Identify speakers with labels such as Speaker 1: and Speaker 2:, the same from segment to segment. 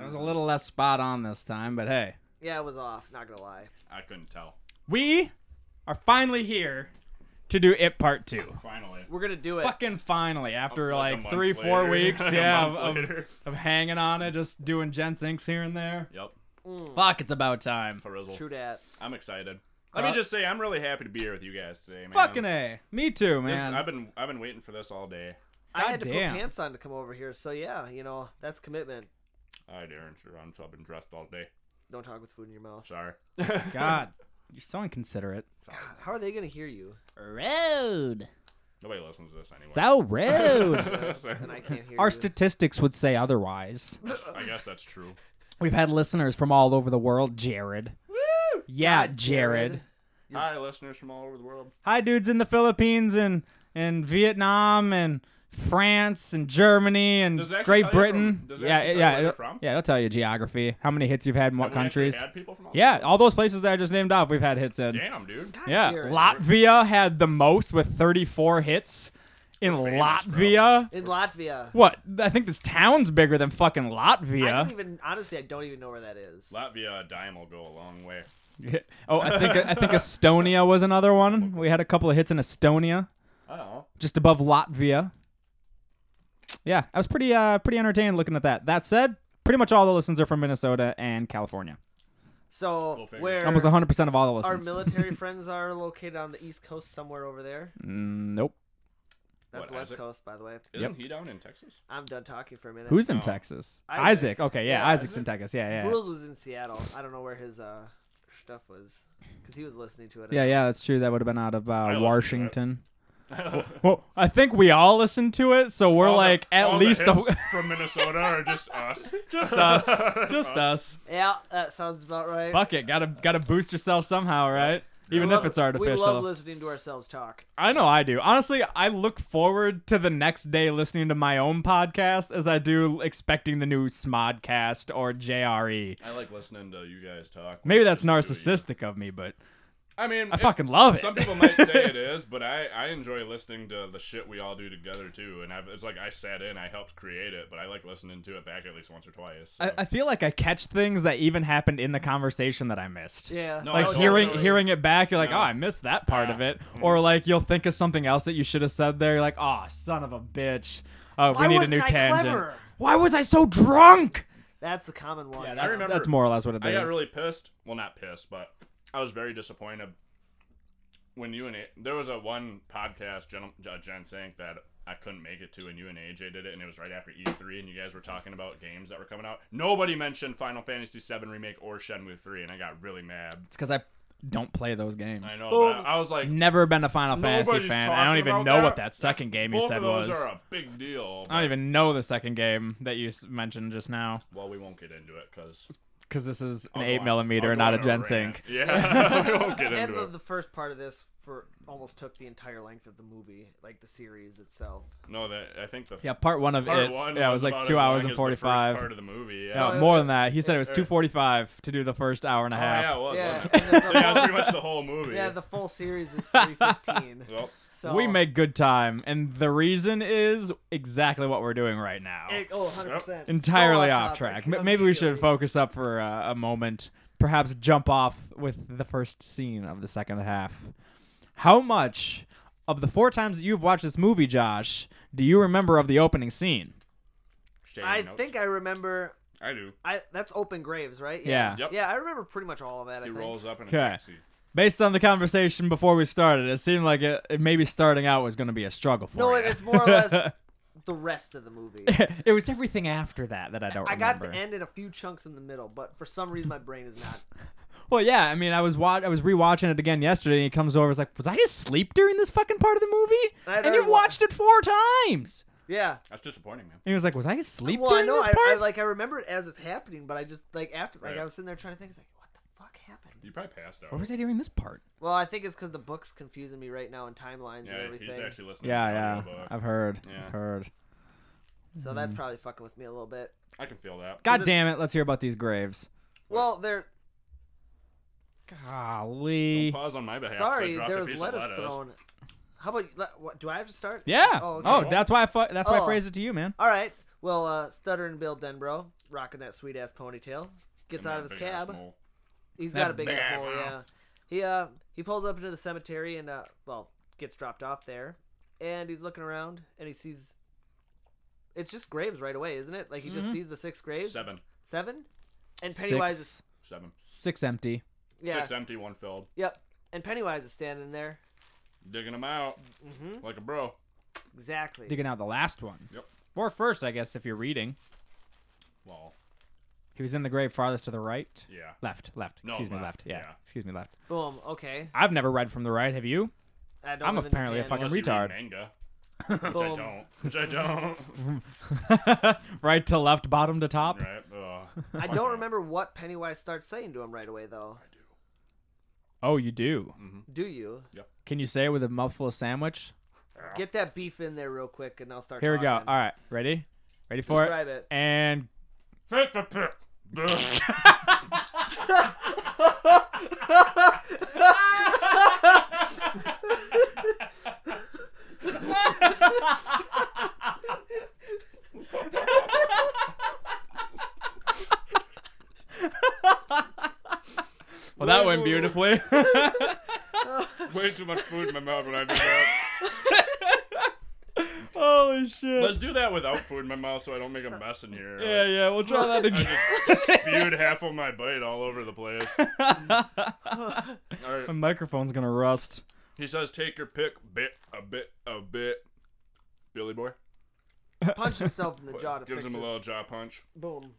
Speaker 1: was a little less spot on this time, but hey.
Speaker 2: Yeah, it was off. Not gonna lie.
Speaker 3: I couldn't tell.
Speaker 1: We are finally here to do it part two.
Speaker 3: Finally.
Speaker 2: We're gonna do it.
Speaker 1: Fucking finally, after
Speaker 3: Like a
Speaker 1: like
Speaker 3: month
Speaker 1: three, four
Speaker 3: later.
Speaker 1: weeks,
Speaker 3: A
Speaker 1: yeah,
Speaker 3: month
Speaker 1: of, of,
Speaker 3: later.
Speaker 1: of hanging on it, just doing gents inks here and there.
Speaker 3: Yep.
Speaker 1: Hmm. Fuck, it's about time.
Speaker 3: Farizzle.
Speaker 2: True dat.
Speaker 3: I'm excited. Let me
Speaker 1: Uh,
Speaker 3: just say, I'm really happy to be here with you guys today, man.
Speaker 1: Fucking a, me too,
Speaker 3: This-
Speaker 1: man.
Speaker 3: I've been I've been waiting for this all day.
Speaker 2: I had to
Speaker 1: Goddamn.
Speaker 2: put pants on to come over here, so yeah, you know that's commitment.
Speaker 3: I daren't run, so I've been dressed all day.
Speaker 2: Don't talk with food in your mouth.
Speaker 3: Sorry.
Speaker 1: God, you're so inconsiderate.
Speaker 2: How are they gonna hear you?
Speaker 1: Rude.
Speaker 3: Nobody listens to this anyway.
Speaker 1: So rude.
Speaker 3: So,
Speaker 2: And I can't hear
Speaker 1: Our
Speaker 2: you.
Speaker 1: statistics would say otherwise.
Speaker 3: I guess that's true.
Speaker 1: We've had listeners from all over the world. Jared. Woo! Yeah,
Speaker 2: God,
Speaker 1: Jared.
Speaker 2: Jared.
Speaker 3: Hi, listeners from all over the world.
Speaker 1: Hi, dudes in the Philippines and and Vietnam and France and Germany and
Speaker 3: Does it actually
Speaker 1: Great
Speaker 3: tell you
Speaker 1: Britain.
Speaker 3: from- does it
Speaker 1: yeah,
Speaker 3: actually tell you
Speaker 1: yeah,
Speaker 3: where
Speaker 1: it'll-
Speaker 3: they're from?
Speaker 1: yeah. It'll tell you geography, how many hits you've had in what
Speaker 3: Have we actually
Speaker 1: countries.
Speaker 3: Had people from all
Speaker 1: Yeah, all those places that I just named off, we've had hits in.
Speaker 3: Damn, dude.
Speaker 2: God,
Speaker 1: yeah,
Speaker 2: Jared.
Speaker 1: Latvia had the most with 34 hits in
Speaker 3: famous, bro.
Speaker 1: Latvia.
Speaker 2: in Latvia.
Speaker 1: What? I think this town's bigger than fucking
Speaker 2: I
Speaker 1: Latvia.
Speaker 2: don't even honestly. I don't even know where that is.
Speaker 3: Latvia dime will go a long way.
Speaker 1: oh, I think I think Estonia was another one. We had a couple of hits in Estonia.
Speaker 3: Oh.
Speaker 1: just above Latvia. Yeah, I was pretty uh pretty entertained looking at that. That said, pretty much all the listens are from Minnesota and California.
Speaker 3: Go
Speaker 2: So
Speaker 3: figure.
Speaker 2: where
Speaker 1: Almost 100% of all the
Speaker 2: our
Speaker 1: listens.
Speaker 2: Er, military friends are located on the east coast somewhere over there.
Speaker 1: Mm, nope.
Speaker 2: That's
Speaker 3: What,
Speaker 2: the west
Speaker 3: Isaac?
Speaker 2: coast, by the way.
Speaker 3: Isn't he down in Texas?
Speaker 2: I'm done talking for a minute.
Speaker 1: Who's in
Speaker 3: No.
Speaker 1: Texas? Isaac.
Speaker 2: Isaac.
Speaker 1: Okay, yeah,
Speaker 3: Yeah,
Speaker 1: Isaac's in
Speaker 3: Isaac.
Speaker 1: Texas. Yeah, yeah.
Speaker 2: Brules was in Seattle. I don't know where his uh stuff was because he was listening to it.
Speaker 1: Yeah, yeah, that's true. That would have been out of uh,
Speaker 3: to it.
Speaker 1: Washington.
Speaker 3: We're
Speaker 1: Well, I think we all listened to it, so we're like at least a,
Speaker 3: from Minnesota or just us.
Speaker 1: just us, just us.
Speaker 2: Yeah, that sounds about right.
Speaker 1: Fuck it, gotta gotta boost yourself somehow, right? Even
Speaker 2: We
Speaker 1: if
Speaker 2: love-
Speaker 1: it's artificial.
Speaker 2: We love listening to ourselves talk.
Speaker 1: I know I do. Honestly, I look forward to the next day listening to my own podcast as I do expecting the new Smodcast or JRE.
Speaker 3: I like listening to you guys talk.
Speaker 1: Maybe that's
Speaker 3: Just the two of you.
Speaker 1: narcissistic of me, but
Speaker 3: I mean,
Speaker 1: I fucking love it.
Speaker 3: Some people might say it is, but I, I enjoy listening to the shit we all do together too. And I've, it's like I sat in, I helped create it, but I like listening to it back at least once or twice. so.
Speaker 1: I, I feel like I catch things that even happened in the conversation that I missed.
Speaker 2: Yeah.
Speaker 3: No,
Speaker 1: Like
Speaker 3: Oh,
Speaker 1: hearing
Speaker 3: totally.
Speaker 1: hearing it back, you're like,
Speaker 3: No. Ah, hmm.
Speaker 1: oh, I missed that part
Speaker 3: Yeah.
Speaker 1: of it, or like you'll think of something else that you should have said there. You're like, oh, son of a bitch, oh, we
Speaker 2: Why
Speaker 1: need a
Speaker 2: wasn't
Speaker 1: new
Speaker 2: I
Speaker 1: tangent.
Speaker 2: clever?
Speaker 1: Why was I so drunk?
Speaker 2: That's the common one.
Speaker 1: Yeah,
Speaker 3: I
Speaker 1: that's,
Speaker 3: remember-
Speaker 1: that's more or less what it is.
Speaker 3: I got really pissed. Well, not pissed, but I was very disappointed when you and A- there was a one podcast Gen, uh, Gen Sync that I couldn't make it to, and you and AJ did it, and it was right after E3, and you guys were talking about games that were coming out. Nobody mentioned Final Fantasy VII remake or Shenmue 3, and I got really mad.
Speaker 1: It's because I don't play those games.
Speaker 3: I know,
Speaker 2: Boom.
Speaker 3: but I was like,
Speaker 1: Never been a Final Fantasy
Speaker 3: Nobody's
Speaker 1: fan.
Speaker 3: talking
Speaker 1: I don't even
Speaker 3: about
Speaker 1: know
Speaker 3: that.
Speaker 1: what that second game you
Speaker 3: both
Speaker 1: said
Speaker 3: of those
Speaker 1: was.
Speaker 3: are a big deal.
Speaker 1: I don't even know the second game that you s- mentioned just now
Speaker 3: Well, we won't get into it because
Speaker 1: because this is an eight millimeter, not a Gensync.
Speaker 3: Yeah, we won't get
Speaker 2: And
Speaker 3: into
Speaker 2: the,
Speaker 3: it.
Speaker 2: the first part of this for almost took the entire length of the movie, like the series itself.
Speaker 3: No, that I think the
Speaker 1: Yeah, part one of
Speaker 3: part
Speaker 1: it.
Speaker 3: one.
Speaker 1: yeah, it was like
Speaker 3: about
Speaker 1: two
Speaker 3: as
Speaker 1: hours
Speaker 3: long
Speaker 1: and
Speaker 3: as the first Part
Speaker 1: forty-five.
Speaker 3: of the movie.
Speaker 1: Yeah,
Speaker 3: Yeah.
Speaker 2: Oh,
Speaker 1: more
Speaker 2: yeah.
Speaker 1: than that. He said it was
Speaker 3: Yeah.
Speaker 1: two forty-five to do the first hour and a
Speaker 3: Oh,
Speaker 1: half.
Speaker 3: yeah, it was.
Speaker 2: Yeah.
Speaker 3: wasn't it?
Speaker 2: and then
Speaker 3: So,
Speaker 2: the
Speaker 3: yeah, it was
Speaker 2: whole-
Speaker 3: pretty much the whole movie.
Speaker 2: yeah, the full series is 315.
Speaker 3: Well,
Speaker 2: So
Speaker 1: We make good time, and the reason is exactly what we're doing right now.
Speaker 2: It, oh, 100%. So
Speaker 1: entirely
Speaker 2: off
Speaker 1: off,
Speaker 2: topic.
Speaker 1: track. M- Maybe we should
Speaker 2: Immediately.
Speaker 1: focus up for uh, a moment. Perhaps jump off with the first scene of the second half. How much of the four times that you've watched this movie, Josh, do you remember of the opening scene?
Speaker 3: Shady
Speaker 2: I
Speaker 3: Notes.
Speaker 2: think I remember.
Speaker 3: I do.
Speaker 2: I That's Open Graves, right?
Speaker 1: Yeah.
Speaker 3: Yep.
Speaker 2: Yeah, I remember pretty much all of that. I
Speaker 3: He
Speaker 2: think.
Speaker 3: rolls up in a
Speaker 1: Okay.
Speaker 3: taxi.
Speaker 1: Based on the conversation before we started, it seemed like it, it maybe starting out was going to be a struggle for
Speaker 2: No,
Speaker 1: you.
Speaker 2: it it's more or less the rest of the movie.
Speaker 1: it was everything after that that I don't
Speaker 2: I got
Speaker 1: remember.
Speaker 2: the end and a few chunks in the middle, but for some reason my brain is not.
Speaker 1: Well, yeah, I mean, I was wa- I was rewatching it again yesterday, and he comes over, is like, "Was I asleep during this fucking part of the movie?"
Speaker 2: I'd
Speaker 1: and you've
Speaker 2: already wa-
Speaker 1: watched it four times.
Speaker 2: Yeah.
Speaker 3: That's disappointing, man.
Speaker 1: And he was like, "Was I asleep
Speaker 2: Well, I
Speaker 1: during
Speaker 2: know.
Speaker 1: this
Speaker 2: I,
Speaker 1: part?"
Speaker 2: I like I remember it as it's happening, but I just like after like
Speaker 3: Right.
Speaker 2: I was sitting there trying to think. It's like what the fuck happened?
Speaker 3: You probably passed out.
Speaker 1: What was I doing this part?
Speaker 2: Well, I think it's because the book's confusing me right now and timelines and
Speaker 3: Yeah,
Speaker 2: everything.
Speaker 3: he's actually listening.
Speaker 1: Yeah,
Speaker 3: to the
Speaker 1: yeah,
Speaker 3: audiobook.
Speaker 1: I've heard,
Speaker 3: Yeah.
Speaker 1: I've heard.
Speaker 2: So that's
Speaker 1: Mm-hmm.
Speaker 2: probably fucking with me a little bit.
Speaker 3: I can feel that.
Speaker 1: God
Speaker 2: it's-
Speaker 1: damn it! Let's hear about these graves.
Speaker 2: Well, there.
Speaker 1: Golly.
Speaker 3: Pause on my behalf. 'cause I
Speaker 2: Sorry,
Speaker 3: dropped
Speaker 2: there
Speaker 3: a
Speaker 2: was
Speaker 3: piece of
Speaker 2: lettuce, thrown. How about you- le- what, do I have to start?
Speaker 1: Yeah.
Speaker 2: Oh,
Speaker 1: Oh,
Speaker 2: okay.
Speaker 1: that's why I fu- that's why I
Speaker 2: Oh.
Speaker 1: phrased it to you, man.
Speaker 2: All right. Well, uh, stuttering Bill Denbro, rocking that sweet ass ponytail, gets
Speaker 3: And
Speaker 2: out
Speaker 3: that
Speaker 2: of his
Speaker 3: big ass
Speaker 2: cab.
Speaker 3: mole.
Speaker 2: He's
Speaker 1: That
Speaker 2: got a big
Speaker 3: big
Speaker 2: ass
Speaker 3: ass
Speaker 2: mole,
Speaker 3: mole.
Speaker 2: yeah. He uh he pulls up into the cemetery and uh well gets dropped off there, and he's looking around and he sees. It's just graves right away, isn't it? Like he just sees the six graves,
Speaker 3: Seven.
Speaker 2: seven, and Pennywise is
Speaker 1: Mm-hmm. six,
Speaker 3: Seven.
Speaker 1: six empty.
Speaker 2: yeah,
Speaker 3: Six empty, one filled.
Speaker 2: yep, and Pennywise is standing there.
Speaker 3: Digging them out
Speaker 2: Mm-hmm.
Speaker 3: like a bro.
Speaker 2: Exactly.
Speaker 1: Digging out the last one.
Speaker 3: Yep.
Speaker 1: Or first, I guess, if you're reading.
Speaker 3: Lol.
Speaker 1: He was in the grave farthest to the right.
Speaker 3: Yeah.
Speaker 1: Left, left.
Speaker 3: No,
Speaker 1: Excuse me,
Speaker 3: left,
Speaker 1: left. Yeah.
Speaker 3: yeah.
Speaker 1: Excuse me, left.
Speaker 2: Boom. Okay.
Speaker 1: I've never read from the right. Have you?
Speaker 2: I don't
Speaker 1: I'm
Speaker 2: live in
Speaker 1: apparently a
Speaker 2: Japan.
Speaker 1: fucking
Speaker 3: Unless you read
Speaker 1: retard.
Speaker 3: Manga, which
Speaker 2: Boom.
Speaker 3: I don't. Which I don't.
Speaker 1: right to left, bottom to top.
Speaker 3: right? Ugh.
Speaker 2: I
Speaker 3: Fuck
Speaker 2: don't
Speaker 3: that.
Speaker 2: remember what Pennywise starts saying to him right away though.
Speaker 1: Oh, you do.
Speaker 2: Do you?
Speaker 1: Can you say it with a mouthful of sandwich?
Speaker 2: Get that beef in there real quick, and I'll start.
Speaker 1: Here we go. All
Speaker 2: talking.
Speaker 1: right, ready? Ready for
Speaker 2: Describe
Speaker 1: it?
Speaker 2: it.
Speaker 1: And
Speaker 3: Fit the pit. Ugh.
Speaker 1: well, that went beautifully.
Speaker 3: Way too much food in my mouth when I do that.
Speaker 1: Holy shit!
Speaker 3: Let's do that without food in my mouth so I don't make a mess in here.
Speaker 1: yeah,
Speaker 3: Like,
Speaker 1: yeah. We'll try that again.
Speaker 3: I just spewed half of my bite all over the place. All
Speaker 1: My
Speaker 3: right.
Speaker 1: microphone's gonna rust.
Speaker 3: He says, "Take your pick, bit a bit a bit." Billy boy
Speaker 2: Punch himself in the jaw to
Speaker 3: gives
Speaker 2: fix
Speaker 3: him a
Speaker 2: this.
Speaker 3: little jaw punch,
Speaker 2: Boom.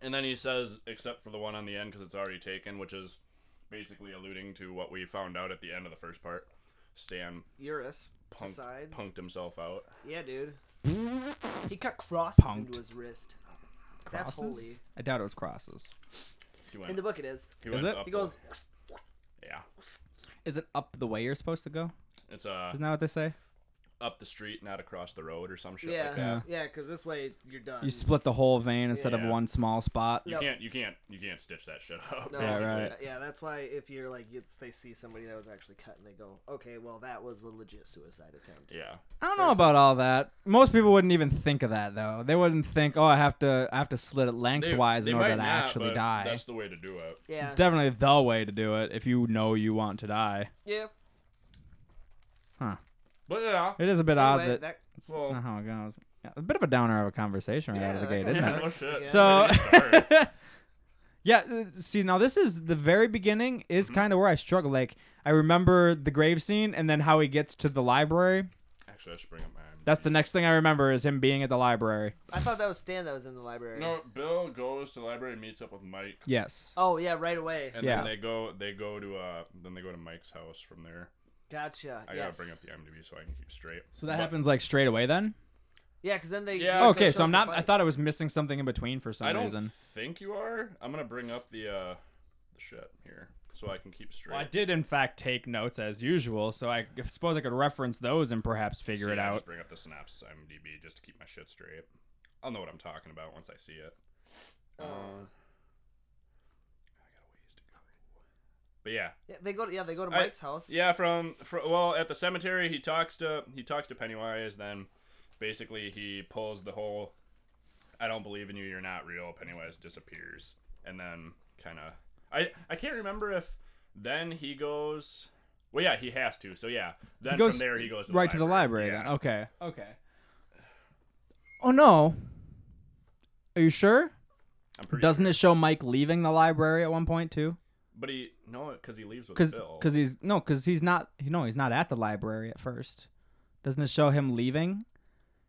Speaker 3: and then he says, "Except for the one on the end, because it's already taken," which is basically alluding to what we found out at the end of the first part. Stan
Speaker 2: Urus
Speaker 3: punked,
Speaker 2: E decides.
Speaker 3: punked himself out.
Speaker 2: Yeah, dude. He cut crosses into
Speaker 1: Punked.
Speaker 2: his wrist. That's
Speaker 1: Crosses?
Speaker 2: holy.
Speaker 1: I doubt it was crosses.
Speaker 3: He went.
Speaker 2: In the book, it is.
Speaker 3: he
Speaker 1: Is
Speaker 3: went
Speaker 1: it?
Speaker 3: Up
Speaker 2: He goes.
Speaker 3: the- yeah.
Speaker 1: Is it up the way you're supposed to go?
Speaker 3: It's uh
Speaker 1: Isn't that what they say?
Speaker 3: up the street, not across the road, or some shit
Speaker 2: Yeah,
Speaker 3: like that.
Speaker 2: yeah,
Speaker 1: Yeah.
Speaker 2: Because this way you're done.
Speaker 1: You split the whole vein instead
Speaker 3: Yeah.
Speaker 1: of one small spot.
Speaker 3: You
Speaker 2: Yep.
Speaker 3: can't, you can't, you can't stitch that shit up.
Speaker 2: No,
Speaker 1: Yeah,
Speaker 2: it's-
Speaker 3: basically.
Speaker 1: right.
Speaker 2: Yeah, that's why if you're like, it's, they see somebody that was actually cut and they go, okay, well that was a legit suicide attempt.
Speaker 3: Yeah.
Speaker 1: I don't know about all that. Most people wouldn't even think of that though. They wouldn't think, "Oh, I have to, I have to slit it lengthwise in order to
Speaker 3: might not,
Speaker 1: actually
Speaker 3: but
Speaker 1: die."
Speaker 3: That's the way to do it.
Speaker 2: Yeah.
Speaker 1: It's definitely the way to do it if you know you want to die.
Speaker 2: yeah.
Speaker 1: Huh.
Speaker 3: But yeah,
Speaker 1: It is a bit odd
Speaker 2: Anyway,
Speaker 1: that,
Speaker 2: that-
Speaker 1: that's
Speaker 3: well-
Speaker 1: not how it goes. Yeah, a bit of a downer of a conversation right out of the
Speaker 2: Yeah,
Speaker 1: gate,
Speaker 2: that
Speaker 1: isn't
Speaker 2: kinda-
Speaker 3: yeah,
Speaker 1: it?
Speaker 3: no Oh, shit.
Speaker 2: Yeah.
Speaker 1: So-
Speaker 3: Pretty dark.
Speaker 1: Yeah. uh, See, now this is the very beginning is
Speaker 3: Mm-hmm.
Speaker 1: kind of where I struggle. Like I remember the grave scene and then how he gets to the library.
Speaker 3: actually, I should bring up my.
Speaker 1: That's the next thing I remember is him being at the library.
Speaker 2: I thought that was Stan that was in the library.
Speaker 3: No, Bill goes to the library, meets up with Mike,
Speaker 1: Yes.
Speaker 2: Oh yeah, right away.
Speaker 3: and
Speaker 1: Yeah.
Speaker 3: then they go, they go to, uh, then they go to Mike's house from there.
Speaker 2: Gotcha.
Speaker 3: I gotta
Speaker 2: yes.
Speaker 3: bring up the IMDb so I can keep straight.
Speaker 1: So that
Speaker 3: But-
Speaker 1: happens like straight away then.
Speaker 2: Yeah, because then they.
Speaker 3: Yeah.
Speaker 2: they
Speaker 1: Okay,
Speaker 2: show
Speaker 1: so I'm
Speaker 2: the
Speaker 1: not. I
Speaker 2: bike.
Speaker 1: thought I was missing something in between for some
Speaker 3: I don't
Speaker 1: reason.
Speaker 3: think you are. I'm gonna bring up the, uh, the shit here so I can keep straight.
Speaker 1: Well, I did in fact take notes as usual, so I suppose I could reference those and perhaps figure
Speaker 3: So,
Speaker 1: it
Speaker 3: yeah, I
Speaker 1: out.
Speaker 3: Just bring up the synopsis IMDb just to keep my shit straight. I'll know what I'm talking about once I see it. Uh, I got a ways to go. But yeah,
Speaker 2: Yeah, they go. To, yeah, they go to
Speaker 3: I-
Speaker 2: Mike's house.
Speaker 3: yeah. From, fro- well, at the cemetery, he talks to he talks to Pennywise. Then, basically, he pulls the whole "I don't believe in you. You're not real." Pennywise disappears, and then kind of I I can't remember if then he goes. Well, yeah, he has to. So yeah, then
Speaker 1: goes
Speaker 3: from there he goes to
Speaker 1: right to the library
Speaker 3: Yeah.
Speaker 1: then. Okay. Okay. Oh no. Are you sure?
Speaker 3: I'm pretty
Speaker 1: Oh, Doesn't it show Mike leaving the library at one point too?
Speaker 3: But he no, because he leaves with
Speaker 1: Because
Speaker 3: Bill.
Speaker 1: he's no, because he's not. No, he's not at the library at first. Doesn't it show him leaving?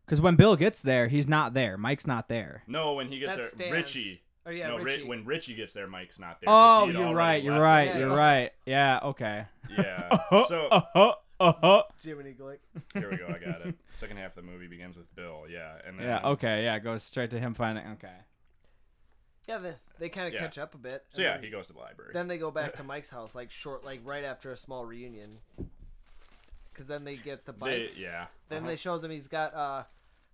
Speaker 1: Because when Bill gets there, he's not there. Mike's not there.
Speaker 3: no, when he gets
Speaker 2: That's
Speaker 3: there,
Speaker 2: Stan.
Speaker 3: Richie.
Speaker 2: Or yeah,
Speaker 3: no, Ri-
Speaker 2: Richie.
Speaker 3: when Richie gets there, Mike's not there. 'cause
Speaker 1: Oh,
Speaker 3: he'd
Speaker 1: you're
Speaker 3: already
Speaker 1: right. You're
Speaker 3: left.
Speaker 1: right.
Speaker 2: Yeah,
Speaker 1: you're
Speaker 2: yeah.
Speaker 1: right. Yeah. Okay.
Speaker 3: Yeah. So
Speaker 1: uh-huh, uh-huh.
Speaker 2: Jiminy Glick.
Speaker 3: here we go. I got it. Second half of the movie begins with Bill. Yeah, and then,
Speaker 1: Yeah. Okay. Yeah. it Goes straight to him finding. Okay.
Speaker 2: Yeah, they, they kind of
Speaker 3: Yeah.
Speaker 2: catch up a bit.
Speaker 3: So
Speaker 2: and
Speaker 3: yeah,
Speaker 2: then,
Speaker 3: he goes to the library.
Speaker 2: then they go back to Mike's house, like short, like right after a small reunion. Because then they get the
Speaker 3: They-
Speaker 2: bike.
Speaker 3: yeah.
Speaker 2: then
Speaker 3: uh-huh.
Speaker 2: they shows him he's got uh,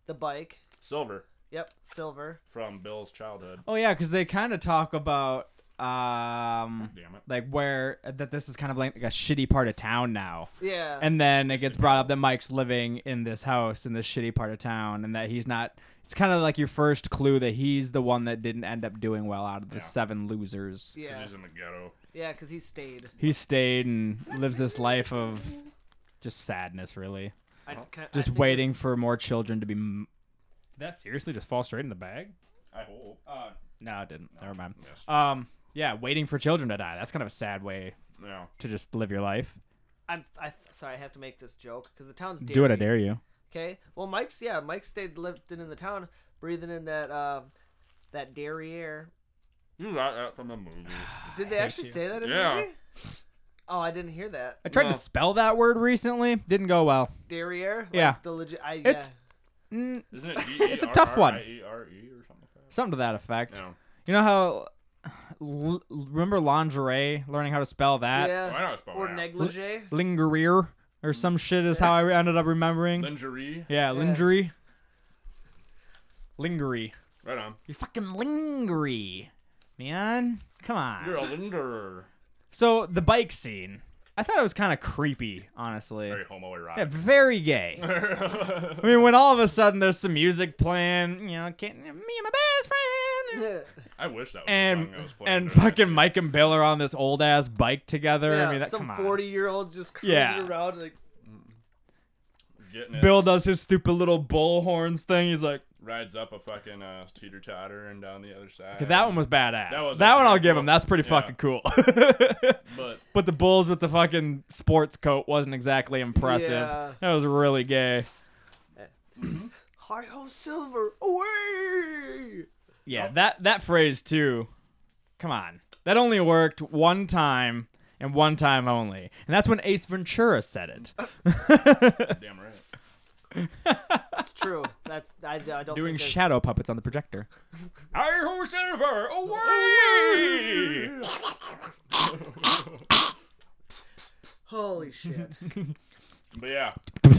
Speaker 2: the bike.
Speaker 3: Silver
Speaker 2: Yep, silver.
Speaker 3: from Bill's childhood.
Speaker 1: Oh yeah, because they kind of talk about um,
Speaker 3: Damn it.
Speaker 1: like where that this is kind of like, like a shitty part of town now.
Speaker 2: Yeah.
Speaker 1: And then it gets brought up that Mike's living in this house in this shitty part of town and that he's not it's kind of like your first clue that he's the one that didn't end up doing well out of the
Speaker 3: Yeah.
Speaker 1: seven losers.
Speaker 3: Because
Speaker 2: yeah.
Speaker 3: he's in the ghetto.
Speaker 2: Yeah, because he stayed.
Speaker 1: He stayed and lives this life of just sadness really.
Speaker 2: I,
Speaker 3: Uh-huh.
Speaker 2: ki- I
Speaker 1: Just
Speaker 2: think
Speaker 1: waiting
Speaker 2: this-
Speaker 1: for more children to be m- Did that seriously just fall straight in the bag?
Speaker 3: I hope.
Speaker 1: Uh, no, it didn't. Never mind.
Speaker 3: Yes.
Speaker 1: Um, yeah, waiting for children to die. That's kind of a sad way
Speaker 3: Yeah.
Speaker 1: to just live your life.
Speaker 2: I'm I, sorry, I have to make this joke because the town's
Speaker 1: Do it, I
Speaker 2: dairy.
Speaker 1: dare you.
Speaker 2: Okay. Well, Mike's yeah, Mike stayed lived in the town, breathing in that uh, that dairy air.
Speaker 3: You got that from the movie.
Speaker 2: Did they
Speaker 1: hate
Speaker 2: actually
Speaker 1: you.
Speaker 2: say that in
Speaker 3: Yeah.
Speaker 2: the movie? Oh, I didn't hear that.
Speaker 1: I tried
Speaker 3: No.
Speaker 1: to spell that word recently. Didn't go well.
Speaker 2: Derriere? Like
Speaker 1: Yeah.
Speaker 2: The legit. I, yeah.
Speaker 1: It's- Mm,
Speaker 3: Isn't it?
Speaker 1: It's a tough one.
Speaker 3: D E R R I E R E or something like that.
Speaker 1: something to that effect.
Speaker 2: Uh,
Speaker 3: No.
Speaker 1: You know how? L- remember lingerie? Learning how to spell that?
Speaker 3: Well, I
Speaker 2: yeah.
Speaker 3: know it's
Speaker 2: Or
Speaker 3: about that.
Speaker 2: negligee.
Speaker 1: Lingerer or some shit is how I ended up remembering.
Speaker 3: Lingerie.
Speaker 1: yeah, lingerie. Lingerie.
Speaker 3: Right on.
Speaker 1: You fucking lingerie, man. Come on.
Speaker 3: You're a lingerer.
Speaker 1: So the bike scene, I thought it was kind of creepy, honestly.
Speaker 3: Very
Speaker 1: Yeah,
Speaker 3: homoerotic.
Speaker 1: very gay. I mean, when all of a sudden there's some music playing, you know, can't, me and my best friend,
Speaker 3: I wish that was the
Speaker 1: and
Speaker 3: song that was playing.
Speaker 1: and
Speaker 3: during that
Speaker 1: fucking
Speaker 3: scene.
Speaker 1: Mike and Bill are on this old ass bike together.
Speaker 2: yeah,
Speaker 1: I mean, that,
Speaker 2: some
Speaker 1: come on.
Speaker 2: forty-year-old just cruising
Speaker 1: Yeah.
Speaker 2: around like
Speaker 3: Getting it,
Speaker 1: Bill does his stupid little bull horns thing. He's like,
Speaker 3: rides up a fucking uh, teeter totter and down the other side.
Speaker 1: "Okay, that one was
Speaker 3: Uh, That
Speaker 1: badass. That,
Speaker 3: was
Speaker 1: one I'll
Speaker 3: actually
Speaker 1: give
Speaker 3: cool.
Speaker 1: him. That's pretty
Speaker 3: Yeah.
Speaker 1: fucking cool.
Speaker 3: But
Speaker 1: but the bulls with the fucking sports coat wasn't exactly impressive.
Speaker 2: Yeah.
Speaker 1: That was really gay.
Speaker 2: "Hi ho, silver away."
Speaker 1: Yeah, that that phrase too. Come on, that only worked one time and one time only, and that's when Ace Ventura said it,
Speaker 3: damn right.
Speaker 2: That's true. That's I, I don't
Speaker 1: doing
Speaker 2: think there's-
Speaker 1: shadow puppets on the projector.
Speaker 3: I ho silver away.
Speaker 2: Holy shit!
Speaker 3: but yeah.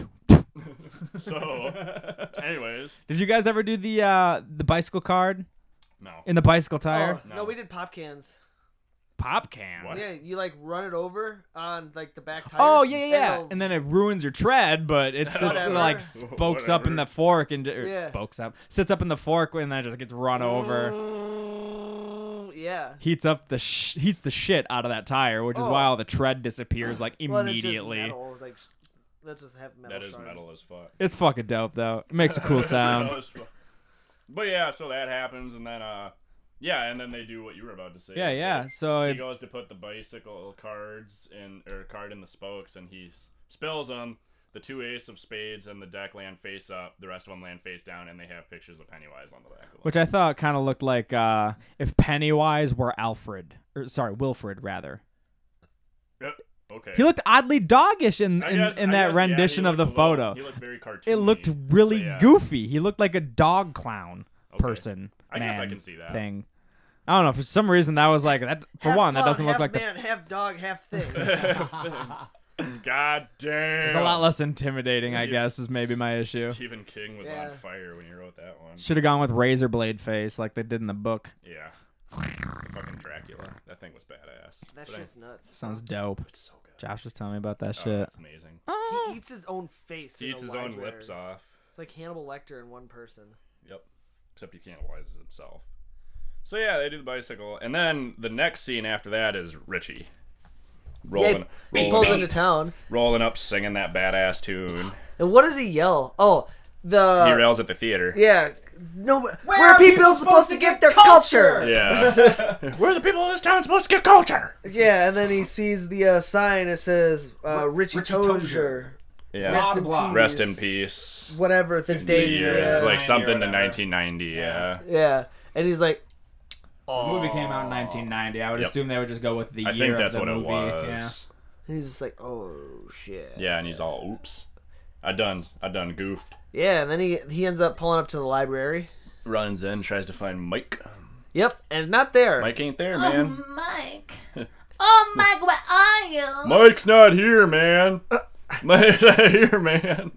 Speaker 3: so, anyways,
Speaker 1: Did you guys ever do the uh, the bicycle card
Speaker 3: no.
Speaker 1: in the bicycle
Speaker 2: Oh,
Speaker 1: tire?
Speaker 2: no.
Speaker 3: No.
Speaker 2: we did pop cans.
Speaker 1: Pop can.
Speaker 3: What?
Speaker 2: Yeah, you like run it over on like the back tire.
Speaker 1: Oh yeah, yeah, yeah.
Speaker 2: it'll-
Speaker 1: And then it ruins your tread, but it's, it's
Speaker 2: Whatever.
Speaker 1: like spokes up in
Speaker 3: Whatever.
Speaker 1: the fork and or
Speaker 2: Yeah.
Speaker 1: spokes up, sits up in the fork, and then it just gets run over.
Speaker 2: yeah.
Speaker 1: heats up the sh- heats the shit out of that tire, which is why
Speaker 2: Oh.
Speaker 1: all the tread disappears like
Speaker 2: Well, that's just
Speaker 1: immediately.
Speaker 2: metal, like, s- let's just have metal.
Speaker 3: That is
Speaker 2: shards.
Speaker 3: metal as fuck.
Speaker 1: it's fucking dope though. It makes a cool
Speaker 3: That
Speaker 1: sound.
Speaker 3: was fu- but yeah, so that happens, and then uh, yeah, and then they do what you were about to say.
Speaker 1: yeah,
Speaker 3: is
Speaker 1: yeah.
Speaker 3: they-
Speaker 1: So
Speaker 3: he
Speaker 1: it,
Speaker 3: goes to put the bicycle cards in or card in the spokes, and he s- spills them. The two ace of spades and the deck land face up. The rest of them land face down, and they have pictures of Pennywise on the back. Of them.
Speaker 1: which I thought kind of looked like uh, if Pennywise were Alfred, or sorry, Wilfred rather.
Speaker 3: Yep. Okay.
Speaker 1: He looked oddly doggish in
Speaker 3: I
Speaker 1: in,
Speaker 3: guess-
Speaker 1: in
Speaker 3: I
Speaker 1: that
Speaker 3: guess, yeah, he
Speaker 1: rendition of the
Speaker 3: looked a little-
Speaker 1: photo.
Speaker 3: He looked very cartoony.
Speaker 1: It looked really
Speaker 3: But yeah.
Speaker 1: goofy. He looked like a dog clown
Speaker 3: Okay.
Speaker 1: person.
Speaker 3: I guess I
Speaker 1: man
Speaker 3: can see that.
Speaker 1: thing. I don't know. For some reason, that was like that. For
Speaker 2: Half
Speaker 1: one, that
Speaker 2: clown,
Speaker 1: doesn't look
Speaker 2: half
Speaker 1: like the
Speaker 2: man, half dog, half thing.
Speaker 3: God damn.
Speaker 1: It's a lot less intimidating, I
Speaker 3: Steve-
Speaker 1: guess, is maybe my issue.
Speaker 3: Stephen King was
Speaker 2: Yeah.
Speaker 3: on fire when he wrote that one.
Speaker 1: Should have gone with razor blade face like they did in the book.
Speaker 3: Yeah. Fucking Dracula. That thing was badass.
Speaker 2: That
Speaker 3: But I-
Speaker 2: shit's nuts.
Speaker 1: Sounds dope.
Speaker 3: It's so good.
Speaker 1: Josh was telling me about that
Speaker 3: Oh,
Speaker 1: shit.
Speaker 3: It's amazing.
Speaker 2: He eats his own face.
Speaker 3: He
Speaker 2: in
Speaker 3: eats
Speaker 2: a
Speaker 3: his own
Speaker 2: library.
Speaker 3: lips off.
Speaker 2: It's like Hannibal Lecter in one person.
Speaker 3: Yep. Except he cannibalizes himself. So yeah, they do the bicycle, and then the next scene after that is Richie rolling,
Speaker 2: he pulls
Speaker 3: rolling,
Speaker 2: into
Speaker 3: up,
Speaker 2: town.
Speaker 3: rolling up, singing that badass tune.
Speaker 2: And what does he yell? Oh, the
Speaker 3: he rails at the theater.
Speaker 2: yeah. No, where, are people, supposed to get their culture?
Speaker 3: Yeah. Where are the people in this town supposed to get culture?
Speaker 2: Yeah, and then he sees the uh, sign that says uh, Richie, Tozier.
Speaker 3: Yeah.
Speaker 2: Rest in
Speaker 1: Blah,
Speaker 2: peace.
Speaker 1: blah.
Speaker 3: Rest in peace.
Speaker 2: Whatever the
Speaker 3: Yeah,
Speaker 2: date is.
Speaker 3: it's like
Speaker 1: 90 or
Speaker 3: something to
Speaker 1: whatever.
Speaker 3: 1990. Yeah.
Speaker 2: yeah, and he's like,
Speaker 1: The movie came out in 1990. I would
Speaker 3: Yep.
Speaker 1: assume they would just go with the
Speaker 3: I
Speaker 1: year
Speaker 3: think
Speaker 1: of
Speaker 3: that's
Speaker 1: the
Speaker 3: what it
Speaker 1: movie.
Speaker 3: was.
Speaker 1: Yeah.
Speaker 2: and he's just like, oh shit.
Speaker 3: Yeah, and he's all, "Oops, I done, I done goofed."
Speaker 2: Yeah, and then he he ends up pulling up to the library.
Speaker 3: Runs in, tries to find Mike.
Speaker 2: Yep, and not there.
Speaker 3: Mike ain't there,
Speaker 2: Um,
Speaker 3: man.
Speaker 4: Oh, Mike. Oh, Mike, where are you?
Speaker 3: Mike's not here, man. Mike's not here, man.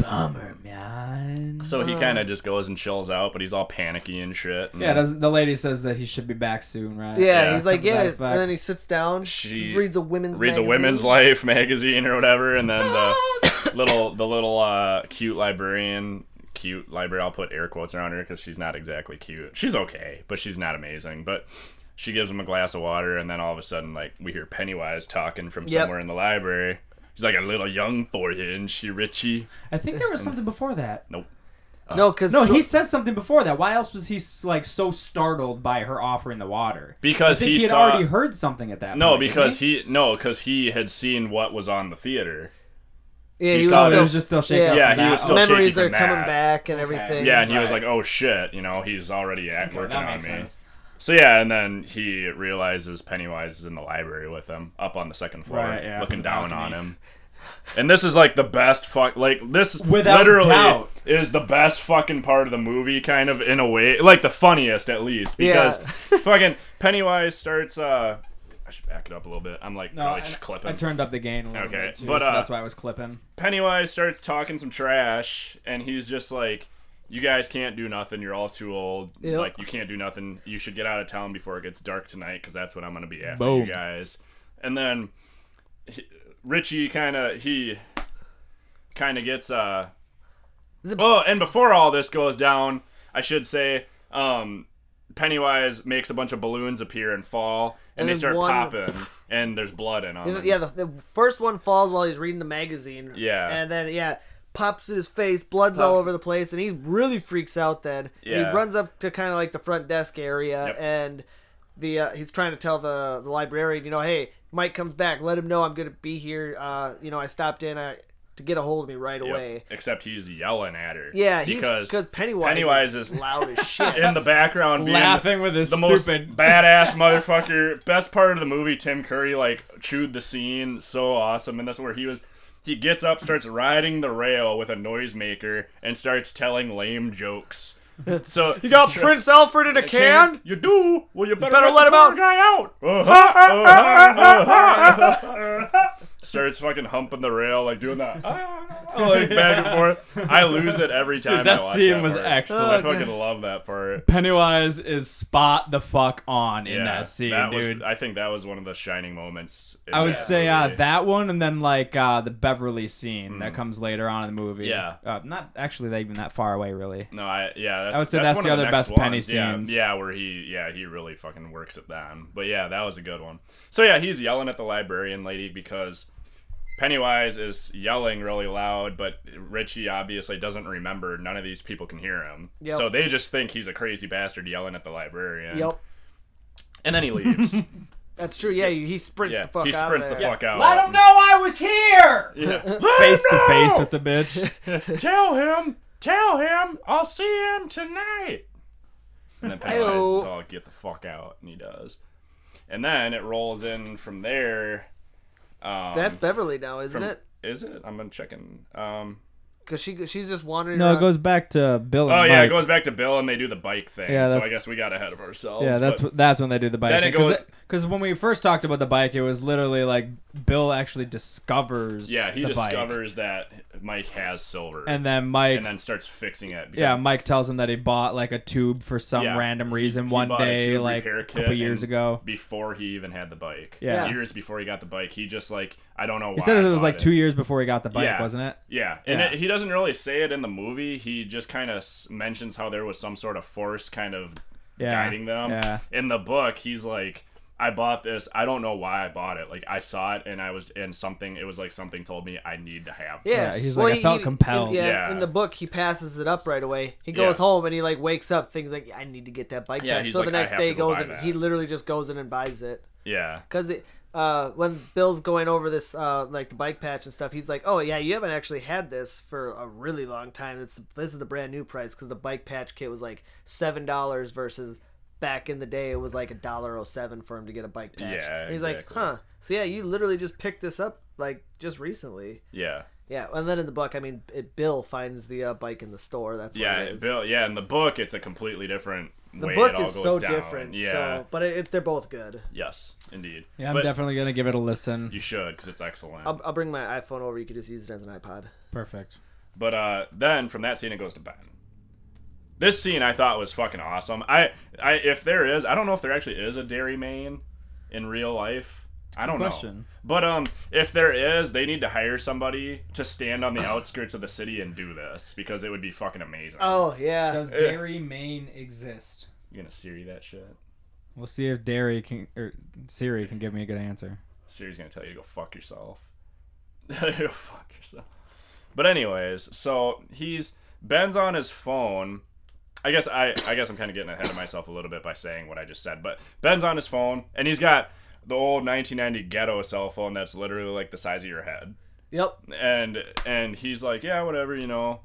Speaker 1: bummer, man.
Speaker 3: So he kind of just goes and chills out, but he's all panicky and shit. and
Speaker 1: Uh. yeah, does, the lady says that he should be back soon, right?
Speaker 2: Yeah,
Speaker 3: Yeah,
Speaker 2: he's like,
Speaker 1: something to that
Speaker 2: yeah,
Speaker 1: effect.
Speaker 2: and then he sits down,
Speaker 3: She
Speaker 2: reads a women's
Speaker 3: reads a
Speaker 2: magazine.
Speaker 3: women's life magazine or whatever, and then the little the little uh, cute librarian, cute library. I'll put air quotes around her because she's not exactly cute. She's okay, but she's not amazing. But she gives him a glass of water, and then all of a sudden, like we hear Pennywise talking from
Speaker 2: Yep.
Speaker 3: somewhere in the library. He's like a little young for you, and she Richie.
Speaker 1: I think there was something before that.
Speaker 3: Nope.
Speaker 2: No, because
Speaker 1: No, he says something before that. Why else was he s- like so startled by her offering the water? I
Speaker 3: Because
Speaker 1: think
Speaker 3: he,
Speaker 1: he, had
Speaker 3: saw
Speaker 1: already heard something at that.
Speaker 3: no,
Speaker 1: point, didn't
Speaker 3: because he no, because he had seen what was on the theater.
Speaker 2: yeah, he
Speaker 3: he
Speaker 2: was
Speaker 3: saw
Speaker 1: Oh,
Speaker 3: that
Speaker 1: he
Speaker 2: still,
Speaker 1: was just still shaking.
Speaker 2: Yeah.
Speaker 1: up
Speaker 3: Yeah,
Speaker 1: from
Speaker 3: he
Speaker 1: that.
Speaker 3: was still-
Speaker 1: Oh,
Speaker 2: memories
Speaker 3: shaking
Speaker 2: are
Speaker 3: from
Speaker 2: coming
Speaker 3: that.
Speaker 2: back and everything.
Speaker 3: Yeah, and he was
Speaker 1: Right.
Speaker 3: like, "Oh shit," you know, he's already at working
Speaker 1: that
Speaker 3: on me.
Speaker 1: makes sense.
Speaker 3: So yeah, and then he realizes Pennywise is in the library with him, up on the second floor,
Speaker 1: Right, yeah,
Speaker 3: looking
Speaker 1: the
Speaker 3: down on
Speaker 1: balcony.
Speaker 3: him. And this is like the best fuck, like this
Speaker 1: Without
Speaker 3: literally
Speaker 1: doubt.
Speaker 3: is the best fucking part of the movie, kind of in a way, like the funniest at least, because
Speaker 2: Yeah.
Speaker 3: fucking Pennywise starts. uh I should back it up a little bit. I'm like
Speaker 1: No,
Speaker 3: really
Speaker 1: I-
Speaker 3: just
Speaker 1: I
Speaker 3: clipping.
Speaker 1: turned up the gain a little
Speaker 3: Okay,
Speaker 1: bit too,
Speaker 3: but,
Speaker 1: so
Speaker 3: uh,
Speaker 1: that's why I was clipping.
Speaker 3: Pennywise starts talking some trash, and he's just like, "You guys can't do nothing. You're all too old.
Speaker 2: Yep.
Speaker 3: Like you can't do nothing. You should get out of town before it gets dark tonight, because that's when I'm gonna be after
Speaker 1: Boom.
Speaker 3: you guys." And then he, Richie kind of he kind of gets uh
Speaker 2: Is it-
Speaker 3: oh, and before all this goes down, I should say um Pennywise makes a bunch of balloons appear and fall,
Speaker 2: And
Speaker 3: and, they
Speaker 2: then
Speaker 3: start
Speaker 2: one-
Speaker 3: popping, and there's blood in
Speaker 2: You
Speaker 3: on
Speaker 2: know,
Speaker 3: them.
Speaker 2: Yeah, the, the first one falls while he's reading the magazine.
Speaker 3: Yeah.
Speaker 2: And then, yeah, pops in his face, blood's all over the place, and he really freaks out then. And
Speaker 3: Yeah.
Speaker 2: He runs up to kind of like the front desk area,
Speaker 3: Yep.
Speaker 2: and the uh, he's trying to tell the, the librarian, you know, hey, Mike comes back, let him know I'm going to be here. Uh, you know, I stopped in I, to get a hold of me right
Speaker 3: Yep.
Speaker 2: away.
Speaker 3: Except he's yelling at her.
Speaker 2: Yeah, he's,
Speaker 3: because
Speaker 2: Pennywise,
Speaker 3: Pennywise
Speaker 2: is
Speaker 3: is-
Speaker 2: loud as shit.
Speaker 3: in the background being
Speaker 1: Laughing with his
Speaker 3: the most
Speaker 1: stupid.
Speaker 3: badass motherfucker. Best part of the movie, Tim Curry like chewed the scene so awesome, and that's where he was. He gets up, starts riding the rail with a noisemaker, and starts telling lame jokes. So you
Speaker 2: got Prince Alfred in a can?
Speaker 3: You do. Well, you better,
Speaker 2: better let
Speaker 3: the
Speaker 2: him
Speaker 3: poor
Speaker 2: out.
Speaker 3: Guy out. Uh-huh, uh-huh, uh-huh, uh-huh. Starts fucking humping the rail like doing that. Oh, like back and forth. I lose it every time. I
Speaker 1: that
Speaker 3: watch
Speaker 1: scene
Speaker 3: that
Speaker 1: was
Speaker 3: part.
Speaker 1: excellent.
Speaker 3: I fucking love that part.
Speaker 1: Pennywise is spot the fuck on in that scene,
Speaker 3: was-
Speaker 1: dude.
Speaker 3: I think that was one of the shining moments. in
Speaker 1: I would
Speaker 3: that
Speaker 1: say uh,
Speaker 3: movie. Mm.
Speaker 1: that one, and then like uh, the Beverly scene that comes later on in the movie.
Speaker 3: Yeah.
Speaker 1: uh, not actually that even that far away, really.
Speaker 3: No, I yeah. That's,
Speaker 1: I would say that's
Speaker 3: one
Speaker 1: the
Speaker 3: of
Speaker 1: other
Speaker 3: next
Speaker 1: best Penny
Speaker 3: ones. yeah,
Speaker 1: scenes.
Speaker 3: Yeah, where he yeah he really fucking works at that. But yeah, that was a good one. So yeah, he's yelling at the librarian lady because Pennywise is yelling really loud, but Richie obviously doesn't remember. None of these people can hear him,
Speaker 2: Yep.
Speaker 3: so they just think he's a crazy bastard yelling at the librarian.
Speaker 2: yep.
Speaker 3: And then he leaves.
Speaker 2: That's true. Yeah, he sprints
Speaker 3: yeah,
Speaker 2: the fuck
Speaker 3: he
Speaker 2: out.
Speaker 3: sprints
Speaker 2: of
Speaker 3: the
Speaker 2: there.
Speaker 3: fuck out.
Speaker 1: know I was here.
Speaker 3: Yeah.
Speaker 1: Face to face
Speaker 3: know!
Speaker 1: with the bitch.
Speaker 3: tell him, tell him, I'll see him tonight. And then Pennywise is
Speaker 2: Ayo.
Speaker 3: all get the fuck out, and he does. And then it rolls in from there. Um,
Speaker 2: That's Beverly now, isn't
Speaker 3: from-
Speaker 2: it?
Speaker 3: Is it? I'm checking. Um,
Speaker 2: Because she she's just wandering.
Speaker 1: No,
Speaker 2: around.
Speaker 1: it goes back to Bill.
Speaker 3: oh
Speaker 1: And
Speaker 3: yeah, it
Speaker 1: Mike.
Speaker 3: goes back to Bill, and they do the bike thing.
Speaker 1: Yeah,
Speaker 3: so I
Speaker 1: that's-
Speaker 3: guess we got ahead of ourselves.
Speaker 1: Yeah, that's
Speaker 3: but-
Speaker 1: wh- that's when they do the bike.
Speaker 3: Then it goes-
Speaker 1: because when we first talked about the bike, it was literally like Bill actually discovers.
Speaker 3: yeah. He
Speaker 1: the bike.
Speaker 3: discovers that Mike has silver,
Speaker 1: and then Mike.
Speaker 3: and then starts fixing it. Because
Speaker 1: yeah, Mike tells him that he bought like a tube for some
Speaker 3: Yeah,
Speaker 1: random reason
Speaker 3: he
Speaker 1: one
Speaker 3: bought a
Speaker 1: day,
Speaker 3: tube
Speaker 1: like
Speaker 3: repair
Speaker 1: a
Speaker 3: kit
Speaker 1: couple years
Speaker 3: and-
Speaker 1: ago.
Speaker 3: Before he even had the bike,
Speaker 1: Yeah.
Speaker 3: years before he got the bike, he just like I don't know. Why
Speaker 1: He said it
Speaker 3: I
Speaker 1: was
Speaker 3: bought
Speaker 1: like two years before he got the bike,
Speaker 3: Yeah.
Speaker 1: wasn't it?
Speaker 3: Yeah, and
Speaker 1: Yeah.
Speaker 3: It, he doesn't really say it in the movie. He just kind of s- mentions how there was some sort of force kind of
Speaker 1: Yeah.
Speaker 3: guiding them.
Speaker 1: Yeah.
Speaker 3: In the book, he's like, "I bought this. I don't know why I bought it. Like I saw it, and I was and something. It was like something told me I need to have. this."
Speaker 2: Yeah,
Speaker 1: Yeah, he's
Speaker 2: well,
Speaker 1: like, I
Speaker 2: he-
Speaker 1: felt
Speaker 2: he-
Speaker 1: compelled.
Speaker 2: In, yeah,
Speaker 3: Yeah.
Speaker 2: in the book, he passes it up right away. He
Speaker 3: Yeah.
Speaker 2: goes home and he like wakes up, thinks like, I need to get that bike
Speaker 3: Yeah,
Speaker 2: back.
Speaker 3: he's
Speaker 2: So
Speaker 3: like,
Speaker 2: the
Speaker 3: "I
Speaker 2: next
Speaker 3: have
Speaker 2: day
Speaker 3: to
Speaker 2: he
Speaker 3: go
Speaker 2: goes
Speaker 3: buy
Speaker 2: and
Speaker 3: that.
Speaker 2: he literally just goes in and buys it
Speaker 3: yeah,
Speaker 2: because it. Uh, when Bill's going over this, uh, like the bike patch and stuff, he's like, "Oh yeah, you haven't actually had this for a really long time. It's this is the brand new price because the bike patch kit was like seven dollars versus back in the day it was like a dollar oh seven for him to get a bike patch."
Speaker 3: Yeah,
Speaker 2: and he's
Speaker 3: exactly.
Speaker 2: like, "Huh? So yeah, you literally just picked this up like just recently."
Speaker 3: yeah,
Speaker 2: Yeah, and then in the book, I mean, it, Bill finds the uh, bike in the store. That's
Speaker 3: yeah.
Speaker 2: what it is.
Speaker 3: Bill, yeah. In the book, it's a completely different.
Speaker 2: the
Speaker 3: way
Speaker 2: book
Speaker 3: it all
Speaker 2: is
Speaker 3: goes
Speaker 2: so
Speaker 3: down.
Speaker 2: different.
Speaker 3: Yeah.
Speaker 2: So, but it, it- they're both good.
Speaker 3: Yes, indeed.
Speaker 1: Yeah, I'm
Speaker 3: But
Speaker 1: definitely gonna give it a listen.
Speaker 3: You should because it's excellent.
Speaker 2: I'll, I'll bring my iPhone over. You can just use it as an iPod.
Speaker 1: Perfect.
Speaker 3: But uh, then from that scene, it goes to Ben. This scene I thought was fucking awesome. I, I if there is, I don't know if there actually is a dairy main in real life. I don't know.
Speaker 1: question.
Speaker 3: But um, if there is, they need to hire somebody to stand on the outskirts of the city and do this because it would be fucking amazing.
Speaker 2: Oh yeah.
Speaker 3: Eh.
Speaker 1: Does Dairy Maine exist?
Speaker 3: You gonna Siri that shit?
Speaker 1: We'll see if Dairy can or Siri can give me a good answer.
Speaker 3: Siri's gonna tell you to go fuck yourself. go fuck yourself. But anyways, so he's Ben's on his phone. I guess I I guess I'm kind of getting ahead of myself a little bit by saying what I just said. But Ben's on his phone and he's got the old 1990 ghetto cell phone that's literally like the size of your head.
Speaker 2: Yep.
Speaker 3: And and he's like, yeah, whatever, you know.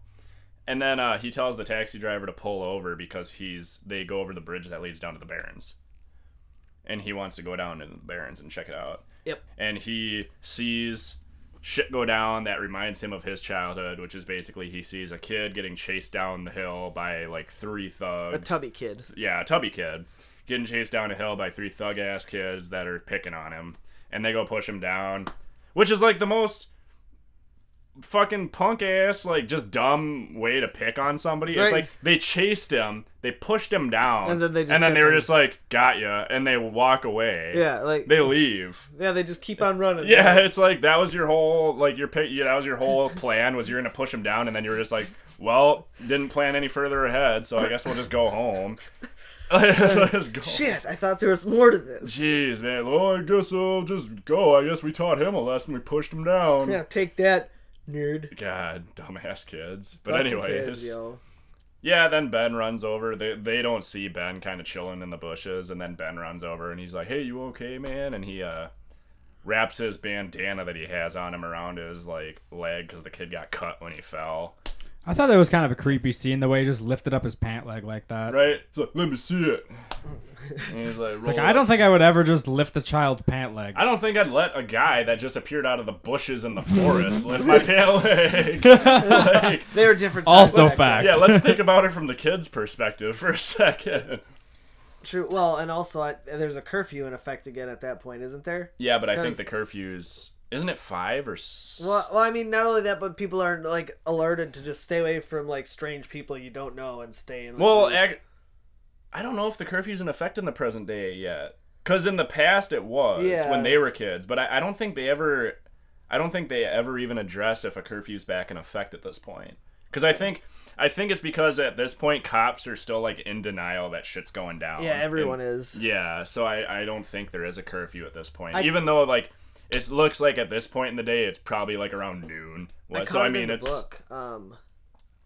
Speaker 3: And then uh, he tells the taxi driver to pull over because he's they go over the bridge that leads down to the Barrens. And he wants to go down to the Barrens and check it out
Speaker 2: Yep.
Speaker 3: and he sees shit go down that reminds him of his childhood, which is basically he sees a kid getting chased down the hill by like three
Speaker 2: A
Speaker 3: thugs.
Speaker 2: tubby kid.
Speaker 3: yeah, a tubby kid getting chased down a hill by three thug ass kids that are picking on him, and they go push him down, which is like the most fucking punk ass like just dumb way to pick on somebody it's
Speaker 2: Right.
Speaker 3: like they chased him they pushed him down
Speaker 2: And then they just
Speaker 3: and then
Speaker 2: kept
Speaker 3: they were
Speaker 2: him-
Speaker 3: just like got ya and they walk away
Speaker 2: Yeah, like
Speaker 3: they leave
Speaker 2: yeah, they just keep on running.
Speaker 3: yeah, it's like that was your whole like your pick. Yeah, that was your whole plan was you're gonna push him down, and then you were just like, well, didn't plan any further ahead, so I guess we'll just go home. Let's go.
Speaker 2: Shit, I thought there was more to this.
Speaker 3: Jeez, man. Well, I guess I'll just go. I guess we taught him a lesson. We pushed him down.
Speaker 2: Yeah, take that, nerd.
Speaker 3: God, dumbass kids. But
Speaker 2: Fucking
Speaker 3: anyways,
Speaker 2: kids, yo.
Speaker 3: yeah. Then Ben runs over. They they don't see Ben kind of chilling in the bushes, and then Ben runs over and he's like, "Hey, you okay, man?" And he uh wraps his bandana that he has on him around his like leg because the kid got cut when he fell.
Speaker 1: I thought that was kind of a creepy scene the way he just lifted up his pant leg like that.
Speaker 3: Right? He's like, "Let me see it." And he's like,
Speaker 1: Like
Speaker 3: "Roll
Speaker 1: I
Speaker 3: it."
Speaker 1: don't think I would ever just lift a child pant leg.
Speaker 3: I don't think I'd let a guy that just appeared out of the bushes in the forest lift my pant leg. like,
Speaker 2: They were different. times
Speaker 1: Also
Speaker 2: back then.
Speaker 1: fact.
Speaker 3: yeah, let's think about it from the kid's perspective for a second.
Speaker 2: True. Well, and also I, there's a curfew in effect again at that point, isn't there?
Speaker 3: Yeah, but I think
Speaker 2: Because-
Speaker 3: the curfews isn't it five or s-
Speaker 2: Well, well, I mean, not only that, but people aren't like alerted to just stay away from like strange people you don't know and stay in. Like,
Speaker 3: Well,
Speaker 2: a-
Speaker 3: ac- I don't know if the curfew's in effect in the present day yet. Cause in the past it was
Speaker 2: Yeah.
Speaker 3: when they were kids, but I, I don't think they ever, I don't think they ever even addressed if a curfew's back in effect at this point. Cause I think, I think it's because at this point cops are still like in denial that shit's going down.
Speaker 2: yeah, everyone is.
Speaker 3: Yeah, so I, I don't think there is a curfew at this point.
Speaker 2: I-
Speaker 3: Even though like it looks like at this point in the day it's probably like around noon.
Speaker 2: I
Speaker 3: What-
Speaker 2: caught
Speaker 3: so I
Speaker 2: it in
Speaker 3: mean
Speaker 2: the
Speaker 3: it's
Speaker 2: book. Um,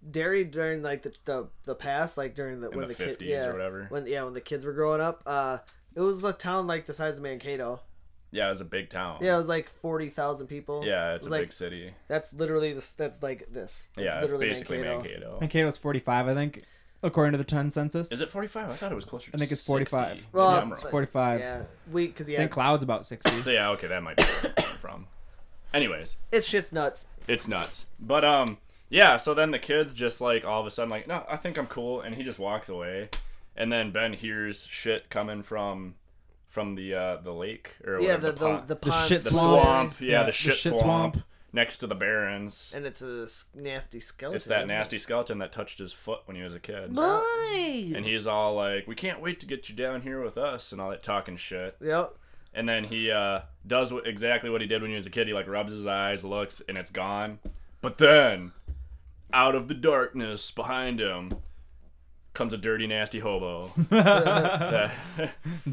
Speaker 2: dairy during like the the, the past, like during the when
Speaker 3: the
Speaker 2: the, kids
Speaker 3: 50s or
Speaker 2: yeah,
Speaker 3: whatever.
Speaker 2: When yeah, when the kids were growing up, uh, it was a town like the size of Mankato.
Speaker 3: yeah, it's a big town.
Speaker 2: Yeah, it was like forty thousand people.
Speaker 3: Yeah,
Speaker 2: It
Speaker 3: it's
Speaker 2: was
Speaker 3: a
Speaker 2: like
Speaker 3: big city.
Speaker 2: that's literally this. That's like this. It's
Speaker 3: yeah, it's
Speaker 2: literally
Speaker 3: basically Mankato.
Speaker 1: Mankato's 45, I think, according to the 10 census.
Speaker 3: Is it 45? I thought it was closer to
Speaker 1: I think it's 45.
Speaker 3: 60.
Speaker 2: Well,
Speaker 3: Maybe I'm
Speaker 1: It's
Speaker 3: wrong.
Speaker 1: 45.
Speaker 2: Yeah, we because yeah,
Speaker 1: St. Cloud's about 60.
Speaker 3: So yeah, okay, that might be where it's from. Anyways,
Speaker 2: it's shit's nuts.
Speaker 3: it's nuts. But um yeah, so then the kids just like all of a sudden like, "No, I think I'm cool." And he just walks away. And then Ben hears shit coming from from the uh the lake or
Speaker 2: Yeah,
Speaker 3: whatever,
Speaker 2: the the,
Speaker 3: pond-
Speaker 2: the,
Speaker 1: The
Speaker 2: pond
Speaker 1: shit
Speaker 3: the
Speaker 1: swamp.
Speaker 3: swamp. Yeah,
Speaker 1: Yeah,
Speaker 3: the
Speaker 1: the
Speaker 3: shit,
Speaker 1: shit
Speaker 3: swamp,
Speaker 1: swamp.
Speaker 3: next to the barrens.
Speaker 2: and it's a s- nasty skeleton.
Speaker 3: It's that
Speaker 2: isn't it?
Speaker 3: nasty skeleton that touched his foot when he was a kid.
Speaker 4: Boy.
Speaker 3: And he's all like, "We can't wait to get you down here with us," and all that talking shit.
Speaker 2: Yep.
Speaker 3: and then he uh, does wh- exactly what he did when he was a kid. He like rubs his eyes, looks, and it's gone. But then, out of the darkness behind him, comes a dirty, nasty hobo. That-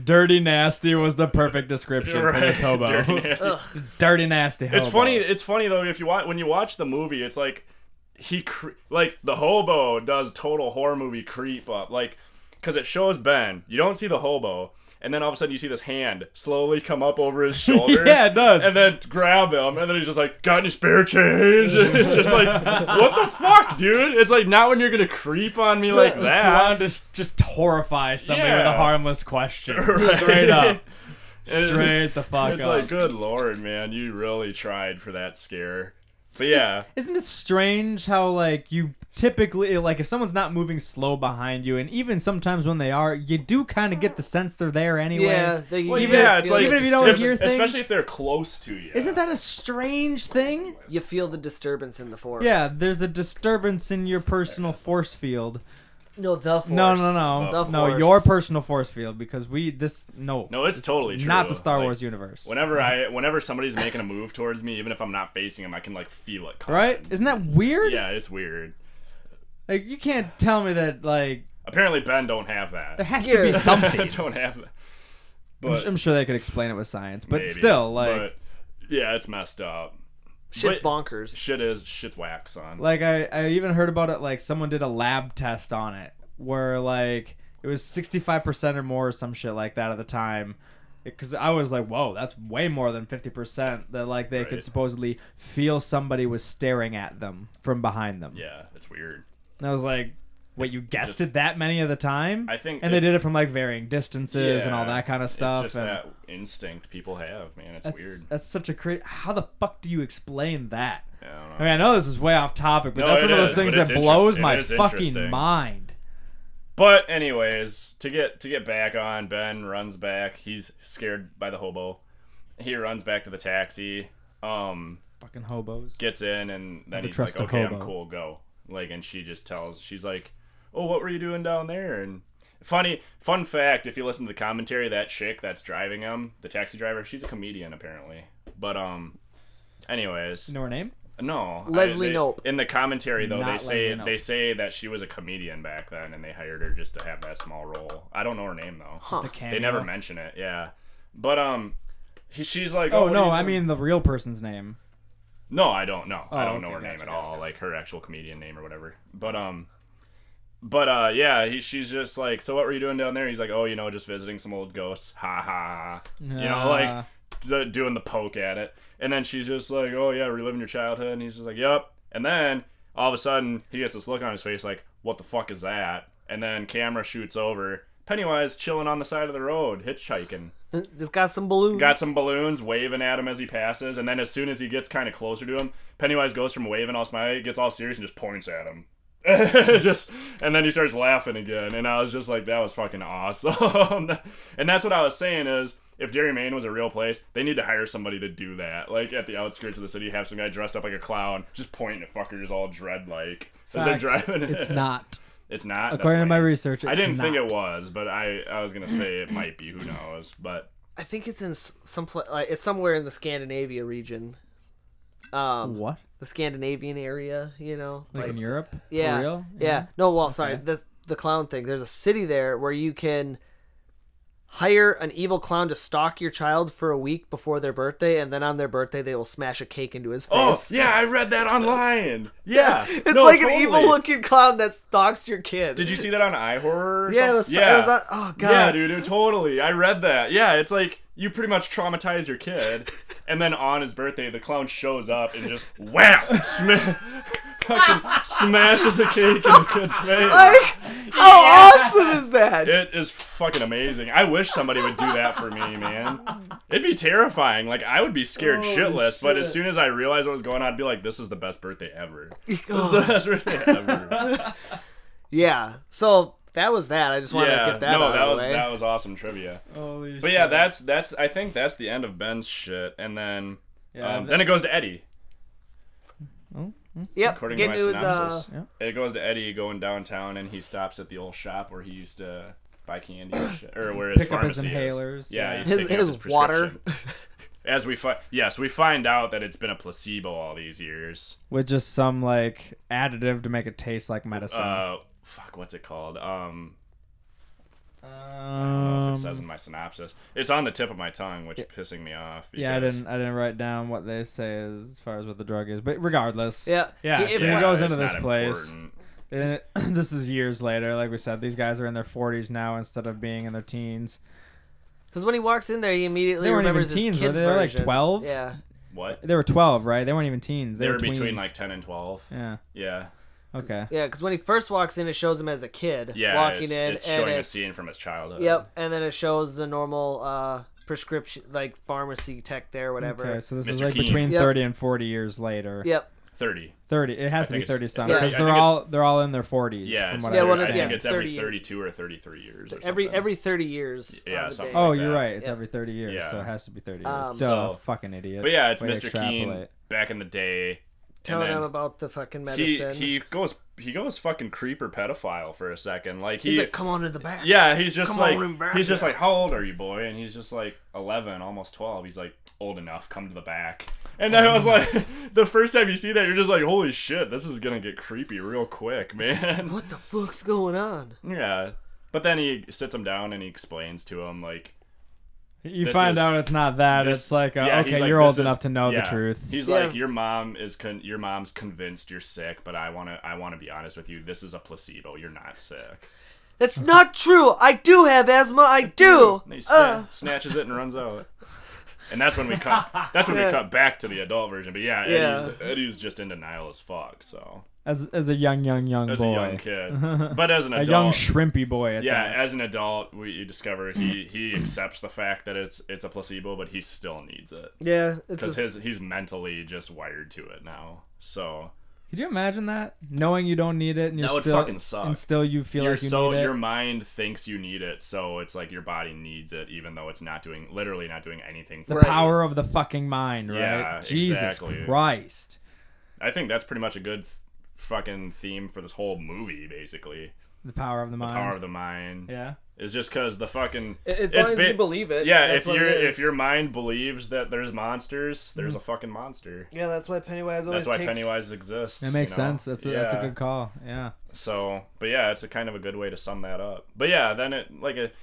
Speaker 1: Dirty Nasty was the perfect description for this
Speaker 3: Right.
Speaker 1: hobo.
Speaker 3: Dirty, nasty.
Speaker 1: Dirty Nasty hobo.
Speaker 3: It's funny. It's funny though. If you watch when you watch the movie, it's like he cre- like the hobo does total horror movie creep up like because it shows Ben. You don't see the hobo. And then all of a sudden, you see this hand slowly come up over his shoulder.
Speaker 1: Yeah, it does.
Speaker 3: and then grab him, and then he's just like, "Got any spare change?" And it's just like, "What the fuck, dude?" It's like not when you're gonna creep on me like
Speaker 1: You wanted
Speaker 3: that.
Speaker 1: to s- just horrify somebody with
Speaker 3: Yeah.
Speaker 1: a harmless question.
Speaker 3: Right.
Speaker 1: Straight up.
Speaker 3: And it's-
Speaker 1: Straight the fuck
Speaker 3: It's
Speaker 1: up.
Speaker 3: like, good lord, man, you really tried for that scare. But yeah,
Speaker 1: Isn't it strange how like you typically like if someone's not moving slow behind you, and even sometimes when they are, you do kind of get the sense they're there anyway.
Speaker 2: Yeah, they,
Speaker 3: well,
Speaker 2: you
Speaker 1: even
Speaker 3: yeah,
Speaker 2: feel
Speaker 3: it's
Speaker 2: the
Speaker 3: like
Speaker 1: even if you don't
Speaker 3: if-
Speaker 1: hear things-
Speaker 3: especially if they're close to you.
Speaker 1: Isn't that a strange thing?
Speaker 2: you feel the disturbance in the force.
Speaker 1: Yeah, there's a disturbance in your personal force field.
Speaker 2: no, the force.
Speaker 1: No, no, no,
Speaker 2: The
Speaker 1: no,
Speaker 2: force.
Speaker 1: your personal force field because we this no,
Speaker 3: No, it's totally true.
Speaker 1: not the Star
Speaker 3: Like,
Speaker 1: Wars universe,
Speaker 3: Whenever I, whenever somebody's making a move towards me, even if I'm not facing them, I can like feel it. Coming.
Speaker 1: right? Isn't that weird?
Speaker 3: Yeah, it's weird.
Speaker 1: Like you can't tell me that like
Speaker 3: Apparently, Ben don't have
Speaker 1: there
Speaker 3: that.
Speaker 1: has to
Speaker 2: Yeah.
Speaker 1: be something.
Speaker 3: don't have that.
Speaker 1: I'm,
Speaker 3: But
Speaker 1: I'm sure they could explain it with science, but
Speaker 3: maybe.
Speaker 1: still, like
Speaker 3: But, yeah, it's messed up.
Speaker 2: Shit's
Speaker 3: But-
Speaker 2: bonkers.
Speaker 3: Shit is shit's wax on.
Speaker 1: Like I, I even heard about it. Like someone did a lab test on it, where like it was sixty five percent or more, or some shit like that at the time. Because I was like, whoa, that's way more than fifty percent that like they could
Speaker 3: Right.
Speaker 1: supposedly feel somebody was staring at them from behind them.
Speaker 3: yeah, it's weird.
Speaker 1: And I was like, wait, you guessed
Speaker 3: just-
Speaker 1: it that many of the time?
Speaker 3: I think
Speaker 1: And they
Speaker 3: it's-
Speaker 1: did it from like varying distances and all
Speaker 3: Yeah,
Speaker 1: that kind of stuff.
Speaker 3: It's just
Speaker 1: and
Speaker 3: that instinct people have, man. It's
Speaker 1: that's
Speaker 3: weird.
Speaker 1: that's such a cra How the fuck do you explain that?
Speaker 3: I don't know.
Speaker 1: I mean, I know this is way off topic, but
Speaker 3: No,
Speaker 1: that's
Speaker 3: it
Speaker 1: one of those
Speaker 3: is,
Speaker 1: things
Speaker 3: but it's
Speaker 1: that blows
Speaker 3: interest- it
Speaker 1: my
Speaker 3: is
Speaker 1: fucking
Speaker 3: interesting.
Speaker 1: mind.
Speaker 3: But anyways, to get to get back on, Ben runs back. He's scared by the hobo. He runs back to the taxi. Um,
Speaker 1: Fucking hobos.
Speaker 3: gets in and then
Speaker 1: Never
Speaker 3: he's
Speaker 1: trust
Speaker 3: like,
Speaker 1: a
Speaker 3: "Okay, I'm
Speaker 1: hobo."
Speaker 3: cool, go." Like, and she just tells, she's like, "Oh, what were you doing down there?" And funny, fun fact: if you listen to the commentary, that chick that's driving him, the taxi driver, she's a comedian apparently. But um, anyways,
Speaker 1: you know her name?
Speaker 3: no, I-
Speaker 2: Leslie
Speaker 3: they-
Speaker 2: Knope.
Speaker 3: In the commentary though, they
Speaker 1: Not
Speaker 3: say
Speaker 1: Leslie Knope.
Speaker 3: they say that she was a comedian back then, and they hired her just to have that small role. I don't know her name though.
Speaker 2: Huh.
Speaker 1: Just a cameo.
Speaker 3: They never mention it. Yeah, but um. he- She's like,
Speaker 1: Oh
Speaker 3: what are
Speaker 1: no,
Speaker 3: you
Speaker 1: I
Speaker 3: doing?"
Speaker 1: mean the real person's name.
Speaker 3: No, I don't know. I
Speaker 1: Oh,
Speaker 3: don't
Speaker 1: okay,
Speaker 3: know her name
Speaker 1: gotcha,
Speaker 3: at
Speaker 1: gotcha,
Speaker 3: all,
Speaker 1: gotcha.
Speaker 3: like her actual comedian name or whatever. But um, but uh, yeah, he, she's just like, so what were you doing down there? He's like, oh, you know, just visiting some old ghosts. Ha ha. ha." You know,
Speaker 1: Uh,
Speaker 3: like the, doing the poke at it, and then she's just like, oh yeah, reliving your childhood, and he's just like, yep. And then all of a sudden, he gets this look on his face like, what the fuck is that? And then camera shoots over. Pennywise chilling on the side of the road, hitchhiking.
Speaker 2: Just got some balloons.
Speaker 3: Got some balloons waving at him as he passes, and then as soon as he gets kind of closer to him, Pennywise goes from waving all smiley, gets all serious, and just points at him. just and then he starts laughing again, and I was just like, that was fucking awesome. and that's what I was saying is, if Derry Maine was a real place, they need to hire somebody to do that. Like at the outskirts of the city, have some guy dressed up like a clown, just pointing at fuckers all dread like as they're
Speaker 1: fact,
Speaker 3: driving.
Speaker 1: It's not.
Speaker 3: It's not. That's
Speaker 1: According to my
Speaker 3: lame.
Speaker 1: research,
Speaker 3: I
Speaker 1: it's
Speaker 3: didn't think
Speaker 1: not.
Speaker 3: it was, but I I was gonna say it might be. Who knows? But
Speaker 2: I think it's in s- some pla- like it's somewhere in the Scandinavia region. Um,
Speaker 1: What?
Speaker 2: the Scandinavian area, you know,
Speaker 1: Like, in Europe?
Speaker 2: yeah,
Speaker 1: For real?
Speaker 2: yeah, No, well, sorry, the the clown thing. There's a city there where you can hire an evil clown to stalk your child for a week before their birthday, and then on their birthday they will smash a cake into his
Speaker 3: Oh
Speaker 2: face.
Speaker 3: yeah, I read that online. Yeah,
Speaker 2: It's like an evil-looking clown that stalks your kid.
Speaker 3: Did you see that on iHorror? or
Speaker 2: Yeah, it
Speaker 3: something?
Speaker 2: was,
Speaker 3: yeah,
Speaker 2: It was on, oh god.
Speaker 3: yeah, dude, it- totally. I read that. Yeah, it's like you pretty much traumatize your kid, and then on his birthday, the clown shows up and just wow, sma- fucking smashes a cake in the kid's face.
Speaker 2: Like, how awesome is that?
Speaker 3: It is fucking amazing. I wish somebody would do that for me, man. It'd be terrifying. Like I would be scared shitless, but as soon as I realized what was going on, I'd be like, "This is the best birthday ever. This is the best birthday ever."
Speaker 2: yeah. So that was that. I just wanted
Speaker 3: yeah,
Speaker 2: to get that
Speaker 3: no,
Speaker 2: out
Speaker 3: that
Speaker 2: of
Speaker 3: was
Speaker 2: the way.
Speaker 3: that was awesome trivia.
Speaker 1: Holy shit.
Speaker 3: But yeah, that's that's I think that's the end of Ben's shit, and then
Speaker 1: Yeah,
Speaker 3: um,
Speaker 1: that-
Speaker 3: then it goes to Eddie.
Speaker 2: Yep.
Speaker 3: According
Speaker 2: Getting
Speaker 3: to my
Speaker 2: his, uh,
Speaker 3: synopsis, it goes to Eddie going downtown, and he stops at the old shop where he used to buy candy and shit, or where his
Speaker 1: Pick up his
Speaker 3: pharmacy is.
Speaker 1: inhalers,
Speaker 3: Yeah,
Speaker 1: yeah.
Speaker 3: he's
Speaker 2: his,
Speaker 3: picking up
Speaker 2: his, water.
Speaker 3: prescription. As we find, yes, we find out that it's been a placebo all these years.
Speaker 1: With just some like additive to make it taste like medicine.
Speaker 3: Uh, fuck, what's it called? Um, I don't know
Speaker 1: um,
Speaker 3: if it says in my synopsis. It's on the tip of my tongue, which is pissing me off.
Speaker 1: yeah, I
Speaker 3: because-
Speaker 1: didn't. I didn't write down what they say as far as what the drug is, but regardless,
Speaker 2: Yeah.
Speaker 1: Yeah,
Speaker 2: He- if-
Speaker 1: so
Speaker 3: Yeah,
Speaker 1: he goes
Speaker 3: it's
Speaker 1: into this
Speaker 3: not
Speaker 1: place.
Speaker 3: important.
Speaker 1: And it- this is years later. Like we said, these guys are in their 40s now instead of being in their teens.
Speaker 2: Because when he walks in there, he immediately
Speaker 1: They weren't even
Speaker 2: remembers
Speaker 1: teens,
Speaker 2: his
Speaker 1: were
Speaker 2: kids
Speaker 1: they? They were, like,
Speaker 2: version.
Speaker 1: 12?
Speaker 2: Yeah.
Speaker 3: What?
Speaker 1: They were 12, right? They weren't even teens. They,
Speaker 3: They were
Speaker 1: tweens.
Speaker 3: between like ten and twelve.
Speaker 1: Yeah.
Speaker 3: Yeah,
Speaker 1: Okay.
Speaker 2: Yeah. Because when he first walks in, it shows him as a kid
Speaker 3: yeah.
Speaker 2: walking
Speaker 3: it's,
Speaker 2: in,
Speaker 3: it's
Speaker 2: and
Speaker 3: showing a
Speaker 2: it's
Speaker 3: scene from his childhood.
Speaker 2: yep, and then it shows the normal uh, prescription like pharmacy tech there, whatever.
Speaker 1: Okay. So this is
Speaker 3: Mr.
Speaker 1: like
Speaker 3: Keene.
Speaker 1: between
Speaker 2: Yep.
Speaker 1: 30 and 40 years later.
Speaker 2: Yep.
Speaker 3: thirty.
Speaker 1: Thirty. It has to
Speaker 3: think
Speaker 1: be
Speaker 3: it's-
Speaker 1: thirty some
Speaker 2: yeah,
Speaker 1: because
Speaker 2: I
Speaker 3: think
Speaker 1: they're
Speaker 3: it's-
Speaker 1: all they're all in their forties.
Speaker 3: Yeah,
Speaker 1: from
Speaker 3: it's
Speaker 1: what
Speaker 2: Yeah,
Speaker 1: I
Speaker 2: well,
Speaker 3: I
Speaker 1: understand.
Speaker 2: yeah,
Speaker 3: think
Speaker 2: it's
Speaker 3: it's every
Speaker 2: 30
Speaker 3: thirty-two or thirty-three years. Or
Speaker 2: Every
Speaker 3: something.
Speaker 2: every thirty years.
Speaker 3: Yeah,
Speaker 2: on the
Speaker 3: something
Speaker 2: day.
Speaker 1: Oh,
Speaker 3: like
Speaker 1: you're
Speaker 3: that.
Speaker 1: right. It's
Speaker 2: Yeah.
Speaker 1: every 30 years,
Speaker 3: Yeah.
Speaker 1: so it has to be 30 years.
Speaker 2: Um,
Speaker 1: Duh,
Speaker 3: So-
Speaker 1: fucking idiot.
Speaker 3: But yeah, it's
Speaker 1: Way to
Speaker 3: Mr. Keen
Speaker 1: extrapolate.
Speaker 3: back in the day.
Speaker 2: Telling
Speaker 3: and
Speaker 2: him
Speaker 3: then
Speaker 2: about the fucking
Speaker 3: he
Speaker 2: medicine.
Speaker 3: he goes he goes fucking creeper pedophile for a second. Like he
Speaker 2: He's like, come on to the back.
Speaker 3: yeah, he's just
Speaker 2: "Come on in
Speaker 3: like
Speaker 2: back
Speaker 3: he's just
Speaker 2: here."
Speaker 3: like how old are you, boy? And he's just like eleven, almost twelve. He's like old enough. Come to the back. And I was like, the first time you see that, you're just like, holy shit, this is gonna get creepy real quick, man.
Speaker 2: What the fuck's going on?
Speaker 3: Yeah. But then he sits him down and he explains to him like
Speaker 1: You
Speaker 3: This is-
Speaker 1: find out it's not that.
Speaker 3: this-
Speaker 1: it's like, uh,
Speaker 3: yeah, he's
Speaker 1: okay,
Speaker 3: like,
Speaker 1: you're
Speaker 3: this
Speaker 1: old
Speaker 3: is-
Speaker 1: enough to know
Speaker 3: yeah.
Speaker 1: the truth.
Speaker 3: He's
Speaker 2: Yeah.
Speaker 3: like your mom is con- your mom's convinced you're sick, but I want to I want to be honest with you. This is a placebo. You're not sick.
Speaker 2: That's not true. I do have asthma. I do.
Speaker 3: And he sna-
Speaker 2: Uh,
Speaker 3: snatches it and runs out. And that's when we cut. That's when we
Speaker 2: Yeah.
Speaker 3: cut back to the adult version. But yeah,
Speaker 2: Yeah.
Speaker 3: Eddie's, Eddie's just in denial as fuck. So
Speaker 1: As, as a young, young, young
Speaker 3: as
Speaker 1: boy.
Speaker 3: a young
Speaker 2: Uh-huh.
Speaker 3: kid, but as an
Speaker 1: A
Speaker 3: adult,
Speaker 1: young shrimpy boy at
Speaker 3: yeah,
Speaker 1: that.
Speaker 3: as an adult, we you discover he he accepts the fact that it's it's a placebo, but he still needs it
Speaker 2: yeah, it's just,
Speaker 3: because his he's mentally just wired to it now. So
Speaker 1: Could you imagine that? Knowing you don't need it and you're
Speaker 3: That would
Speaker 1: still
Speaker 3: fucking suck.
Speaker 1: and still you feel
Speaker 3: your
Speaker 1: like you
Speaker 3: so
Speaker 1: need it.
Speaker 3: your mind thinks you need it, so it's like your body needs it, even though it's not doing literally not doing anything.
Speaker 1: the
Speaker 3: for you.
Speaker 1: power of the fucking mind, right?
Speaker 3: Yeah,
Speaker 1: Jesus
Speaker 3: exactly.
Speaker 1: Christ.
Speaker 3: I think that's pretty much a good fucking theme for this whole movie, basically.
Speaker 1: The power of the mind.
Speaker 3: Power of the mind.
Speaker 1: yeah.
Speaker 3: It's just because the fucking.
Speaker 2: as
Speaker 3: it's
Speaker 2: long as
Speaker 3: ba-
Speaker 2: you believe it.
Speaker 3: Yeah,
Speaker 2: that's
Speaker 3: if
Speaker 2: what
Speaker 3: your
Speaker 2: it
Speaker 3: if
Speaker 2: is.
Speaker 3: your mind believes that there's monsters, there's
Speaker 1: Hmm.
Speaker 3: a fucking monster.
Speaker 2: yeah, that's why Pennywise always
Speaker 3: That's why
Speaker 2: takes,
Speaker 3: Pennywise exists.
Speaker 1: That makes
Speaker 3: you know?
Speaker 1: sense. That's a, that's a
Speaker 3: Yeah.
Speaker 1: good call. Yeah.
Speaker 3: So, but yeah, it's a kind of a good way to sum that up. But yeah, then it like it,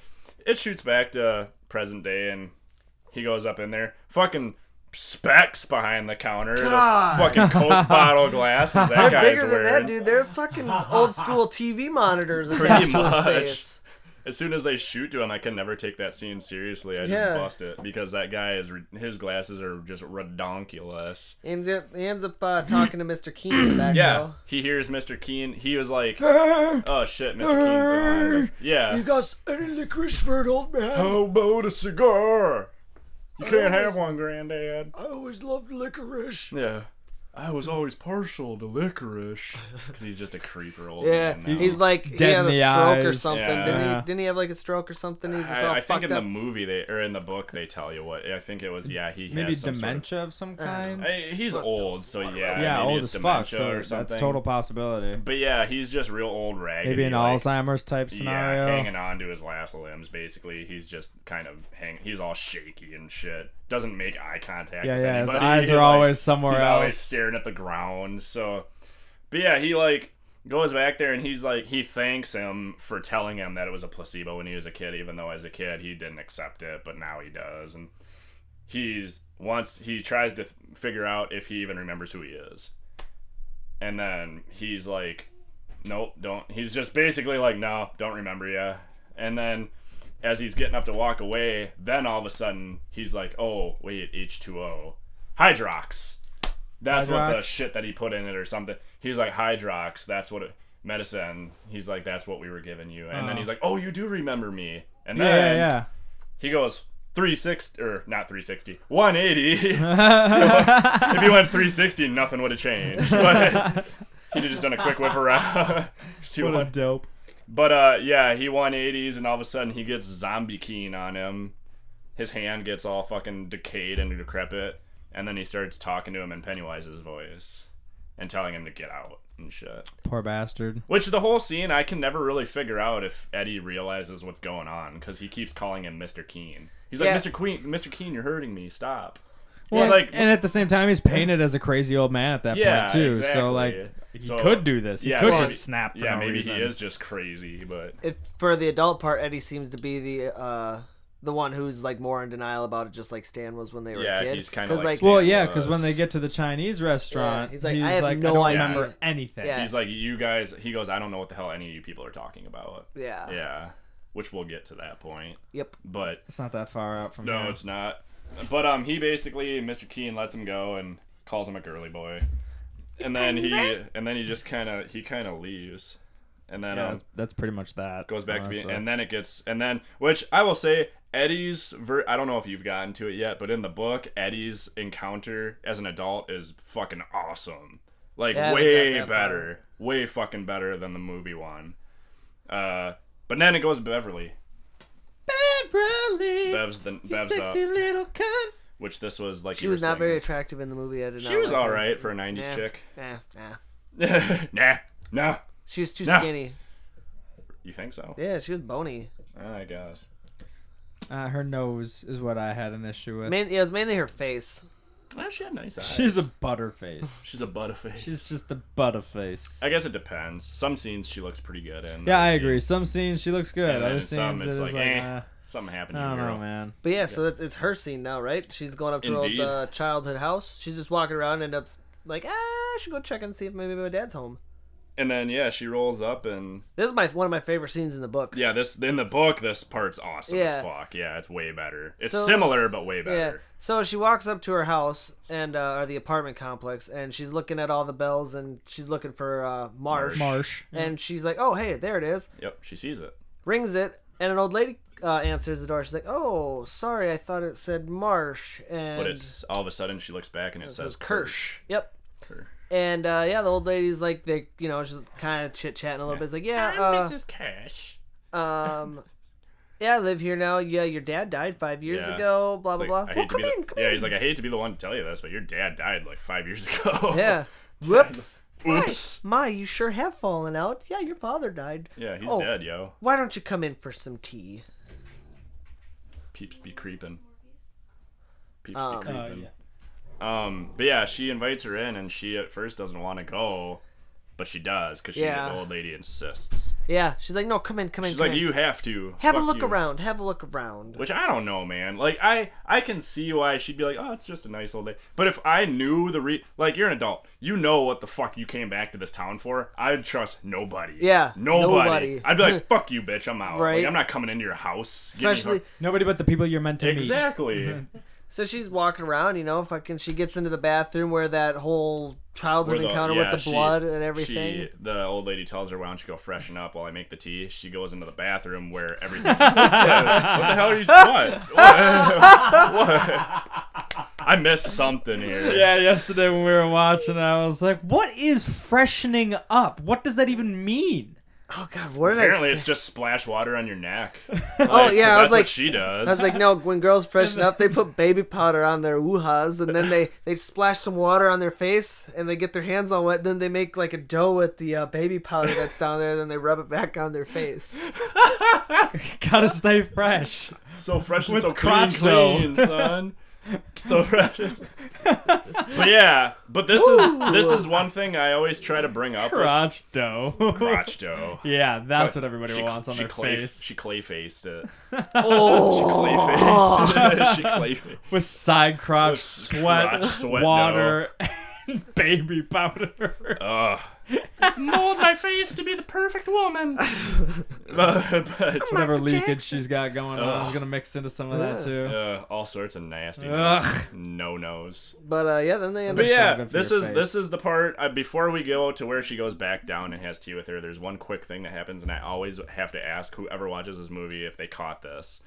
Speaker 3: it shoots back to present day, and he goes up in there, fucking specs behind the counter, the
Speaker 2: God.
Speaker 3: fucking Coke bottle glasses. That
Speaker 2: They're
Speaker 3: guy's
Speaker 2: bigger than
Speaker 3: wearing.
Speaker 2: that, dude. They're fucking old school TV monitors
Speaker 3: Pretty
Speaker 2: attached to his
Speaker 3: much.
Speaker 2: face.
Speaker 3: As soon as they shoot to him, I can never take that scene seriously. I just
Speaker 2: Yeah.
Speaker 3: bust it because that guy is re- his glasses are just redonkulous.
Speaker 2: He ends up, he ends up uh, talking to Mr. Keen in the back
Speaker 3: Yeah,
Speaker 2: though.
Speaker 3: he hears Mr. Keen. He was like, "Oh shit, Mr. Keen's behind." Yeah,
Speaker 2: got any licorice for an old man?
Speaker 3: How about a cigar? You can't have one, Granddad.
Speaker 2: I always loved licorice.
Speaker 3: Yeah. I was always partial to licorice. Because he's just a creeper old
Speaker 2: Yeah,
Speaker 3: man now.
Speaker 2: he's like he
Speaker 1: Dead
Speaker 2: had
Speaker 1: in
Speaker 2: a
Speaker 1: the
Speaker 2: stroke or
Speaker 1: eyes.
Speaker 2: something.
Speaker 3: Yeah.
Speaker 2: Didn't he? Didn't he have like a stroke or something? He's just all
Speaker 3: I, I think
Speaker 2: fucked
Speaker 3: in
Speaker 2: up.
Speaker 3: the movie they or in the book they tell you what I think it was yeah he had
Speaker 1: Maybe
Speaker 3: some
Speaker 1: dementia of some kind.
Speaker 3: Sort of, I- he's old so yeah
Speaker 1: yeah,
Speaker 3: maybe
Speaker 1: old as
Speaker 3: it's
Speaker 1: fuck.
Speaker 3: dementia
Speaker 1: So
Speaker 3: or something
Speaker 1: that's total possibility.
Speaker 3: but yeah he's just real old raggedy
Speaker 1: Maybe an
Speaker 3: like,
Speaker 1: Alzheimer's type scenario.
Speaker 3: yeah hanging on to his last limbs basically he's just kind of hang he's all shaky and shit doesn't make eye contact
Speaker 1: yeah,
Speaker 3: with
Speaker 1: yeah. His
Speaker 3: anybody
Speaker 1: eyes
Speaker 3: He,
Speaker 1: are
Speaker 3: like,
Speaker 1: always somewhere
Speaker 3: he's
Speaker 1: else.
Speaker 3: always staring at the ground. So, but yeah, he like goes back there and he's like he thanks him for telling him that it was a placebo when he was a kid, even though as a kid he didn't accept it, but now he does. And he's once he tries to f- figure out if he even remembers who he is, and then he's like, nope, don't. He's just basically like, no, don't remember ya. And then. As he's getting up to walk away, then all of a sudden he's like, "Oh, wait, H2O, Hydrox." That's what the
Speaker 1: Hydrox?
Speaker 3: shit that he put in it or something. He's like Hydrox. That's what it, medicine. He's like that's what we were giving you. And then
Speaker 1: Oh.
Speaker 3: he's like, oh, you do remember me. And
Speaker 1: yeah,
Speaker 3: then
Speaker 1: yeah,
Speaker 3: he goes 360 or not 360, 180.
Speaker 1: yeah.
Speaker 3: if he went 360, nothing would have changed. But he'd have just done a quick whip around. See
Speaker 1: what a
Speaker 3: what-
Speaker 1: dope.
Speaker 3: but uh, yeah, he 180s, and all of a sudden he gets zombie keen on him. His hand gets all fucking decayed and decrepit, and then he starts talking to him in Pennywise's voice and telling him to get out and shit.
Speaker 1: Poor bastard.
Speaker 3: Which the whole scene, I can never really figure out if Eddie realizes what's going on because he keeps calling him Mr. Keen. He's like,
Speaker 2: Yeah.
Speaker 3: Mr. Queen, Mr. Keen, you're hurting me. Stop.
Speaker 1: Well,
Speaker 3: It's like-
Speaker 1: and at the same time, he's painted as a crazy old man at that
Speaker 3: Yeah,
Speaker 1: point too.
Speaker 3: exactly.
Speaker 1: So like, he
Speaker 3: So-
Speaker 1: could do this. He
Speaker 3: yeah,
Speaker 1: could
Speaker 3: maybe-
Speaker 1: just snap. For
Speaker 3: yeah,
Speaker 1: no
Speaker 3: maybe
Speaker 1: reason.
Speaker 3: he is just crazy, but
Speaker 2: It, for the adult part, Eddie seems to be the uh, the one who's like more in denial about it, just like Stan was when they were
Speaker 3: Yeah,
Speaker 2: a kid.
Speaker 3: he's kinda
Speaker 2: 'Cause,
Speaker 3: like Stan.
Speaker 1: Well, yeah,
Speaker 3: was.
Speaker 1: because when they get to the Chinese restaurant,
Speaker 2: Yeah,
Speaker 1: he's
Speaker 2: he's
Speaker 1: like,
Speaker 2: like, "I have
Speaker 1: I
Speaker 2: no
Speaker 1: don't
Speaker 2: idea."
Speaker 1: remember anything.
Speaker 2: Yeah.
Speaker 3: he's like, you guys, he goes, I don't know what the hell any of you people are talking about.
Speaker 2: yeah,
Speaker 3: Yeah, which we'll get to that point.
Speaker 2: yep.
Speaker 3: But
Speaker 1: It's not that far out from
Speaker 3: no,
Speaker 1: here.
Speaker 3: it's not. But um, he basically Mr. Keen lets him go and calls him a girly boy, and then he and then he just kind of he kind of leaves, and then
Speaker 1: yeah,
Speaker 3: um,
Speaker 1: that's, that's pretty much that.
Speaker 3: goes back to being,
Speaker 1: honestly.
Speaker 3: and then it gets and then which I will say Eddie's ver- I don't know if you've gotten to it yet, but in the book Eddie's encounter as an adult is fucking awesome. Like
Speaker 2: Yeah, it
Speaker 3: way
Speaker 2: got that
Speaker 3: better, way fucking better than the movie one. Uh, but then it goes Beverly.
Speaker 1: Beverly,
Speaker 3: Bev's the Bev's up,
Speaker 1: sexy little cunt.
Speaker 3: which this was like
Speaker 2: She
Speaker 3: you
Speaker 2: was
Speaker 3: were
Speaker 2: not very
Speaker 3: saying,
Speaker 2: attractive in the movie. I did not.
Speaker 3: She was
Speaker 2: like
Speaker 3: all
Speaker 2: her.
Speaker 3: right for a '90s
Speaker 2: Yeah.
Speaker 3: chick.
Speaker 2: Nah, nah.
Speaker 3: nah, no.
Speaker 2: She was too
Speaker 3: Nah.
Speaker 2: skinny.
Speaker 3: You think so?
Speaker 2: Yeah, she was bony.
Speaker 3: I guess.
Speaker 1: Uh, her nose is what I had an issue with.
Speaker 2: Main, yeah, it was mainly her face.
Speaker 3: Well, she had nice eyes.
Speaker 1: She's a butterface.
Speaker 3: she's a butterface.
Speaker 1: She's just a butterface.
Speaker 3: I guess it depends. Some scenes she looks pretty good in. Other
Speaker 1: Yeah, I agree.
Speaker 3: scenes-
Speaker 1: Some scenes she looks good.
Speaker 3: And then
Speaker 1: Other
Speaker 3: in
Speaker 1: scenes
Speaker 3: some, it's
Speaker 1: it is
Speaker 3: like,
Speaker 1: like,
Speaker 3: eh.
Speaker 1: uh,
Speaker 3: Something happened
Speaker 1: I
Speaker 3: to you,
Speaker 1: don't know,
Speaker 3: girl.
Speaker 1: man.
Speaker 2: But yeah, so it's, it's her scene now, right? She's going up to her old
Speaker 3: Indeed.
Speaker 2: uh, childhood house. She's just walking around and ends up like, ah, I should go check and see if maybe my dad's home.
Speaker 3: And then yeah, she rolls up and
Speaker 2: This is my one of my favorite scenes in the book.
Speaker 3: yeah, this in the book this part's awesome
Speaker 2: Yeah.
Speaker 3: as fuck. Yeah, it's way better. It's
Speaker 2: So-
Speaker 3: similar but way
Speaker 2: Yeah.
Speaker 3: better.
Speaker 2: So she walks up to her house and uh, or the apartment complex, and she's looking at all the bells, and she's looking for uh, Marsh.
Speaker 1: Marsh.
Speaker 2: And she's like, "Oh, hey, there it is."
Speaker 3: Yep, she sees it.
Speaker 2: Rings it, and an old lady uh, answers the door. She's like, "Oh, sorry, I thought it said Marsh." And
Speaker 3: But it's all of a sudden she looks back and it, says
Speaker 2: says
Speaker 3: Kirsch.
Speaker 2: yep. And uh, yeah, the old lady's like, they, you know, she's kind of chit chatting a little bit. It's like, yeah, uh,
Speaker 3: Mrs. Kirsch.
Speaker 2: Um, yeah, I live here now. Yeah, your dad died five years
Speaker 3: Yeah.
Speaker 2: ago. Blah
Speaker 3: It's
Speaker 2: blah
Speaker 3: like,
Speaker 2: blah.
Speaker 3: I hate
Speaker 2: Well,
Speaker 3: to be
Speaker 2: come
Speaker 3: the-
Speaker 2: in, come
Speaker 3: yeah,
Speaker 2: in.
Speaker 3: he's like, I hate to be the one to tell you this, but your dad died like five years ago.
Speaker 2: yeah. Whoops.
Speaker 3: Oops.
Speaker 2: My, you sure have fallen out. Yeah, your father died.
Speaker 3: Yeah, he's
Speaker 2: Oh.
Speaker 3: dead, yo.
Speaker 2: Why don't you come in for some tea?
Speaker 3: Peeps be creeping. Peeps
Speaker 2: Um, Oh,
Speaker 3: be creeping. Um, but yeah, she invites her in, and she at first doesn't want to go, but she does because she
Speaker 2: Yeah.
Speaker 3: the old lady insists.
Speaker 2: Yeah, she's like, no, come in, come in.
Speaker 3: She's
Speaker 2: come
Speaker 3: like,
Speaker 2: in.
Speaker 3: "You have to
Speaker 2: have a
Speaker 3: Fuck
Speaker 2: look
Speaker 3: you."
Speaker 2: around. Have a look around.
Speaker 3: Which I don't know, man. Like I, I can see why she'd be like, "Oh, it's just a nice old day." But if I knew the re, like you're an adult, you know what the fuck you came back to this town for. I'd trust nobody.
Speaker 2: Yeah,
Speaker 3: nobody.
Speaker 2: nobody.
Speaker 3: I'd be like, "Fuck you, bitch. I'm out.
Speaker 2: Right.
Speaker 3: Like, I'm not coming into your house." Get me
Speaker 2: Especially,
Speaker 3: hooked."
Speaker 1: Nobody but the people you're meant to meet.
Speaker 3: exactly.
Speaker 2: so she's walking around, you know, fucking. She gets into the bathroom where that whole childhood
Speaker 3: Where the-
Speaker 2: encounter
Speaker 3: yeah,
Speaker 2: with the
Speaker 3: she-
Speaker 2: blood and everything.
Speaker 3: She, the old lady tells her, "Why don't you go freshen up while I make the tea?" She goes into the bathroom where everything. what the hell are you? What? What? What? I missed something here.
Speaker 1: Yeah, yesterday when we were watching, I was like, "What is freshening up? What does that even mean?"
Speaker 2: oh god, what did
Speaker 3: Apparently,
Speaker 2: I say?
Speaker 3: it's just splash water on your neck.
Speaker 2: Oh
Speaker 3: 'Cause
Speaker 2: yeah, I
Speaker 3: that's
Speaker 2: was like,
Speaker 3: what she does.
Speaker 2: I was like, no, when girls freshen up, they put baby powder on their woohas and then they, they splash some water on their face and they get their hands all wet. Then they make like a dough with the uh, baby powder that's down there. Then they rub it back on their face.
Speaker 1: Gotta stay fresh.
Speaker 3: so fresh and
Speaker 1: With
Speaker 3: so clean,
Speaker 1: crotch dough.
Speaker 3: clean, son. So fresh. but yeah, but this is this is one thing I always try to bring up. Crotch,
Speaker 1: Crotch dough.
Speaker 3: crotch dough.
Speaker 1: Yeah, that's
Speaker 3: But
Speaker 1: what everybody
Speaker 3: she-
Speaker 1: wants on
Speaker 3: she
Speaker 1: their
Speaker 3: clay,
Speaker 1: face.
Speaker 3: She clay faced it.
Speaker 2: Oh,
Speaker 3: Clay faced. she clay faced.
Speaker 1: With side crotch, sweat,
Speaker 3: crotch sweat,
Speaker 1: water, and baby powder.
Speaker 3: Ugh. Mold my face to be the perfect woman. but, but,
Speaker 1: Whatever leakage she's got going on, I'm gonna mix into some of that too.
Speaker 3: uh, all sorts of nasty
Speaker 1: Ugh.
Speaker 3: no nos.
Speaker 2: but uh, yeah, then they end
Speaker 3: But
Speaker 2: up.
Speaker 1: so
Speaker 3: yeah,
Speaker 1: good for
Speaker 3: this
Speaker 1: your
Speaker 3: is
Speaker 1: face.
Speaker 3: this is the part uh, before we go to where she goes back down and has tea with her. There's one quick thing that happens, and I always have to ask whoever watches this movie if they caught this.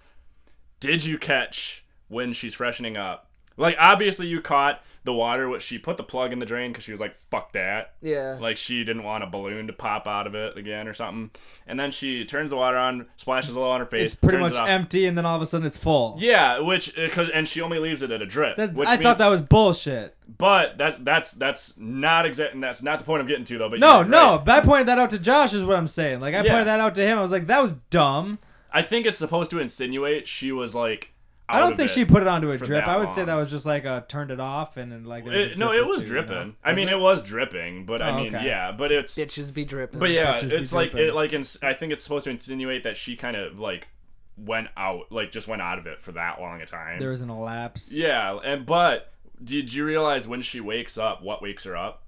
Speaker 3: Did you catch when she's freshening up? Like obviously you caught the water. What she put the plug in the drain because she was like, "Fuck that."
Speaker 2: Yeah.
Speaker 3: like she didn't want a balloon to pop out of it again or something. And then she turns the water on, splashes a little on her face,
Speaker 1: It's pretty
Speaker 3: turns
Speaker 1: much
Speaker 3: it off.
Speaker 1: empty, and then all of a sudden it's full.
Speaker 3: Yeah, which because and she only leaves it at a drip.
Speaker 1: That's,
Speaker 3: which
Speaker 1: I
Speaker 3: means,
Speaker 1: thought that was bullshit.
Speaker 3: but that that's that's not exact. That's not the point I'm getting to though. But
Speaker 1: No,
Speaker 3: you're
Speaker 1: no,
Speaker 3: right.
Speaker 1: but I pointed that out to Josh is what I'm saying. Like I
Speaker 3: Yeah.
Speaker 1: pointed that out to him. I was like, that was dumb.
Speaker 3: I think it's supposed to insinuate she was like. Out
Speaker 1: I don't
Speaker 3: of
Speaker 1: think
Speaker 3: it.
Speaker 1: she put it onto a
Speaker 3: for
Speaker 1: drip.
Speaker 3: that
Speaker 1: I would say
Speaker 3: long.
Speaker 1: that was just like a turned it off and, then like there was a
Speaker 3: It, no,
Speaker 1: drip
Speaker 3: it
Speaker 1: or
Speaker 3: was
Speaker 1: two, you know?
Speaker 3: dripping. I mean, it? was dripping, but I
Speaker 1: Oh,
Speaker 3: mean,
Speaker 1: okay.
Speaker 3: yeah, but it's
Speaker 2: Bitches be dripping.
Speaker 3: But yeah,
Speaker 1: Patches be
Speaker 3: it's like
Speaker 1: dripping.
Speaker 3: it like ins- I think it's supposed to insinuate that she kind of like went out, like just went out of it for that long a time.
Speaker 1: there was an elapse.
Speaker 3: yeah, and but did you realize when she wakes up, what wakes her up?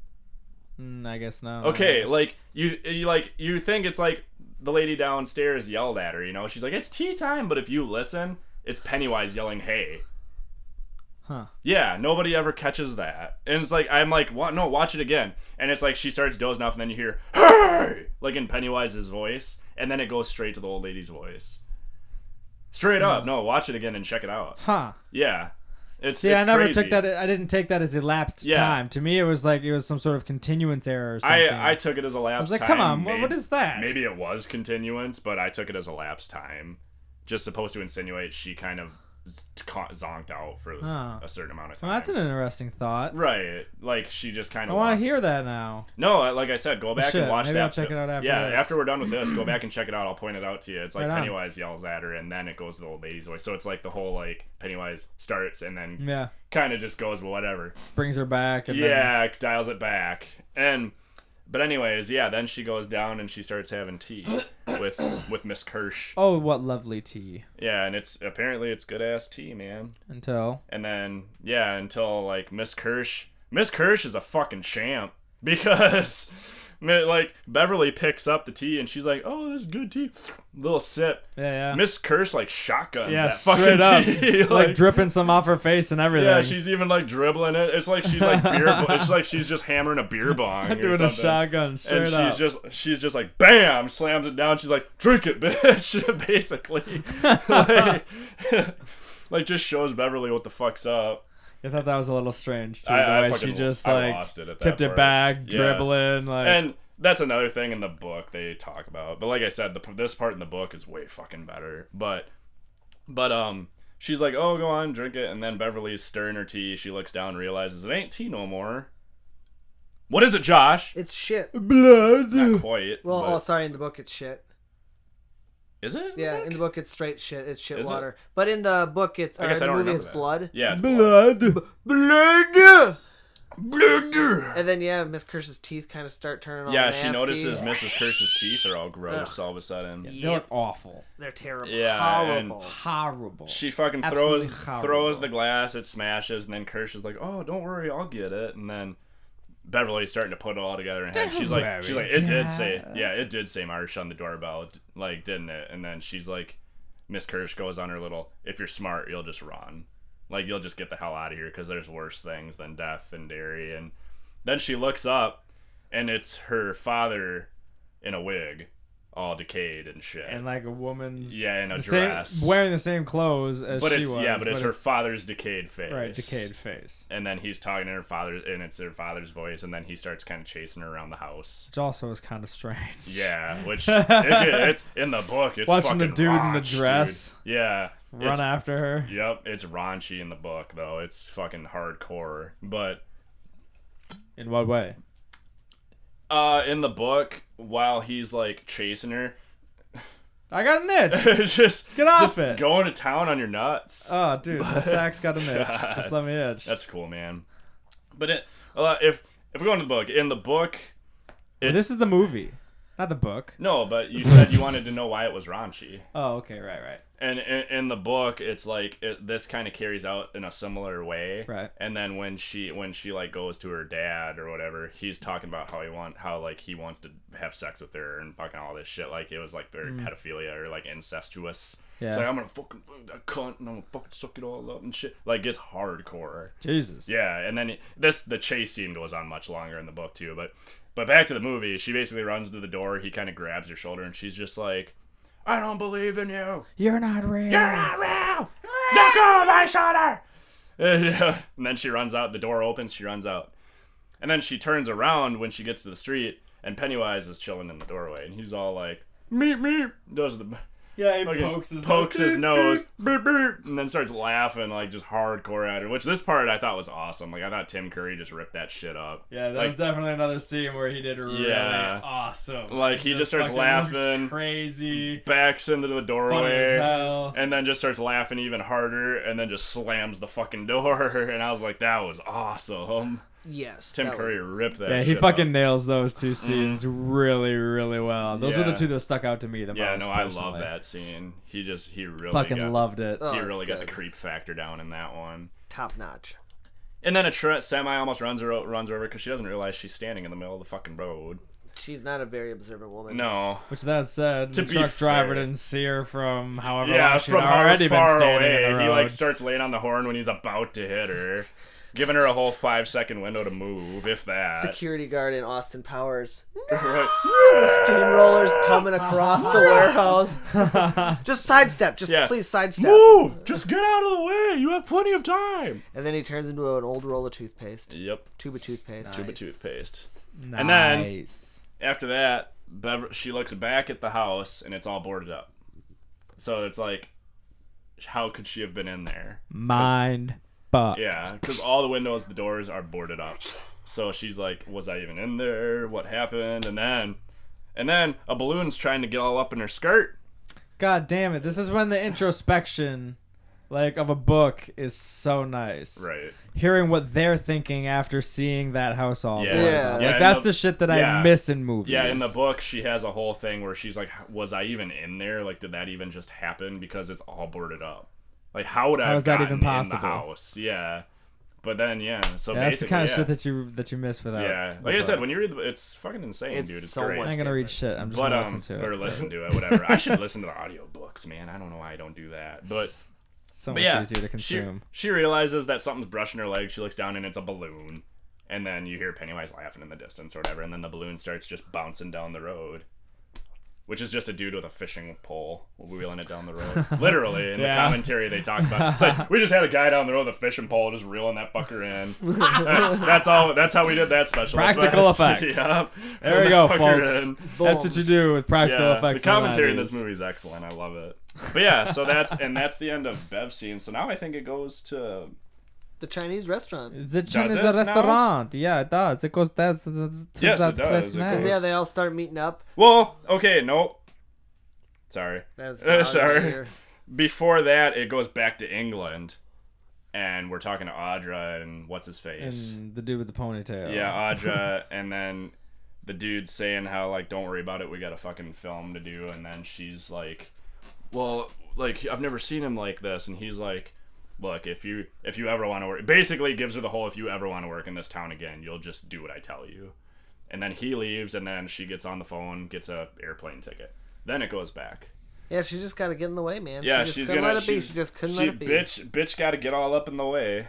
Speaker 1: Mm, I guess no.
Speaker 3: Okay, like you, you like you think it's like the lady downstairs yelled at her. You know, she's like it's tea time, but if you listen, it's Pennywise yelling, "Hey."
Speaker 1: Huh.
Speaker 3: Yeah, nobody ever catches that, and it's like I'm like, what? No, watch it again, and it's like she starts dozing off, and then you hear, "Hey!" like in Pennywise's voice, and then it goes straight to the
Speaker 1: Hmm.
Speaker 3: old lady's voice. Straight up, no, watch it again and check it out.
Speaker 1: Huh.
Speaker 3: Yeah, It's,
Speaker 1: See,
Speaker 3: it's
Speaker 1: I never
Speaker 3: crazy.
Speaker 1: took that. I didn't take that as elapsed
Speaker 3: Yeah.
Speaker 1: time. To me, it was like it was some sort of continuance error. Or something.
Speaker 3: I, I took it as a lapse.
Speaker 1: was like,
Speaker 3: time.
Speaker 1: come on, wha-
Speaker 3: Maybe-
Speaker 1: what is that?
Speaker 3: Maybe it was continuance, but I took it as a lapse time, just supposed to insinuate she kind of z- ca- zonked out for
Speaker 1: Huh.
Speaker 3: a certain amount of time.
Speaker 1: Well, that's an interesting thought.
Speaker 3: right. Like she just kind
Speaker 1: I
Speaker 3: of.
Speaker 1: want
Speaker 3: lost-
Speaker 1: to hear that now.
Speaker 3: No, I- like I said, go back
Speaker 1: Shit,
Speaker 3: and watch
Speaker 1: maybe
Speaker 3: that.
Speaker 1: I'll check it out after
Speaker 3: Yeah,
Speaker 1: this.
Speaker 3: after we're done with this, go back and check it out. I'll point it out to you. It's like
Speaker 1: Right on.
Speaker 3: Pennywise yells at her, and then it goes to the old lady's voice. So it's like the whole like Pennywise starts and then
Speaker 1: Yeah,
Speaker 3: kind of just goes well, whatever.
Speaker 1: brings her back. And then-
Speaker 3: Yeah, dials it back. And but anyways, yeah, then she goes down and she starts having tea with with Miss Kirsch.
Speaker 1: oh, what lovely tea.
Speaker 3: Yeah, and it's apparently it's good ass tea, man.
Speaker 1: Until
Speaker 3: And then yeah, until like Miss Kirsch, Miss Kirsch is a fucking champ because man, like Beverly picks up the tea and she's like, "Oh, this is good tea." Little sip.
Speaker 1: yeah, yeah,
Speaker 3: Miss Kirsch like shotguns
Speaker 1: yeah,
Speaker 3: that
Speaker 1: straight
Speaker 3: fucking
Speaker 1: up,
Speaker 3: tea.
Speaker 1: like, dripping some off her face and everything.
Speaker 3: yeah, she's even like dribbling it. It's like she's like beer. bo- it's like she's just hammering a beer bong. or
Speaker 1: doing a
Speaker 3: something.
Speaker 1: shotgun straight
Speaker 3: and she's
Speaker 1: up.
Speaker 3: just she's just like bam slams it down she's like drink it bitch basically like, like, just shows beverly what the fuck's up
Speaker 1: I thought that was a little strange too.
Speaker 3: I-
Speaker 1: the
Speaker 3: I
Speaker 1: way
Speaker 3: fucking
Speaker 1: she
Speaker 3: lo-
Speaker 1: just
Speaker 3: I
Speaker 1: like
Speaker 3: lost it at that
Speaker 1: tipped it
Speaker 3: part.
Speaker 1: back,
Speaker 3: Yeah.
Speaker 1: dribbling like.
Speaker 3: and that's another thing in the book they talk about but like i said the, this part in the book is way fucking better but but um she's like oh go on drink it and then beverly's stirring her tea she looks down realizes it ain't tea no more what is it josh
Speaker 2: It's shit.
Speaker 1: blood.
Speaker 3: not quite
Speaker 2: Well,
Speaker 3: but-
Speaker 2: oh, sorry, in the book it's shit.
Speaker 3: is it
Speaker 2: Yeah, in the book it's straight shit. It's shit
Speaker 3: Is it?
Speaker 2: water. But in the book it's
Speaker 3: I
Speaker 2: or
Speaker 3: guess
Speaker 2: in
Speaker 3: I
Speaker 2: the
Speaker 3: don't
Speaker 2: movie
Speaker 3: remember
Speaker 2: it's
Speaker 3: that.
Speaker 2: blood.
Speaker 3: yeah it's
Speaker 1: Blood.
Speaker 2: Blood.
Speaker 3: blood.
Speaker 2: And then yeah, Miss Kirsch's teeth kind of start turning all
Speaker 3: Yeah,
Speaker 2: nasty.
Speaker 3: she notices Mrs. Kirsch's teeth are all gross all of a sudden.
Speaker 1: They look awful.
Speaker 2: They're terrible.
Speaker 3: Yeah, and-
Speaker 2: horrible.
Speaker 1: Horrible.
Speaker 3: She fucking throws
Speaker 1: Absolutely horrible.
Speaker 3: throws the glass, it smashes, and then Kirsch is like, "Oh, don't worry, I'll get it." And then Beverly's starting to put it all together in her head. She's like,
Speaker 1: worry,
Speaker 3: "She's like, it did say, yeah, it did say Marsh on the doorbell, d- like, didn't it?" And then she's like, Miss Kirsch goes on her little, "If you're smart, you'll just run, like, you'll just get the hell out of here because there's worse things than death and dairy." And then she looks up, and it's her father in a wig, all decayed and shit.
Speaker 1: and like a woman's
Speaker 3: Yeah, in a
Speaker 1: the same-
Speaker 3: dress.
Speaker 1: wearing the same clothes as
Speaker 3: but
Speaker 1: she
Speaker 3: it's
Speaker 1: was.
Speaker 3: yeah, but it's her father's decayed face.
Speaker 1: right decayed face,
Speaker 3: And then he's talking to her father, and it's her father's voice, and then he starts kind of chasing her around the house.
Speaker 1: which also is kind of strange.
Speaker 3: Yeah, which it, it's in the book. It's
Speaker 1: Watching the
Speaker 3: fucking
Speaker 1: dude in the
Speaker 3: raunchy,
Speaker 1: dress
Speaker 3: dude. Yeah,
Speaker 1: Run
Speaker 3: it's-
Speaker 1: after her.
Speaker 3: Yep, it's raunchy in the book though. It's fucking hardcore. But
Speaker 1: In what way?
Speaker 3: uh, in the book, while he's like chasing her,
Speaker 1: I got an itch.
Speaker 3: it's just
Speaker 1: Get off
Speaker 3: just
Speaker 1: it.
Speaker 3: going to town on your nuts.
Speaker 1: Oh, dude, the sack's got an itch. Just let me itch.
Speaker 3: That's cool, man. But it, uh, if if we go into the book, in the book,
Speaker 1: But this is the movie, not the book.
Speaker 3: No, but you said you wanted to know why it was raunchy.
Speaker 1: Oh, okay, right, right.
Speaker 3: And in, in the book, it's like it, this kind of carries out in a similar way.
Speaker 1: Right.
Speaker 3: And then when she when she like goes to her dad or whatever, he's talking about how he want how like he wants to have sex with her and fucking all this shit. Like it was like very pedophilia or like incestuous.
Speaker 1: Mm. Yeah.
Speaker 3: It's like I'm gonna fucking fuck that cunt and I'm gonna fucking suck it all up and shit. Like it's hardcore.
Speaker 1: Jesus.
Speaker 3: Yeah, and then it- this the chase scene goes on much longer in the book too, but but back to the movie, she basically runs to the door, he kind of grabs her shoulder and she's just like, "I don't believe in you.
Speaker 1: You're not real.
Speaker 3: You're not real. Knock off my shoulder." and then she runs out, the door opens, she runs out. And then she turns around when she gets to the street and Pennywise is chilling in the doorway and he's all like, "Meet me." Does the
Speaker 1: Yeah, he
Speaker 3: fucking pokes his nose, beep, beep, and then starts laughing like just hardcore at her. Which this part I thought was awesome. Like I thought Tim Curry just ripped that shit up.
Speaker 1: Yeah, that
Speaker 3: Like-
Speaker 1: was definitely another scene where he did really
Speaker 3: Yeah.
Speaker 1: awesome.
Speaker 3: Like, he just starts
Speaker 1: fucking looks
Speaker 3: laughing.
Speaker 1: crazy.
Speaker 3: Backs into the doorway
Speaker 1: hell.
Speaker 3: and then just starts laughing even harder, and then just slams the fucking door. And I was like, that was awesome.
Speaker 2: Yes.
Speaker 3: Tim
Speaker 2: that was-
Speaker 3: Curry ripped that.
Speaker 1: Yeah, he
Speaker 3: shit
Speaker 1: fucking
Speaker 3: Up.
Speaker 1: nails those two scenes really, really well. Those were
Speaker 3: Yeah.
Speaker 1: the two that stuck out to me the
Speaker 3: Yeah,
Speaker 1: most.
Speaker 3: no, I love
Speaker 1: personally.
Speaker 3: that scene. He just he really
Speaker 1: Fucking
Speaker 3: got,
Speaker 1: loved it.
Speaker 2: Oh,
Speaker 3: He really got the
Speaker 2: good.
Speaker 3: creep factor down in that one.
Speaker 2: top notch.
Speaker 3: And then a tra- semi almost runs her o- runs her over because she doesn't realize she's standing in the middle of the fucking road.
Speaker 2: She's not a very observant woman.
Speaker 3: No,
Speaker 1: Which that said,
Speaker 3: To
Speaker 1: the
Speaker 3: be
Speaker 1: truck driver
Speaker 3: fair.
Speaker 1: didn't see her from however
Speaker 3: yeah,
Speaker 1: long she'd
Speaker 3: from how
Speaker 1: already been
Speaker 3: far
Speaker 1: standing
Speaker 3: away.
Speaker 1: in the road.
Speaker 3: He like starts laying on the horn when he's about to hit her. giving her a whole five second window to move, if that.
Speaker 2: Security guard in Austin Powers. The steamrollers coming across the warehouse. just sidestep. Just
Speaker 3: Yeah.
Speaker 2: please sidestep.
Speaker 3: Move! Just get out of the way. You have plenty of time.
Speaker 2: And then he turns into an old roll of toothpaste.
Speaker 3: Yep.
Speaker 2: Tube of toothpaste.
Speaker 3: Tube of toothpaste.
Speaker 1: Nice.
Speaker 3: And then- After that, Bever- she looks back at the house and it's all boarded up. So it's like, how could she have been in there?
Speaker 1: mind fuck.
Speaker 3: Yeah, because all the windows, the doors are boarded up. So she's like, "Was I even in there? What happened?" And then, and then a balloon's trying to get all up in her skirt.
Speaker 1: God damn it! This is when the introspection, like of a book, is so nice.
Speaker 3: Right.
Speaker 1: Hearing what they're thinking after seeing that house all
Speaker 3: Yeah.
Speaker 1: boarded
Speaker 2: Yeah.
Speaker 1: up.
Speaker 2: Yeah,
Speaker 1: Like
Speaker 3: in
Speaker 1: that's
Speaker 3: the-
Speaker 1: the shit that
Speaker 3: yeah.
Speaker 1: I miss in movies.
Speaker 3: Yeah, in the book, she has a whole thing where she's like, "Was I even in there? Like, did that even just happen? Because it's all boarded up. Like, how would I?
Speaker 1: How
Speaker 3: have
Speaker 1: is that
Speaker 3: gotten
Speaker 1: even
Speaker 3: In the
Speaker 1: possible?
Speaker 3: house? Yeah. But then, yeah. So
Speaker 1: Yeah, that's the
Speaker 3: basically,
Speaker 1: kind of
Speaker 3: yeah.
Speaker 1: shit that you that you miss without.
Speaker 3: yeah.
Speaker 1: the
Speaker 3: Like I
Speaker 1: book.
Speaker 3: said, when you read, the, it's fucking insane,
Speaker 2: It's
Speaker 3: dude. It's
Speaker 2: so
Speaker 3: great.
Speaker 1: I
Speaker 2: much
Speaker 1: ain't gonna read shit. I'm just
Speaker 3: but
Speaker 1: gonna
Speaker 3: um,
Speaker 1: listen to it.
Speaker 3: or listen to it, whatever. I should listen to the audiobooks, man. I don't know why I don't do that, but
Speaker 1: so
Speaker 3: but
Speaker 1: much
Speaker 3: yeah,
Speaker 1: easier to consume.
Speaker 3: She, she realizes that something's brushing her leg. She looks down and it's a balloon, and then you hear Pennywise laughing in the distance or whatever, and then the balloon starts just bouncing down the road, which is just a dude with a fishing pole wheeling it down the road, literally. In the
Speaker 1: Yeah.
Speaker 3: commentary, they talk about it's like we just had a guy down the road with a fishing pole just reeling that fucker in. that's all. That's how we did that special
Speaker 1: Practical
Speaker 3: effect.
Speaker 1: effects.
Speaker 3: Yep.
Speaker 1: There we
Speaker 3: Reeling
Speaker 1: go,
Speaker 3: that fucker
Speaker 1: folks.
Speaker 3: in.
Speaker 1: That's what you do with practical effects.
Speaker 3: The commentary in this
Speaker 1: nowadays.
Speaker 3: movie is excellent. I love it. But yeah, so that's and that's the end of Bev scene. So now I think it goes to
Speaker 2: The Chinese restaurant.
Speaker 1: The Chinese
Speaker 3: it now?
Speaker 1: restaurant. Yeah, it does. It goes that's, that's to
Speaker 3: Yes,
Speaker 1: that
Speaker 3: it does.
Speaker 1: place
Speaker 3: It
Speaker 1: now.
Speaker 3: goes-
Speaker 2: Yeah, they all start meeting up.
Speaker 3: well, okay, nope. Sorry.
Speaker 2: That's
Speaker 3: Uh, sorry. Before that, it goes back to England, and we're talking to Audra and what's his face.
Speaker 1: And the dude with the ponytail.
Speaker 3: yeah, Audra, and then the dude saying how like, don't worry about it, we got a fucking film to do, and then she's like, well, like I've never seen him like this, and he's like, look, if you if you ever want to work, basically gives her the whole if you ever want to work in this town again, you'll just do what I tell you, and then he leaves, and then she gets on the phone, gets a airplane ticket, then it goes back.
Speaker 2: Yeah, she's just gotta get in the way, man.
Speaker 3: Yeah,
Speaker 2: she just
Speaker 3: she's
Speaker 2: couldn't
Speaker 3: gonna.
Speaker 2: let it be.
Speaker 3: she's-
Speaker 2: She just couldn't
Speaker 3: she
Speaker 2: let it be.
Speaker 3: Bitch, bitch, got to get all up in the way.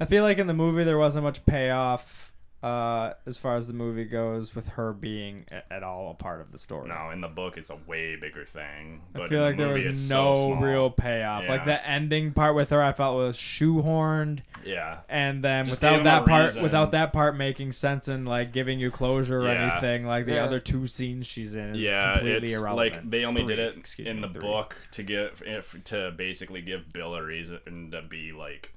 Speaker 1: I feel like in the movie there wasn't much payoff uh, as far as the movie goes with her being a- at all a part of the story.
Speaker 3: No, in the book, it's a way bigger thing. But
Speaker 1: I feel
Speaker 3: in
Speaker 1: like
Speaker 3: the
Speaker 1: there
Speaker 3: movie,
Speaker 1: was
Speaker 3: it's
Speaker 1: no
Speaker 3: so small.
Speaker 1: real payoff. Like
Speaker 3: Yeah.
Speaker 1: the ending part with her, I felt was shoehorned,
Speaker 3: Yeah.
Speaker 1: and then
Speaker 3: Just
Speaker 1: without
Speaker 3: gave 'em a
Speaker 1: that part,
Speaker 3: reason.
Speaker 1: without that part making sense and like giving you closure or
Speaker 3: Yeah.
Speaker 1: anything, like the
Speaker 2: Yeah.
Speaker 1: other two scenes she's in is
Speaker 3: yeah,
Speaker 1: completely
Speaker 3: it's
Speaker 1: irrelevant.
Speaker 3: like they only did
Speaker 1: Three,
Speaker 3: it
Speaker 1: excuse
Speaker 3: in
Speaker 1: me,
Speaker 3: the
Speaker 1: three.
Speaker 3: book to give if, to basically give Bill a reason to be like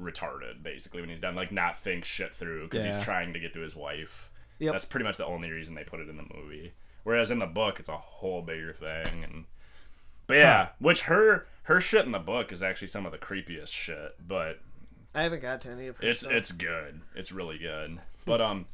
Speaker 3: retarded, basically when he's done, like not think shit through because
Speaker 1: Yeah.
Speaker 3: he's trying to get to his wife.
Speaker 2: Yep.
Speaker 3: That's pretty much the only reason they put it in the movie. Whereas in the book, it's a whole bigger thing. And but yeah, which her her shit in the book is actually some of the creepiest shit, but
Speaker 2: I haven't got to any of her.
Speaker 3: it's
Speaker 2: stuff.
Speaker 3: it's good. It's really good. But um,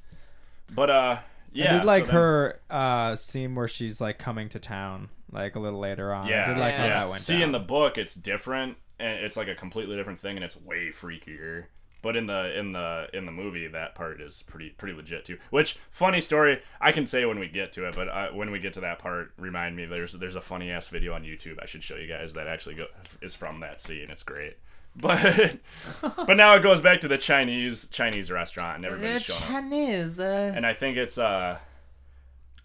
Speaker 3: but uh, yeah,
Speaker 1: Hmm. I did
Speaker 3: so
Speaker 1: like
Speaker 3: then-
Speaker 1: her uh, scene where she's like coming to town, like a little later on.
Speaker 3: Yeah,
Speaker 1: Uh, I did like how
Speaker 2: Yeah.
Speaker 1: that went.
Speaker 3: See,
Speaker 1: down.
Speaker 3: in the book, it's different, and it's like a completely different thing, and it's way freakier. But in the in the in the movie, that part is pretty pretty legit too. Which funny story I can say when we get to it, but uh when we get to that part, remind me there's there's a funny ass video on YouTube I should show you guys that actually go, is from that scene. It's great. But but now it goes back to the Chinese Chinese restaurant and everybody's showing up
Speaker 4: Chinese.
Speaker 3: and I think it's uh,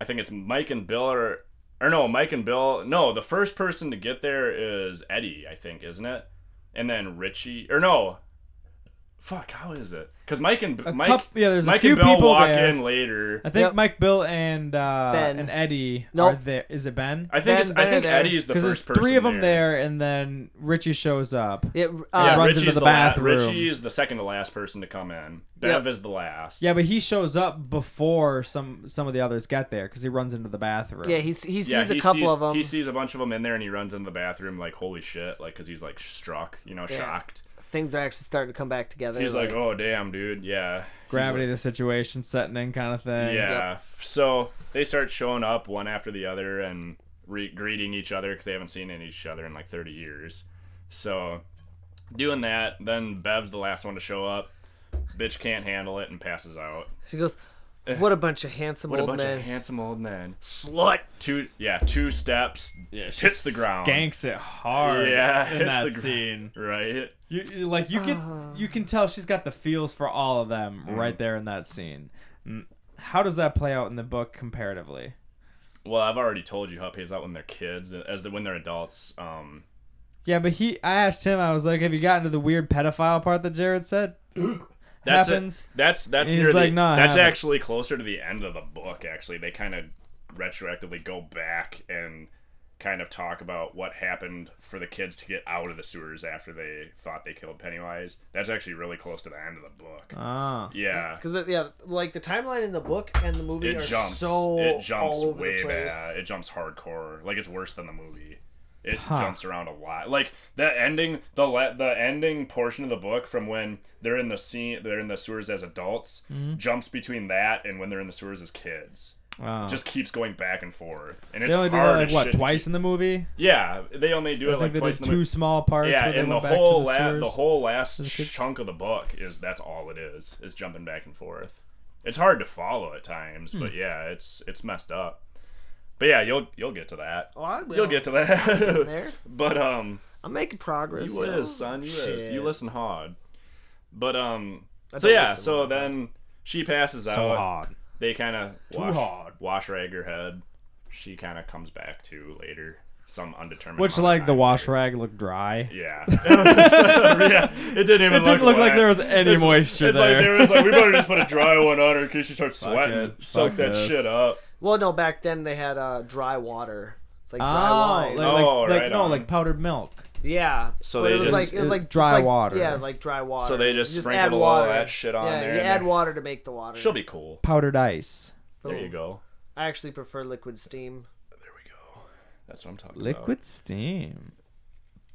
Speaker 3: I think it's Mike and Bill or or no, Mike and Bill. No, the first person to get there is Eddie, I think, isn't it? And then Richie or no, fuck, how is it? Because Mike and
Speaker 1: A
Speaker 3: Mike,
Speaker 1: coup- yeah, there's a
Speaker 3: Mike
Speaker 1: few
Speaker 3: and Bill
Speaker 1: people
Speaker 3: walk
Speaker 1: there.
Speaker 3: in later.
Speaker 1: I think
Speaker 2: Yep.
Speaker 1: Mike, Bill, and uh,
Speaker 2: Ben.
Speaker 1: and Eddie
Speaker 2: Nope.
Speaker 1: are there. Is it Ben?
Speaker 3: I think
Speaker 2: Ben-
Speaker 3: it's,
Speaker 2: Ben
Speaker 3: I think
Speaker 2: are there.
Speaker 3: Eddie's the
Speaker 1: Because
Speaker 3: first
Speaker 1: there's
Speaker 3: person.
Speaker 1: three of them there, and then Richie shows up.
Speaker 2: It,
Speaker 3: Yeah,
Speaker 2: uh,
Speaker 1: runs
Speaker 3: Richie's
Speaker 1: into the
Speaker 3: la-
Speaker 1: bathroom.
Speaker 3: Richie is the second to last person to come in. Bev is the last.
Speaker 1: Yeah, but he shows up before some some of the others get there because he runs into the bathroom.
Speaker 2: yeah, he s- he sees
Speaker 3: Yeah,
Speaker 2: a
Speaker 3: he
Speaker 2: couple
Speaker 3: sees,
Speaker 2: of them.
Speaker 3: He sees a bunch of them in there, and he runs into the bathroom like, "Holy shit!" Like, because he's like struck, you know,
Speaker 2: Yeah.
Speaker 3: shocked.
Speaker 2: Things are actually starting to come back together.
Speaker 3: He's like, "Oh damn, dude, yeah." He's
Speaker 1: gravity, of the situation, setting in kind
Speaker 3: like,
Speaker 1: of thing.
Speaker 3: yeah. So they start showing up one after the other and re- greeting each other because they haven't seen each other in like 30 years. So doing that, then Bev's the last one to show up. Bitch can't handle it and passes out.
Speaker 2: she goes, What a bunch of handsome
Speaker 3: "Oh." Eh. What a
Speaker 2: old
Speaker 3: bunch
Speaker 2: men.
Speaker 3: of handsome old men.
Speaker 2: Slut.
Speaker 3: Two, yeah, two steps. Yeah, hits the ground.
Speaker 1: Ganks it hard
Speaker 3: Yeah,
Speaker 1: in
Speaker 3: hits
Speaker 1: that
Speaker 3: the gr-
Speaker 1: scene.
Speaker 3: Right.
Speaker 1: You, you- like you can you can tell she's got the feels for all of them
Speaker 3: Mm.
Speaker 1: right there in that scene. Mm, How does that play out in the book comparatively?
Speaker 3: Well, I've already told you how it pays out when they're kids, as the, when they're adults. Um,
Speaker 1: Yeah, but he I asked him I was like, "Have you gotten to the weird pedophile part that Jared said?"
Speaker 3: that's
Speaker 1: Happens.
Speaker 3: It, that's that's
Speaker 1: He's
Speaker 3: near the,
Speaker 1: like, "No, I
Speaker 3: that's
Speaker 1: haven't."
Speaker 3: actually closer to the end of the book. Actually, they kind of retroactively go back and kind of talk about what happened for the kids to get out of the sewers after they thought they killed Pennywise. That's actually really close to the end of the book.
Speaker 1: Ah.
Speaker 3: yeah.
Speaker 2: Because uh, yeah, like the timeline in the book and the movie
Speaker 3: It
Speaker 2: are
Speaker 3: jumps.
Speaker 2: so
Speaker 3: it jumps
Speaker 2: all over
Speaker 3: way
Speaker 2: the place.
Speaker 3: bad. It jumps hardcore. Like it's worse than the movie. It
Speaker 1: Huh.
Speaker 3: jumps around a lot. Like the ending, the le- the ending portion of the book from when they're in the scene, they're in the sewers as adults,
Speaker 1: Mm-hmm.
Speaker 3: jumps between that and when they're in the sewers as kids.
Speaker 1: Wow.
Speaker 3: Just keeps going back and forth, and
Speaker 1: they
Speaker 3: it's
Speaker 1: only do that
Speaker 3: hard
Speaker 1: like
Speaker 3: as
Speaker 1: what
Speaker 3: shit to
Speaker 1: twice
Speaker 3: keep-
Speaker 1: in the movie.
Speaker 3: yeah, they only do
Speaker 1: I
Speaker 3: it like
Speaker 1: think they
Speaker 3: twice
Speaker 1: did
Speaker 3: in the
Speaker 1: two
Speaker 3: movie.
Speaker 1: small parts.
Speaker 3: Yeah,
Speaker 1: where they
Speaker 3: and the
Speaker 1: went back
Speaker 3: whole
Speaker 1: to the,
Speaker 3: la- the
Speaker 1: sewers.
Speaker 3: whole last
Speaker 1: the kids.
Speaker 3: chunk of the book is that's all it is is jumping back and forth. It's hard to follow at times,
Speaker 1: Hmm.
Speaker 3: but yeah, it's it's messed up. But yeah, you'll you'll get to that.
Speaker 2: Oh, I will.
Speaker 3: You'll get to that.
Speaker 2: there.
Speaker 3: but um,
Speaker 2: I'm making progress.
Speaker 3: you
Speaker 2: know?
Speaker 3: is son, you is
Speaker 2: Shit.
Speaker 3: you listen hard. But um, so
Speaker 2: don't
Speaker 3: yeah,
Speaker 2: listen
Speaker 3: so
Speaker 2: hard, but-
Speaker 3: then she passes out.
Speaker 1: so hard.
Speaker 3: They kind of wash
Speaker 1: hard.
Speaker 3: wash rag her head. She kind of comes back to later. Some undetermined.
Speaker 1: Which
Speaker 3: amount of
Speaker 1: like the
Speaker 3: time
Speaker 1: wash
Speaker 3: later.
Speaker 1: rag looked dry.
Speaker 3: Yeah. yeah. It didn't even
Speaker 1: It didn't look like
Speaker 3: wet.
Speaker 1: there was any
Speaker 3: It's-
Speaker 1: moisture
Speaker 3: it's
Speaker 1: there.
Speaker 3: Like there was like we better just put a dry one on her in case she starts sweating.
Speaker 1: it.
Speaker 3: Suck
Speaker 1: Fuck
Speaker 3: that
Speaker 1: this.
Speaker 3: shit up.
Speaker 2: Well, no, back then they had uh, dry water. It's like dry
Speaker 1: Oh,
Speaker 2: wine.
Speaker 1: like, like,
Speaker 3: Oh,
Speaker 1: like
Speaker 3: right
Speaker 1: no,
Speaker 3: on.
Speaker 1: like powdered milk.
Speaker 2: yeah.
Speaker 3: So
Speaker 2: But
Speaker 3: they
Speaker 2: it was
Speaker 3: just-
Speaker 2: like it was
Speaker 1: it-
Speaker 2: like
Speaker 1: dry
Speaker 2: it's like-
Speaker 1: water.
Speaker 2: Yeah, like dry water.
Speaker 3: So they just
Speaker 2: You
Speaker 3: sprinkled
Speaker 2: add
Speaker 3: all
Speaker 2: water.
Speaker 3: that shit on
Speaker 2: yeah,
Speaker 3: there
Speaker 2: You
Speaker 3: and
Speaker 2: add
Speaker 3: then-
Speaker 2: water to make the water.
Speaker 3: She'll be cool.
Speaker 1: Powdered ice.
Speaker 3: There you
Speaker 2: Boom.
Speaker 3: go.
Speaker 2: I actually prefer liquid steam.
Speaker 3: There we go. That's what I'm talking about.
Speaker 1: Liquid steam.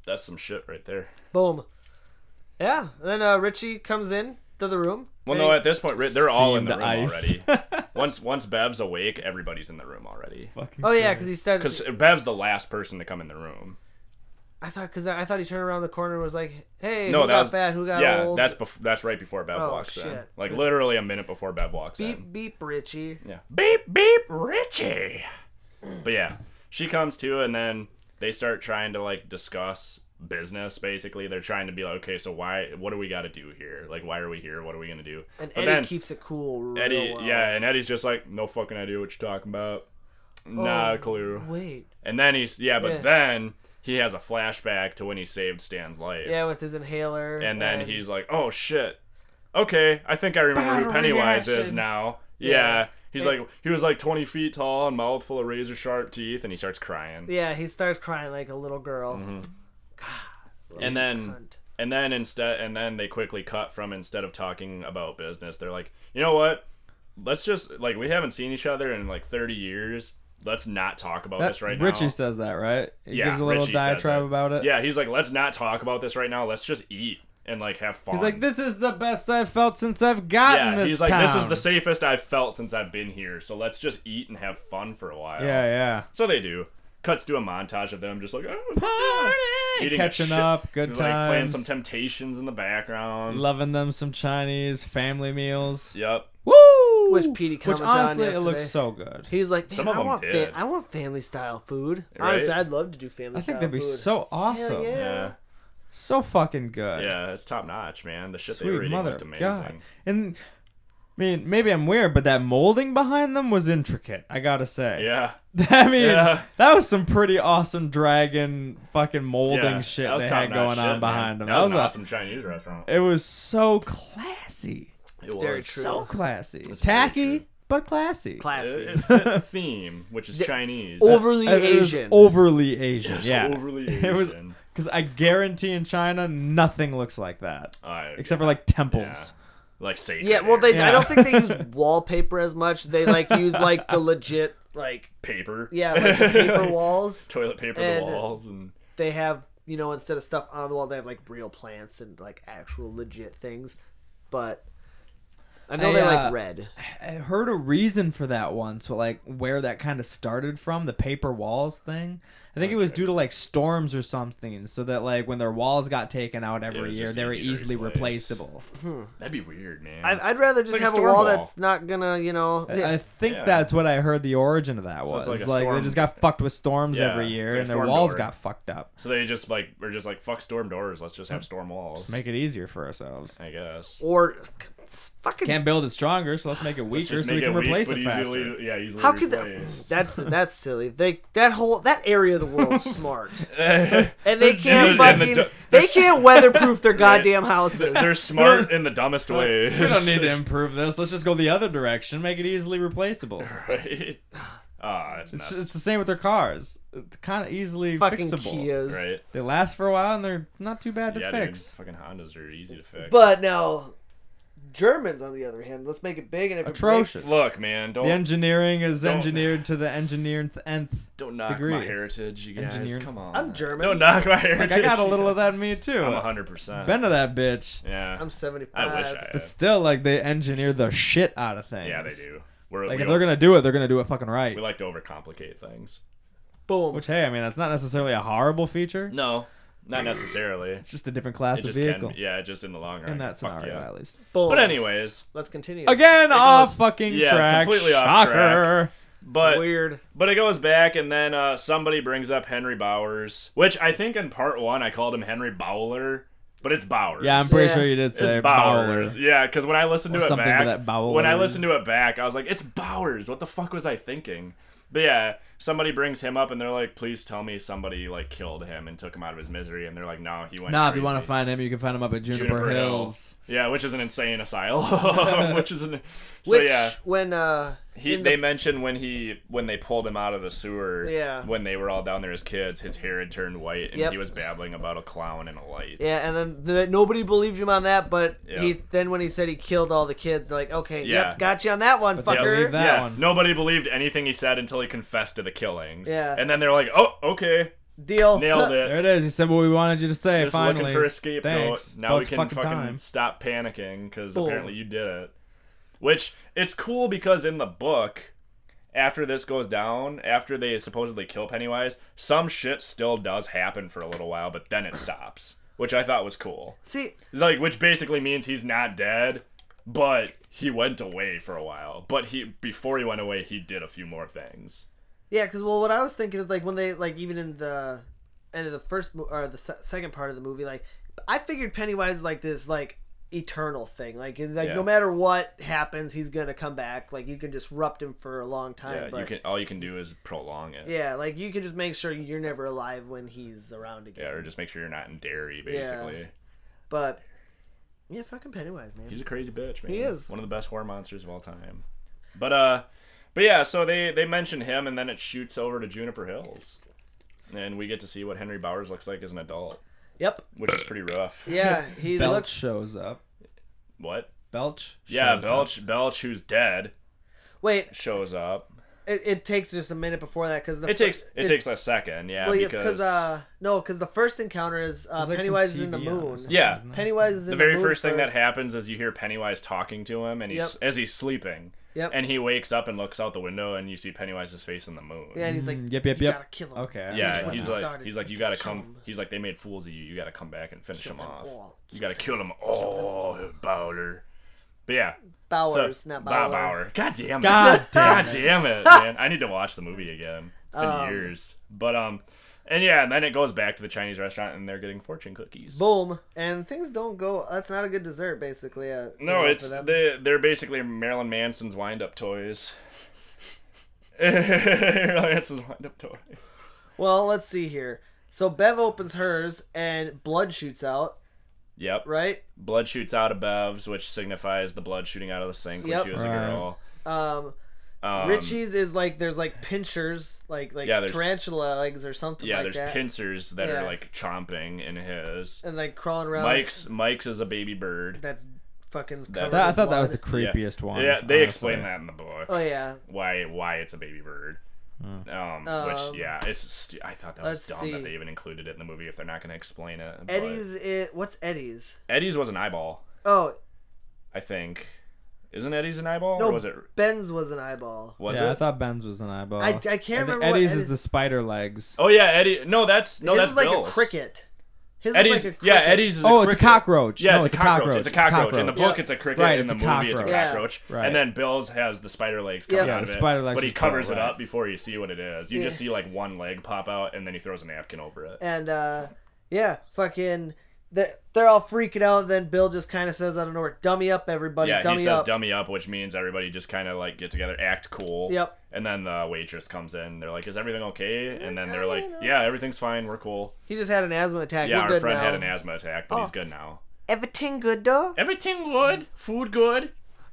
Speaker 3: That's some shit right there.
Speaker 2: Boom. Yeah. And then uh, Richie comes in to the room.
Speaker 3: Well,
Speaker 2: and
Speaker 3: no,
Speaker 2: he-
Speaker 3: at this point ri- they're all in the room
Speaker 1: Steamed ice.
Speaker 3: already. once once Bev's awake, everybody's in the room already.
Speaker 1: Fucking
Speaker 2: Oh yeah, because he said.
Speaker 3: Because Bev's the last person to come in the room.
Speaker 2: I thought because I I thought he turned around the corner and was like, "Hey,
Speaker 3: No,
Speaker 2: who
Speaker 3: that
Speaker 2: got
Speaker 3: was
Speaker 2: fat? Who got
Speaker 3: yeah.
Speaker 2: old?"
Speaker 3: That's bef- that's right before Bev
Speaker 2: Oh,
Speaker 3: walks in.
Speaker 2: shit.
Speaker 3: Like literally a minute before Bev walks in.
Speaker 2: beep beep Richie.
Speaker 3: Yeah. Beep beep Richie. But yeah, she comes to and then they start trying to like discuss business basically. They're trying to be like, okay, so why what do we got to do here? Like why are we here? What are we going to do?
Speaker 2: And
Speaker 3: But
Speaker 2: Eddie
Speaker 3: then
Speaker 2: keeps it cool. Real
Speaker 3: Eddie
Speaker 2: well.
Speaker 3: yeah, and Eddie's just like, no fucking idea what you're talking about. Not a clue.
Speaker 2: Wait.
Speaker 3: And then he's yeah, but
Speaker 2: Oh. Yeah.
Speaker 3: then he has a flashback to when he saved Stan's life.
Speaker 2: Yeah, with his inhaler.
Speaker 3: And then he's like, "Oh shit, okay, I think I remember who Pennywise is
Speaker 2: reaction.
Speaker 3: now." Yeah,
Speaker 2: Yeah.
Speaker 3: he's like, he was like twenty feet tall and mouth full of razor sharp teeth, and he starts crying.
Speaker 2: Yeah, he starts crying like a little girl.
Speaker 1: Mm-hmm.
Speaker 3: and then,
Speaker 2: cunt.
Speaker 3: and then instead, and then they quickly cut from instead of talking about business, they're like, "You know what? Let's just like we haven't seen each other in like thirty years. Let's not talk about
Speaker 1: That,
Speaker 3: this right
Speaker 1: Richie
Speaker 3: now."
Speaker 1: says that, right? He
Speaker 3: Yeah,
Speaker 1: gives a little
Speaker 3: Richie says
Speaker 1: diatribe
Speaker 3: it.
Speaker 1: about it.
Speaker 3: Yeah, he's like, "Let's not talk about this right now. Let's just eat." And like have fun.
Speaker 1: He's like, this is the best I've felt since I've gotten
Speaker 3: yeah,
Speaker 1: this
Speaker 3: he's like, this is
Speaker 1: town."
Speaker 3: the safest I've felt since I've been here. So let's just eat and have fun for a while.
Speaker 1: Yeah, yeah.
Speaker 3: So they do. Cuts to a montage of them just like oh, yeah. eating a
Speaker 1: Catching
Speaker 3: shit-
Speaker 1: up, good
Speaker 3: Like playing
Speaker 1: times.
Speaker 3: some Temptations in the background.
Speaker 1: Loving them some Chinese family meals.
Speaker 3: yep.
Speaker 1: Woo!
Speaker 2: Which Petey
Speaker 1: Which
Speaker 2: commented on
Speaker 1: honestly, it looks
Speaker 2: yesterday.
Speaker 1: so good.
Speaker 2: He's like,
Speaker 3: Some
Speaker 2: "Man,
Speaker 3: of
Speaker 2: I
Speaker 3: them
Speaker 2: want, fa-
Speaker 3: did.
Speaker 2: I want family style food.
Speaker 3: Right?
Speaker 2: Honestly, I'd love to do family
Speaker 1: I
Speaker 2: style
Speaker 1: think that'd be
Speaker 2: food.
Speaker 1: so awesome.
Speaker 2: Hell yeah.
Speaker 3: Yeah.
Speaker 1: So fucking good.
Speaker 3: Yeah, it's top notch, man. The shit they were
Speaker 1: Sweet
Speaker 3: eating
Speaker 1: mother
Speaker 3: looked
Speaker 1: of
Speaker 3: amazing.
Speaker 1: God. And I mean, maybe I'm weird, but that molding behind them was intricate. I gotta say.
Speaker 3: Yeah.
Speaker 1: I mean,
Speaker 3: Yeah.
Speaker 1: that was some pretty awesome dragon fucking molding
Speaker 3: yeah.
Speaker 1: shit
Speaker 3: that was
Speaker 1: they had
Speaker 3: top-notch
Speaker 1: going
Speaker 3: shit,
Speaker 1: on
Speaker 3: man.
Speaker 1: behind them.
Speaker 3: That was an
Speaker 1: a-
Speaker 3: awesome Chinese restaurant.
Speaker 1: It was so classy.
Speaker 3: It was
Speaker 2: very true.
Speaker 1: So classy.
Speaker 3: It's very
Speaker 1: Tacky,
Speaker 3: true.
Speaker 1: but classy.
Speaker 2: classy,
Speaker 3: It, it fit the theme, which is Chinese.
Speaker 2: overly
Speaker 1: And Uh, it was
Speaker 2: Asian.
Speaker 1: overly Asian. yeah.
Speaker 3: Overly Asian.
Speaker 1: It was because I guarantee in China nothing looks like that
Speaker 3: I-
Speaker 1: except for like temples.
Speaker 3: like sacred.
Speaker 2: yeah, well, they.
Speaker 1: Yeah.
Speaker 2: I don't think they use wallpaper as much. They like use like the legit like
Speaker 3: paper.
Speaker 2: yeah, like the paper walls.
Speaker 3: toilet paper
Speaker 2: And- uh,
Speaker 3: the walls and
Speaker 2: They have you know instead of stuff on the wall, they have like real plants and like actual legit things. But I know
Speaker 1: I,
Speaker 2: they
Speaker 1: uh,
Speaker 2: like red.
Speaker 1: I heard a reason for that once, but like where that kind of started from, the paper walls thing. I think it was due to like storms or something, so that like when their walls got taken out
Speaker 3: It
Speaker 1: every
Speaker 3: was
Speaker 1: year,
Speaker 3: just
Speaker 1: they were
Speaker 3: easy to
Speaker 1: easily
Speaker 3: replace.
Speaker 1: replaceable.
Speaker 3: That'd be weird, man.
Speaker 2: I, I'd rather just
Speaker 3: like a
Speaker 2: have a
Speaker 3: storm
Speaker 2: wall,
Speaker 3: wall.
Speaker 2: that's not gonna, you know.
Speaker 1: I I think
Speaker 3: Yeah.
Speaker 1: that's what I heard the origin of that
Speaker 3: So it's
Speaker 1: was. like
Speaker 3: like a
Speaker 1: they
Speaker 3: storm- e-
Speaker 1: just got fucked with storms
Speaker 3: Yeah,
Speaker 1: every
Speaker 3: it's
Speaker 1: year,
Speaker 3: like a
Speaker 1: and their
Speaker 3: storm
Speaker 1: walls
Speaker 3: door.
Speaker 1: got fucked up.
Speaker 3: so they just like we're just like fuck storm doors. Let's just have storm walls.
Speaker 1: Let's make it easier for ourselves.
Speaker 3: I guess.
Speaker 2: or it's fucking.
Speaker 1: Can't build it stronger, so let's make it weaker
Speaker 3: Just
Speaker 1: so we
Speaker 3: make
Speaker 1: can
Speaker 3: weak,
Speaker 1: replace
Speaker 3: but
Speaker 1: it faster.
Speaker 3: easily, Yeah, easily
Speaker 2: how could that?
Speaker 3: replace.
Speaker 2: That's that's silly. They that whole that area of the world's smart, and they
Speaker 3: And
Speaker 2: can't
Speaker 3: the- and the
Speaker 2: fucking
Speaker 3: du-
Speaker 2: they can't weatherproof their
Speaker 3: Right.
Speaker 2: goddamn houses.
Speaker 3: They're smart in the dumbest ways.
Speaker 1: We don't need to improve this. Let's just go the other direction. Make it easily replaceable.
Speaker 3: right? Ah, it's,
Speaker 1: It's,
Speaker 3: nuts,
Speaker 1: it's the same with their cars. It's kind of easily
Speaker 2: fucking
Speaker 1: fixable.
Speaker 2: Kias.
Speaker 3: right?
Speaker 1: They last for a while and they're not too bad to
Speaker 3: Yeah,
Speaker 1: fix.
Speaker 3: dude. Fucking Hondas are easy to fix.
Speaker 2: But now, Germans on the other hand, let's make it big and if it
Speaker 1: Atrocious.
Speaker 2: breaks-
Speaker 3: look, man, don't
Speaker 1: The engineering is
Speaker 3: Don't-
Speaker 1: engineered to the engineered nth.
Speaker 3: don't knock my
Speaker 1: degree.
Speaker 3: heritage, you guys.
Speaker 1: Engineer.
Speaker 3: Come on,
Speaker 2: I'm German.
Speaker 3: Don't knock my heritage.
Speaker 1: Like I got a little of that in me too.
Speaker 3: I'm 100. percent
Speaker 1: Been to that bitch.
Speaker 3: Yeah,
Speaker 2: I'm 75.
Speaker 3: I wish I.
Speaker 1: But
Speaker 3: Had.
Speaker 1: still, like they engineer the shit out of things.
Speaker 3: Yeah, they do. We're,
Speaker 1: Like
Speaker 3: we,
Speaker 1: if they're
Speaker 3: o-
Speaker 1: gonna do it, they're gonna do it fucking right.
Speaker 3: we like to overcomplicate things.
Speaker 2: Boom.
Speaker 1: Which hey, I mean that's not necessarily a horrible feature.
Speaker 3: No, not necessarily. Mm. It
Speaker 1: It's just a different class of
Speaker 3: just
Speaker 1: vehicle.
Speaker 3: can. Yeah, just in the long run.
Speaker 1: In that
Speaker 3: Fuck
Speaker 1: scenario,
Speaker 3: yeah.
Speaker 1: at least.
Speaker 2: boom.
Speaker 3: But anyways,
Speaker 2: let's continue.
Speaker 1: Again,
Speaker 2: It
Speaker 1: off
Speaker 2: goes-
Speaker 1: fucking
Speaker 3: Yeah,
Speaker 1: track.
Speaker 3: completely off
Speaker 1: Shocker.
Speaker 3: track. but
Speaker 2: weird.
Speaker 3: But it goes back, and then uh, somebody brings up Henry Bowers, which I think in part one I called him Henry Bowler, but it's Bowers.
Speaker 1: Yeah, I'm pretty
Speaker 2: Yeah.
Speaker 1: sure you did
Speaker 3: it's
Speaker 1: say
Speaker 3: Bowers.
Speaker 1: Bowler.
Speaker 3: Yeah, because when I listened
Speaker 1: Or
Speaker 3: to it
Speaker 1: something
Speaker 3: back,
Speaker 1: with that Bowlers.
Speaker 3: when I listened to it back, I was like, it's Bowers. What the fuck was I thinking? But yeah, somebody brings him up, and they're like, please tell me somebody like killed him and took him out of his misery, and they're like, no, he went.
Speaker 1: Nah, if you want
Speaker 3: crazy."
Speaker 1: to find him, you can find him up at Juniper,
Speaker 3: Juniper
Speaker 1: Hills.
Speaker 3: Hills. Yeah, which is an insane asylum. which is an. So
Speaker 2: Which
Speaker 3: yeah.
Speaker 2: when uh
Speaker 3: He,
Speaker 2: in
Speaker 3: they mentioned when he when they pulled him out of the sewer.
Speaker 2: Yeah.
Speaker 3: When they were all down there as kids, his hair had turned white, and
Speaker 2: Yep.
Speaker 3: he was babbling about a clown and a light.
Speaker 2: Yeah, and then the, nobody believed him on that, but
Speaker 3: Yeah.
Speaker 2: he then when he said he killed all the kids, they're like, okay,
Speaker 3: Yeah.
Speaker 2: yep, got you on that one,
Speaker 1: they
Speaker 2: fucker.
Speaker 1: believe that.
Speaker 3: Yeah,
Speaker 1: one.
Speaker 3: Nobody believed anything he said until he confessed to the killings.
Speaker 2: Yeah.
Speaker 3: And then they're like, "Oh, okay,
Speaker 2: Deal.
Speaker 3: nailed
Speaker 1: There
Speaker 3: it.
Speaker 1: it is. He said what we wanted you to say.
Speaker 3: Just
Speaker 1: finally,
Speaker 3: looking for a scapegoat.
Speaker 1: Thanks.
Speaker 3: Now
Speaker 1: About
Speaker 3: we can
Speaker 1: fucking,
Speaker 3: fucking,
Speaker 1: time.
Speaker 3: stop panicking because
Speaker 2: Boom.
Speaker 3: apparently you did it." Which it's cool because in the book, after this goes down, after they supposedly kill Pennywise, some shit still does happen for a little while, but then it stops, which I thought was cool.
Speaker 2: See,
Speaker 3: like which basically means he's not dead but he went away for a while but he before he went away he did a few more things
Speaker 2: yeah, because well, what I was thinking is like when they like even in the end of the first mo- or the se- second part of the movie, like I figured Pennywise is like this like eternal thing, like it's, like
Speaker 3: Yeah.
Speaker 2: no matter what happens, he's gonna come back. Like you can disrupt him for a long time,
Speaker 3: yeah
Speaker 2: but
Speaker 3: you can all you can do is prolong it
Speaker 2: yeah, like you can just make sure you're never alive when he's around again.
Speaker 3: Yeah, or just make sure you're not in dairy basically
Speaker 2: But yeah, fucking Pennywise, man.
Speaker 3: he's a crazy bitch man
Speaker 2: He is.
Speaker 3: one of the best horror monsters of all time but uh but yeah so they they mention him and then it shoots over to juniper hills and we get to see what henry bowers looks like as an adult
Speaker 2: Yep.
Speaker 3: which is pretty rough
Speaker 2: Yeah, he
Speaker 1: Belch
Speaker 2: looks.
Speaker 1: shows up.
Speaker 3: what
Speaker 1: Belch.
Speaker 3: yeah
Speaker 1: shows
Speaker 3: belch belch who's dead
Speaker 2: Wait,
Speaker 3: shows up
Speaker 2: it, it takes just a minute before that because
Speaker 3: it takes it, takes a second yeah
Speaker 2: Well, yeah,
Speaker 3: because
Speaker 2: because uh, no, because the first encounter is uh,
Speaker 1: Up. There's, like,
Speaker 2: Pennywise
Speaker 1: some
Speaker 2: is in the
Speaker 1: TV on or
Speaker 2: moon.
Speaker 1: something,
Speaker 3: Yeah.
Speaker 1: isn't there?
Speaker 2: Pennywise is in
Speaker 3: the
Speaker 2: the
Speaker 3: very
Speaker 2: moon
Speaker 3: first thing that
Speaker 2: first.
Speaker 3: happens is you hear Pennywise talking to him, and he's
Speaker 2: Yep.
Speaker 3: as he's sleeping,
Speaker 2: Yep.
Speaker 3: and he wakes up and looks out the window, and you see Pennywise's face in the moon.
Speaker 2: yeah, and he's like,
Speaker 1: Mm, yep, yep,
Speaker 2: "You
Speaker 1: yep.
Speaker 2: gotta kill him.
Speaker 1: Okay.
Speaker 2: Finish
Speaker 3: yeah.
Speaker 2: what
Speaker 3: He's
Speaker 2: you
Speaker 3: like,
Speaker 2: started.
Speaker 3: he's like, you gotta
Speaker 2: Kill
Speaker 3: come.
Speaker 2: 'em.
Speaker 3: He's like, they made fools of you. You gotta come back and finish
Speaker 2: Kill
Speaker 3: him
Speaker 2: them
Speaker 3: off.
Speaker 2: all.
Speaker 3: You gotta kill him all, Bowler. But yeah, so-
Speaker 2: Bowers, not Bowler.
Speaker 3: Bob Bauer. God damn it.
Speaker 1: God damn
Speaker 3: God damn it, man. I need to watch the movie again. It's been
Speaker 2: Um,
Speaker 3: years. But um, and yeah, and then it goes back to the Chinese restaurant, and they're getting fortune cookies.
Speaker 2: Boom, and things don't go. That's not a good dessert, basically. Uh, you know,
Speaker 3: No,
Speaker 2: for
Speaker 3: it's
Speaker 2: them.
Speaker 3: they, they're basically Marilyn Manson's wind up toys. Marilyn Manson's wind up toy.
Speaker 2: well. Let's see here. So Bev opens hers, and blood shoots out.
Speaker 3: Yep.
Speaker 2: Right.
Speaker 3: Blood shoots out of Bev's, which signifies the blood shooting out of the sink when
Speaker 2: Yep.
Speaker 3: she was
Speaker 1: Right.
Speaker 3: a girl.
Speaker 2: Um,
Speaker 3: Um,
Speaker 2: Richie's is like there's like pinchers, like like
Speaker 3: Yeah, there's-
Speaker 2: tarantula legs or something
Speaker 3: Yeah,
Speaker 2: like
Speaker 3: there's
Speaker 2: that,
Speaker 3: pincers that
Speaker 2: Yeah. Uh,
Speaker 3: are like chomping in his.
Speaker 2: and like crawling around.
Speaker 3: Mike's Mike's is a baby bird.
Speaker 2: that's fucking.
Speaker 3: That's-
Speaker 2: covered
Speaker 1: That- I
Speaker 2: in
Speaker 1: thought that was the
Speaker 2: blood.
Speaker 3: Yeah.
Speaker 1: creepiest one.
Speaker 3: Yeah, they
Speaker 1: honestly.
Speaker 3: explain that in the book.
Speaker 2: Oh yeah,
Speaker 3: why why it's a baby bird.
Speaker 1: Hmm.
Speaker 3: Um,
Speaker 2: Um,
Speaker 3: which yeah, it's st- I thought that
Speaker 2: let's
Speaker 3: was dumb
Speaker 2: see.
Speaker 3: that they even included it in the movie if they're not gonna explain it. but-
Speaker 2: Eddie's. Oh, It, what's Eddie's?
Speaker 3: Eddie's was an eyeball.
Speaker 2: Oh,
Speaker 3: I think. Isn't Eddie's an eyeball?
Speaker 2: No,
Speaker 3: Or was it?
Speaker 2: Ben's was an eyeball.
Speaker 3: Was
Speaker 1: yeah, I
Speaker 3: it?
Speaker 1: thought Ben's was an eyeball.
Speaker 2: I, I can't
Speaker 1: think
Speaker 2: remember. what
Speaker 1: Eddie's
Speaker 2: Eddie-
Speaker 1: is the spider legs.
Speaker 3: Oh yeah, Eddie. No, that's no,
Speaker 2: His
Speaker 3: that's
Speaker 2: is like
Speaker 3: Bill's.
Speaker 2: a cricket. His is
Speaker 3: Eddie's
Speaker 2: like a cricket.
Speaker 3: yeah, Eddie's is.
Speaker 1: Oh,
Speaker 3: a
Speaker 1: it's a
Speaker 3: cricket.
Speaker 1: cockroach.
Speaker 3: Yeah,
Speaker 1: No,
Speaker 3: it's, a cockroach. It's a cockroach. In the
Speaker 1: cockroach.
Speaker 3: book,
Speaker 2: Yeah.
Speaker 3: it's a cricket.
Speaker 1: Right,
Speaker 3: in the
Speaker 1: it's a
Speaker 3: movie, it's a
Speaker 1: cockroach.
Speaker 2: Yeah.
Speaker 3: cockroach.
Speaker 1: Right.
Speaker 3: And then Bill's has the spider legs
Speaker 2: Yeah.
Speaker 3: coming
Speaker 2: Yeah,
Speaker 3: out of
Speaker 1: the
Speaker 3: it,
Speaker 1: spider legs
Speaker 3: but he
Speaker 1: is cool,
Speaker 3: covers it
Speaker 1: right.
Speaker 3: up before you see what it is. You just
Speaker 2: Yeah.
Speaker 3: see like one leg pop out, and then he throws a napkin over it.
Speaker 2: and uh, yeah, fucking. They're, they're all freaking out. Then Bill just kind of says, "I don't know where, dummy up, everybody,
Speaker 3: yeah, he
Speaker 2: dummy
Speaker 3: says
Speaker 2: up."
Speaker 3: dummy up, which means everybody just kind of like get together, act cool.
Speaker 2: Yep.
Speaker 3: And then the waitress comes in. They're like, "Is everything okay?" And then they're like, "Yeah, everything's fine. We're cool."
Speaker 2: He just had an asthma attack. "Oh,
Speaker 3: Yeah,
Speaker 2: We're
Speaker 3: our
Speaker 2: good
Speaker 3: friend
Speaker 2: now. Oh.
Speaker 3: had an asthma attack, but he's good now.
Speaker 2: Everything good though?
Speaker 3: Everything good. Food good.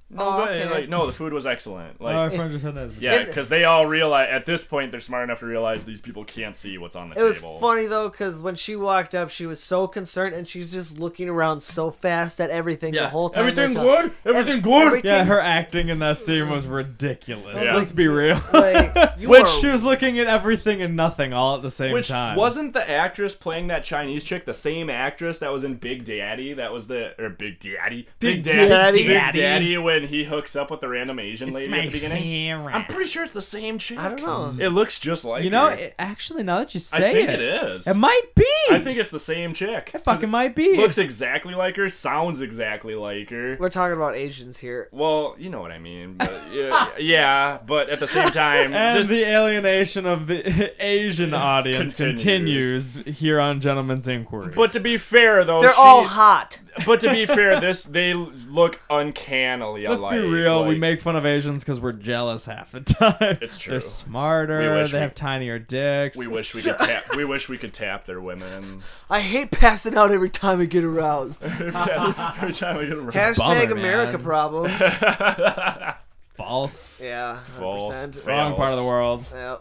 Speaker 3: No
Speaker 2: Oh,
Speaker 3: good.
Speaker 2: okay.
Speaker 3: Like no, the food was excellent. Like
Speaker 1: My friend just said that.
Speaker 3: Yeah, because they all realize at this point they're smart enough to realize these people can't see what's on the
Speaker 2: It was
Speaker 3: table.
Speaker 2: funny though, because when she walked up, she was so concerned, and she's just looking around so fast at everything the whole time.
Speaker 3: Everything
Speaker 2: they're talking.
Speaker 3: good. Everything
Speaker 2: Every-
Speaker 3: good.
Speaker 1: Yeah, her acting in that scene was ridiculous.
Speaker 3: Yeah.
Speaker 1: Let's be real.
Speaker 2: Like, you
Speaker 1: Which
Speaker 2: are-
Speaker 1: she was looking at everything and nothing all at the same
Speaker 3: Which
Speaker 1: time.
Speaker 3: wasn't the actress playing that Chinese chick the same actress that was in Big Daddy? That was the or Big Daddy.
Speaker 1: Big
Speaker 3: Dad-
Speaker 2: Daddy.
Speaker 3: Big Daddy. when he hooks up with the random Asian lady
Speaker 1: my
Speaker 3: at the beginning.
Speaker 1: favorite.
Speaker 3: I'm pretty sure it's the same chick.
Speaker 2: I don't know.
Speaker 3: It looks just like
Speaker 1: You know,
Speaker 3: her.
Speaker 1: it, actually, now that you
Speaker 3: I
Speaker 1: say
Speaker 3: think
Speaker 1: it,
Speaker 3: it is.
Speaker 1: it might be.
Speaker 3: I think it's the same chick.
Speaker 1: it fucking might be.
Speaker 3: looks exactly like her. Sounds exactly like her.
Speaker 2: We're talking about Asians here.
Speaker 3: Well, you know what I mean. But yeah, yeah, but at the same time,
Speaker 1: And
Speaker 3: this,
Speaker 1: the alienation of the Asian audience
Speaker 3: Continues.
Speaker 1: continues. here on Gentleman's Inquiry.
Speaker 3: but to be fair though,
Speaker 2: They're
Speaker 3: she-
Speaker 2: all hot.
Speaker 3: But to be fair, this they look uncannily
Speaker 1: Let's
Speaker 3: alike.
Speaker 1: be real. we
Speaker 3: like-
Speaker 1: make fun of Asians because we're jealous half the time.
Speaker 3: It's true.
Speaker 1: They're smarter.
Speaker 3: We
Speaker 1: They
Speaker 3: wish we-
Speaker 1: have tinier dicks.
Speaker 3: We wish we could tap. We wish we could tap their women
Speaker 2: I hate passing out every time I get aroused.
Speaker 3: every time we get around.
Speaker 2: Hashtag
Speaker 1: Bummer,
Speaker 2: America
Speaker 1: man.
Speaker 2: problems.
Speaker 1: False.
Speaker 2: Yeah, 100%.
Speaker 3: False.
Speaker 1: Wrong part of the world.
Speaker 2: Yeah.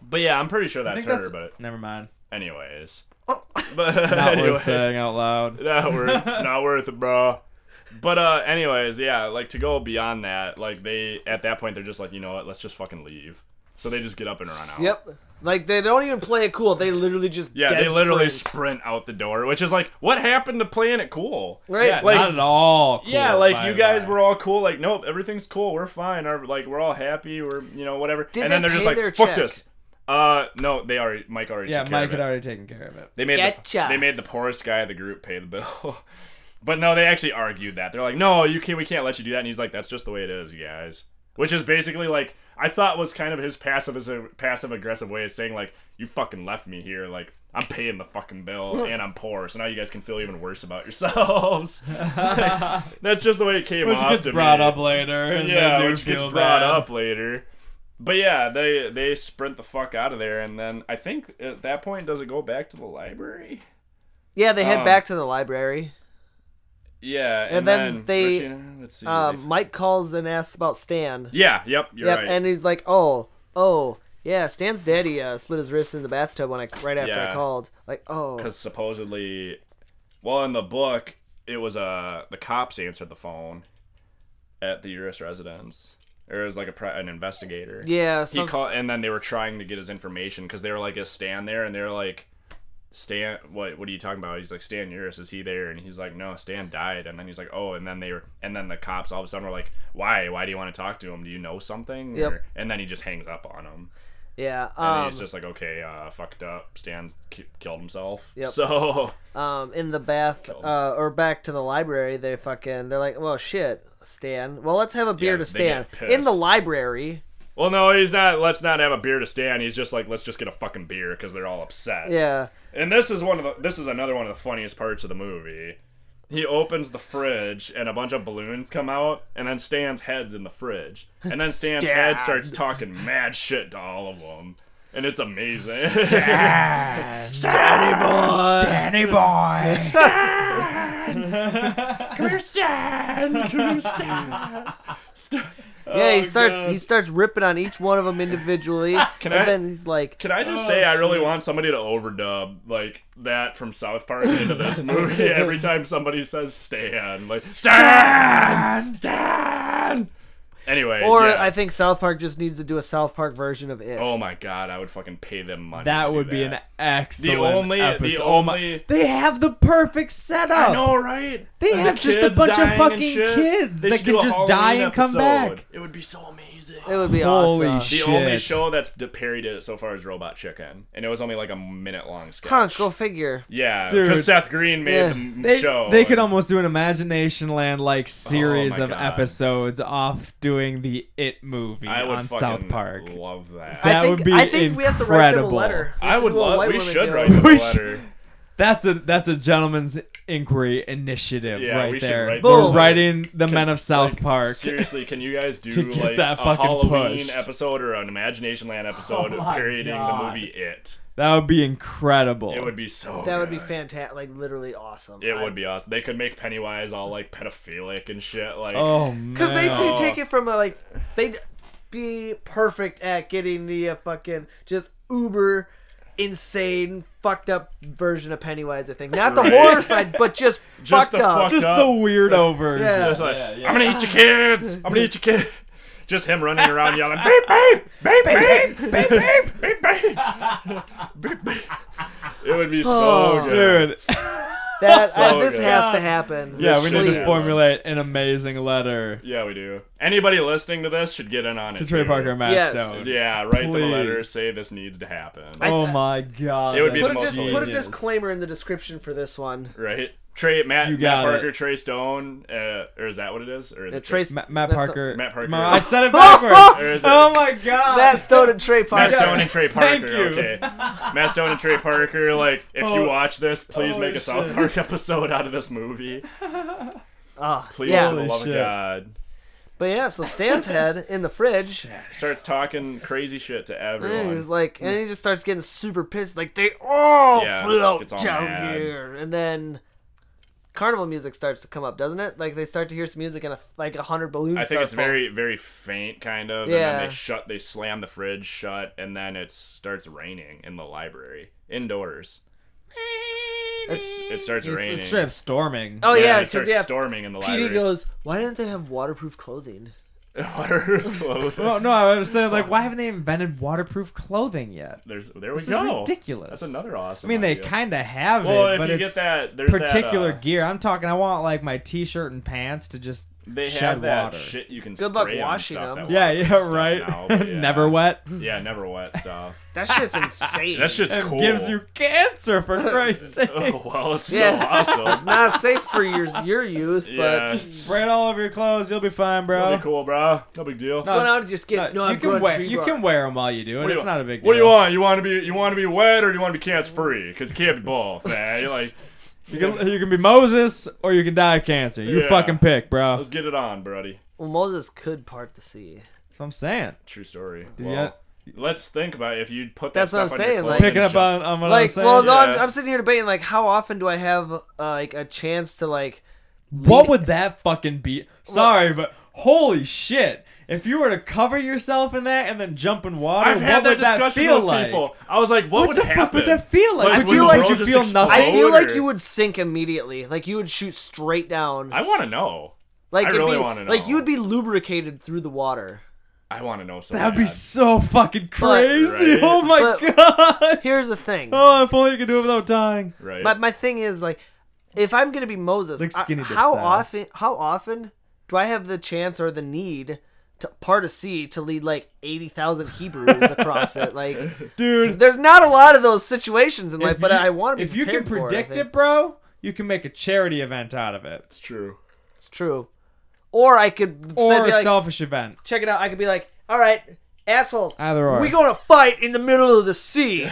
Speaker 3: But yeah, I'm pretty sure that's
Speaker 1: think
Speaker 3: her.
Speaker 1: that's- Oh.
Speaker 3: But
Speaker 1: Never mind.
Speaker 3: anyways, but
Speaker 1: Not
Speaker 3: anyway,
Speaker 1: worth saying out loud.
Speaker 3: not worth, not worth it, bro. But uh, anyways, yeah, like to go beyond that, like they at that point they're just like, you know what, let's just fucking leave. So they just get up and run out.
Speaker 2: Yep. Like they don't even play it cool. They literally just
Speaker 3: Yeah,
Speaker 2: dead
Speaker 3: they literally
Speaker 2: sprint.
Speaker 3: sprint out the door, which is like, what happened to playing it cool?
Speaker 2: Right.
Speaker 3: Yeah, like,
Speaker 1: Not at all. cool,
Speaker 3: yeah, like
Speaker 1: by
Speaker 3: you
Speaker 1: the
Speaker 3: guys
Speaker 1: way.
Speaker 3: were all cool. Like, nope, everything's cool. We're fine. Our, like, we're all happy. We're you know whatever.
Speaker 2: Did
Speaker 3: and then
Speaker 2: they
Speaker 3: are just
Speaker 2: pay
Speaker 3: like,
Speaker 2: their
Speaker 3: fuck
Speaker 2: check?
Speaker 3: this. Uh, no, they already Mike already.
Speaker 1: Yeah,
Speaker 3: took care
Speaker 1: Mike
Speaker 3: of
Speaker 1: had
Speaker 3: it.
Speaker 1: already taken care of it.
Speaker 3: They made
Speaker 2: Getcha.
Speaker 3: the, they made the poorest guy of the group pay the bill. but no, they actually argued that. They're like, "No, you can not we can't let you do that." And he's like, "That's just the way it is, you guys." Which is basically like I thought was kind of his passive passive aggressive way of saying like, "You fucking left me here. Like, I'm paying the fucking bill and I'm poor. So now you guys can feel even worse about yourselves." That's just the way it came
Speaker 1: Which
Speaker 3: off
Speaker 1: gets
Speaker 3: to
Speaker 1: brought
Speaker 3: me.
Speaker 1: up later. And
Speaker 3: Yeah,
Speaker 1: they do
Speaker 3: which gets
Speaker 1: feel
Speaker 3: brought
Speaker 1: bad.
Speaker 3: up later. But yeah, they they sprint the fuck out of there, and then I think at that point does it go back to the library?
Speaker 2: Yeah, they head
Speaker 3: Um,
Speaker 2: back to the library.
Speaker 3: Yeah, and,
Speaker 2: And then they-
Speaker 3: Regina- let's see.
Speaker 2: Uh,
Speaker 3: they-
Speaker 2: Mike calls and asks about Stan.
Speaker 3: yeah, yep, you're
Speaker 2: yep,
Speaker 3: right.
Speaker 2: and he's like, "Oh, oh, yeah, Stan's daddy uh, slit his wrist in the bathtub when I right after I
Speaker 3: Yeah.
Speaker 2: called." Like, oh,
Speaker 3: Because supposedly, well, in the book, it was uh the cops answered the phone at the U.S. residence, or it was like a pri- an investigator.
Speaker 2: yeah,
Speaker 3: He
Speaker 2: some,
Speaker 3: called, and then they were trying to get his information because they were like, "Is Stan there?" And they're like, "Stan, what? What are you talking about?" He's like, "Stan Uris, is he there?" And he's like, "No, Stan died." And then he's like, "Oh," and then they were, and then the cops all of a sudden were like, "Why? Why do you want to talk to him? Do you know something?"
Speaker 2: Yep.
Speaker 3: Or- and then he just hangs up on him.
Speaker 2: yeah.
Speaker 3: And
Speaker 2: Um,
Speaker 3: he's just like, okay, uh, fucked up. Stan's ki- killed himself.
Speaker 2: Yep.
Speaker 3: So,
Speaker 2: um, in the bath
Speaker 3: Killed him.
Speaker 2: uh, or back to the library, they fucking they're like, "Well, shit, Stan. Well, let's have a beer to
Speaker 3: Yeah, they
Speaker 2: Stan
Speaker 3: get
Speaker 2: in the
Speaker 3: pissed.
Speaker 2: library."
Speaker 3: well, no, he's not. Let's not have a beer to Stan. He's just like, let's just get a fucking beer because they're all upset.
Speaker 2: Yeah,
Speaker 3: And this is one of the. This is another one of the funniest parts of the movie. He opens the fridge and a bunch of balloons come out, and then Stan's head's in the fridge, and then Stan's head starts talking mad shit to all of them, and it's amazing.
Speaker 1: Danny boy.
Speaker 3: Come here, Stan. Come here, Stan. Stan.
Speaker 2: yeah.
Speaker 3: Oh,
Speaker 2: he starts
Speaker 3: God.
Speaker 2: he starts ripping on each one of them individually,
Speaker 3: Can
Speaker 2: and
Speaker 3: I-
Speaker 2: then he's like,
Speaker 3: Can I just say I really want somebody to overdub like that from South Park into this movie every time somebody says Stan, like Stan, Stan. Anyway,
Speaker 2: Or
Speaker 3: yeah.
Speaker 2: I think South Park just needs to do a South Park version of it.
Speaker 3: Oh my god, I would fucking pay them money. to
Speaker 1: That
Speaker 3: do
Speaker 1: would be an
Speaker 3: that.
Speaker 1: excellent
Speaker 3: only- the
Speaker 1: episode. Oh my-
Speaker 3: only-
Speaker 1: they have the perfect setup.
Speaker 3: I know, right?
Speaker 1: They
Speaker 3: The
Speaker 1: have just a
Speaker 3: kids
Speaker 1: bunch of
Speaker 3: dying and
Speaker 1: fucking
Speaker 3: shit.
Speaker 1: kids
Speaker 3: They
Speaker 1: that
Speaker 3: should
Speaker 1: can
Speaker 3: do a
Speaker 1: just die
Speaker 3: Halloween
Speaker 1: and come
Speaker 3: episode.
Speaker 1: back.
Speaker 3: It would be so amazing.
Speaker 2: It would be
Speaker 1: Holy
Speaker 2: awesome.
Speaker 3: the
Speaker 1: shit.
Speaker 3: only show that's d- parodied it so far is Robot Chicken, and it was only like a minute long sketch.
Speaker 2: Huh, go figure.
Speaker 3: yeah,
Speaker 1: Dude.
Speaker 3: because Seth Green made
Speaker 2: Yeah.
Speaker 3: the m-
Speaker 1: They,
Speaker 3: show.
Speaker 1: they could
Speaker 3: and-
Speaker 1: almost do an Imagination Land like series
Speaker 3: my
Speaker 1: of
Speaker 3: God.
Speaker 1: episodes off doing the It movie
Speaker 3: I would
Speaker 1: on
Speaker 3: fucking
Speaker 1: South Park.
Speaker 3: Love that.
Speaker 1: That
Speaker 2: I think
Speaker 1: would be
Speaker 2: I think we have to write them a
Speaker 1: incredible.
Speaker 2: letter. We
Speaker 3: I
Speaker 2: have to
Speaker 3: would
Speaker 2: do a
Speaker 3: love.
Speaker 2: white
Speaker 3: We
Speaker 2: woman
Speaker 3: should
Speaker 2: deal.
Speaker 3: write them a
Speaker 1: We should-
Speaker 3: letter.
Speaker 1: That's a that's a gentleman's inquiry initiative
Speaker 3: Yeah, we
Speaker 1: right
Speaker 3: should
Speaker 1: there.
Speaker 3: write
Speaker 1: We're
Speaker 2: that.
Speaker 1: writing the men of South
Speaker 3: Like,
Speaker 1: Park.
Speaker 3: Seriously, can you guys do
Speaker 1: To get
Speaker 3: like
Speaker 1: that
Speaker 3: a
Speaker 1: fucking
Speaker 3: Halloween
Speaker 1: push.
Speaker 3: episode or an Imagination Land episode
Speaker 1: Oh my
Speaker 3: parodying the
Speaker 1: God.
Speaker 3: movie It?
Speaker 1: That would be incredible.
Speaker 3: It would be so.
Speaker 2: That would be
Speaker 3: good.
Speaker 2: fantastic. Like literally awesome.
Speaker 3: It would be awesome. They could make Pennywise all like pedophilic and shit. Like,
Speaker 1: Oh man.
Speaker 2: Because they do
Speaker 3: Oh.
Speaker 2: take it from a like they'd be perfect at getting the uh, fucking just uber insane fucked up version of Pennywise. I think not the
Speaker 3: Right.
Speaker 2: horror side, but just,
Speaker 3: Just
Speaker 2: fucked
Speaker 3: the
Speaker 2: up.
Speaker 3: fuck-
Speaker 1: just
Speaker 3: up.
Speaker 1: the weirdo version.
Speaker 2: Yeah.
Speaker 3: It's like,
Speaker 1: Yeah, yeah.
Speaker 3: I'm gonna eat your kids. I'm gonna eat your kids. Just him running around yelling, beep beep, beep beep, beep beep, beep beep, beep beep. It would be so
Speaker 2: Oh,
Speaker 3: good.
Speaker 1: Dude,
Speaker 2: that
Speaker 3: So
Speaker 2: uh, this
Speaker 3: good.
Speaker 2: has to happen.
Speaker 1: yeah, we need
Speaker 2: Please.
Speaker 1: to formulate an amazing letter
Speaker 3: Yeah, we do. Anybody listening to this should get in on it.
Speaker 1: to Trey
Speaker 3: dude.
Speaker 1: Parker and Matt
Speaker 2: Yes.
Speaker 1: Stone.
Speaker 3: Yeah, write them a letter.
Speaker 1: Please.
Speaker 3: Say this needs to happen.
Speaker 2: I-
Speaker 1: oh my god.
Speaker 3: It would be
Speaker 2: Put a,
Speaker 3: the
Speaker 1: that's
Speaker 3: most
Speaker 2: dis-
Speaker 3: Genius.
Speaker 2: put a disclaimer in the description for this one.
Speaker 3: right? Trey, Matt,
Speaker 1: You
Speaker 3: Matt
Speaker 1: got
Speaker 3: Parker,
Speaker 1: it.
Speaker 3: Trey Stone, uh, or is that what it is? Or is
Speaker 2: The
Speaker 3: it Trey-
Speaker 2: Trace
Speaker 1: Ma-
Speaker 2: that's
Speaker 1: Matt
Speaker 2: the-
Speaker 1: Parker.
Speaker 3: Matt Parker.
Speaker 1: Ma- I said it backwards.
Speaker 3: Or is it-
Speaker 1: oh my god.
Speaker 2: Matt Stone and Trey Parker.
Speaker 3: Matt Stone and Trey Parker.
Speaker 1: Thank you.
Speaker 3: Okay. Matt Stone and Trey Parker. Like, if you
Speaker 1: Oh.
Speaker 3: watch this, please make a
Speaker 1: Holy
Speaker 3: South
Speaker 1: shit.
Speaker 3: Park episode out of this movie.
Speaker 2: Oh,
Speaker 3: Please,
Speaker 2: yeah.
Speaker 3: for the
Speaker 1: Holy
Speaker 3: love
Speaker 1: shit.
Speaker 3: of God.
Speaker 2: But yeah, so Stan's head in the fridge.
Speaker 3: Starts talking crazy shit to
Speaker 2: And
Speaker 3: everyone.
Speaker 2: he's like, and he just starts getting super pissed, like they all
Speaker 3: Yeah,
Speaker 2: float
Speaker 3: gets all
Speaker 2: down
Speaker 3: mad.
Speaker 2: here. And then carnival music starts to come up, doesn't it? Like they start to hear some music and a, like a hundred balloons.
Speaker 3: I think
Speaker 2: start
Speaker 3: it's
Speaker 2: falling.
Speaker 3: very, very faint, kind of. And then
Speaker 2: Yeah.
Speaker 3: they shut, they slam the fridge shut, and then it starts raining in the library, indoors.
Speaker 2: It's,
Speaker 3: It starts
Speaker 2: It's-
Speaker 3: raining.
Speaker 1: It's straight up storming.
Speaker 2: oh yeah,
Speaker 3: it
Speaker 2: because
Speaker 3: starts
Speaker 2: yeah,
Speaker 3: storming in the
Speaker 2: Petey
Speaker 3: library.
Speaker 2: goes, why didn't they have waterproof clothing?
Speaker 3: Water flows.
Speaker 1: Well, no, I was saying like, why haven't they invented waterproof clothing yet?
Speaker 3: There's, there we
Speaker 1: This is
Speaker 3: go.
Speaker 1: ridiculous.
Speaker 3: That's another awesome.
Speaker 1: I mean, they
Speaker 3: idea.
Speaker 1: kind of have
Speaker 3: Well,
Speaker 1: it,
Speaker 3: if
Speaker 1: but
Speaker 3: you
Speaker 1: it's
Speaker 3: get that, there's
Speaker 1: particular
Speaker 3: that, uh,
Speaker 1: gear. I'm talking. I want like my t-shirt and pants to just
Speaker 3: They
Speaker 1: shed
Speaker 3: have that
Speaker 1: water.
Speaker 3: shit you can
Speaker 2: Good luck
Speaker 3: spray on
Speaker 2: washing
Speaker 3: stuff,
Speaker 2: them.
Speaker 3: that
Speaker 1: Yeah,
Speaker 3: waterproof
Speaker 1: yeah,
Speaker 3: stuff
Speaker 1: right.
Speaker 3: now, but yeah.
Speaker 1: Never wet.
Speaker 3: Yeah, never wet stuff.
Speaker 2: That shit's insane.
Speaker 3: That shit's
Speaker 1: It
Speaker 3: cool.
Speaker 1: gives you cancer for Christ's sake.
Speaker 3: Oh, well, it's still
Speaker 2: Yeah. it's
Speaker 3: awesome.
Speaker 2: not safe for your your use,
Speaker 3: Yeah.
Speaker 2: but
Speaker 1: Just spray it all over your clothes. You'll be fine, bro.
Speaker 3: That'd be cool, bro. No big deal.
Speaker 2: what's going on with your skin? No, I'm
Speaker 1: you can
Speaker 2: going
Speaker 1: wear
Speaker 2: tree
Speaker 1: you
Speaker 2: bark.
Speaker 1: can wear them while you do it.
Speaker 3: What do you
Speaker 1: it's
Speaker 3: want?
Speaker 1: not a big deal.
Speaker 3: What do you want? You want to be you want to be wet or do you want to be cancer free? Because you can't be both, man. You're like,
Speaker 1: You can, you can be Moses or you can die of cancer. You
Speaker 3: Yeah.
Speaker 1: fucking pick, bro.
Speaker 3: let's
Speaker 1: That's
Speaker 3: get it on, buddy.
Speaker 2: Well, Moses could part the sea.
Speaker 1: what I'm saying.
Speaker 3: True story.
Speaker 1: you
Speaker 3: Well, let's think about if you put that
Speaker 2: That's what I'm
Speaker 3: stuff on your
Speaker 2: saying,
Speaker 3: clothes
Speaker 2: like-
Speaker 3: and
Speaker 1: Picking up
Speaker 3: shove-
Speaker 1: on, on what I'm
Speaker 2: like,
Speaker 1: saying.
Speaker 2: well, no, I'm,
Speaker 3: Yeah.
Speaker 2: I'm sitting here debating like, how often do I have uh, like a chance to like?
Speaker 1: What would that fucking be? Sorry, but holy shit. If you were to cover yourself in that and then jump in water,
Speaker 3: I've
Speaker 1: what
Speaker 3: had that
Speaker 1: would that
Speaker 3: discussion
Speaker 1: feel
Speaker 3: with
Speaker 1: like?
Speaker 3: people. I was like, what,
Speaker 1: What
Speaker 3: would
Speaker 1: the
Speaker 3: happen?
Speaker 1: fuck would that feel like?
Speaker 2: Would
Speaker 3: would
Speaker 2: you
Speaker 3: the
Speaker 2: like-
Speaker 3: world
Speaker 1: would you
Speaker 3: just
Speaker 1: feel
Speaker 3: explode,
Speaker 1: nothing?
Speaker 2: I feel like
Speaker 3: or-
Speaker 2: you would sink immediately. Like you would shoot straight down.
Speaker 3: I want to know.
Speaker 2: like
Speaker 3: I
Speaker 2: it'd
Speaker 3: really
Speaker 2: be,
Speaker 3: wanna
Speaker 2: Like
Speaker 3: know.
Speaker 2: you would be lubricated through the water.
Speaker 3: I want to know. So
Speaker 1: That would be
Speaker 3: bad.
Speaker 1: so fucking crazy.
Speaker 3: Right.
Speaker 1: Oh my
Speaker 2: But-
Speaker 1: god.
Speaker 2: Here's the thing.
Speaker 1: Oh, if only you could do it without dying.
Speaker 3: right.
Speaker 2: My my thing is like, if I'm gonna be Moses,
Speaker 1: Like
Speaker 2: I-
Speaker 1: skinny dip
Speaker 2: how
Speaker 1: style.
Speaker 2: often how often do I have the chance or the need to part a sea to lead like eighty thousand Hebrews across it? Like,
Speaker 1: Dude,
Speaker 2: there's not a lot of those situations in life,
Speaker 1: if
Speaker 2: but
Speaker 1: you-
Speaker 2: I want to be.
Speaker 1: If you can
Speaker 2: prepared for I
Speaker 1: predict
Speaker 2: think.
Speaker 1: it, bro, you can make a charity event out of it.
Speaker 3: It's true.
Speaker 2: It's true. Or I could
Speaker 1: Or
Speaker 2: be
Speaker 1: a
Speaker 2: like,
Speaker 1: selfish event.
Speaker 2: check it out. I could be like, all right, assholes,
Speaker 1: Either or.
Speaker 2: we gonna fight in the middle of the sea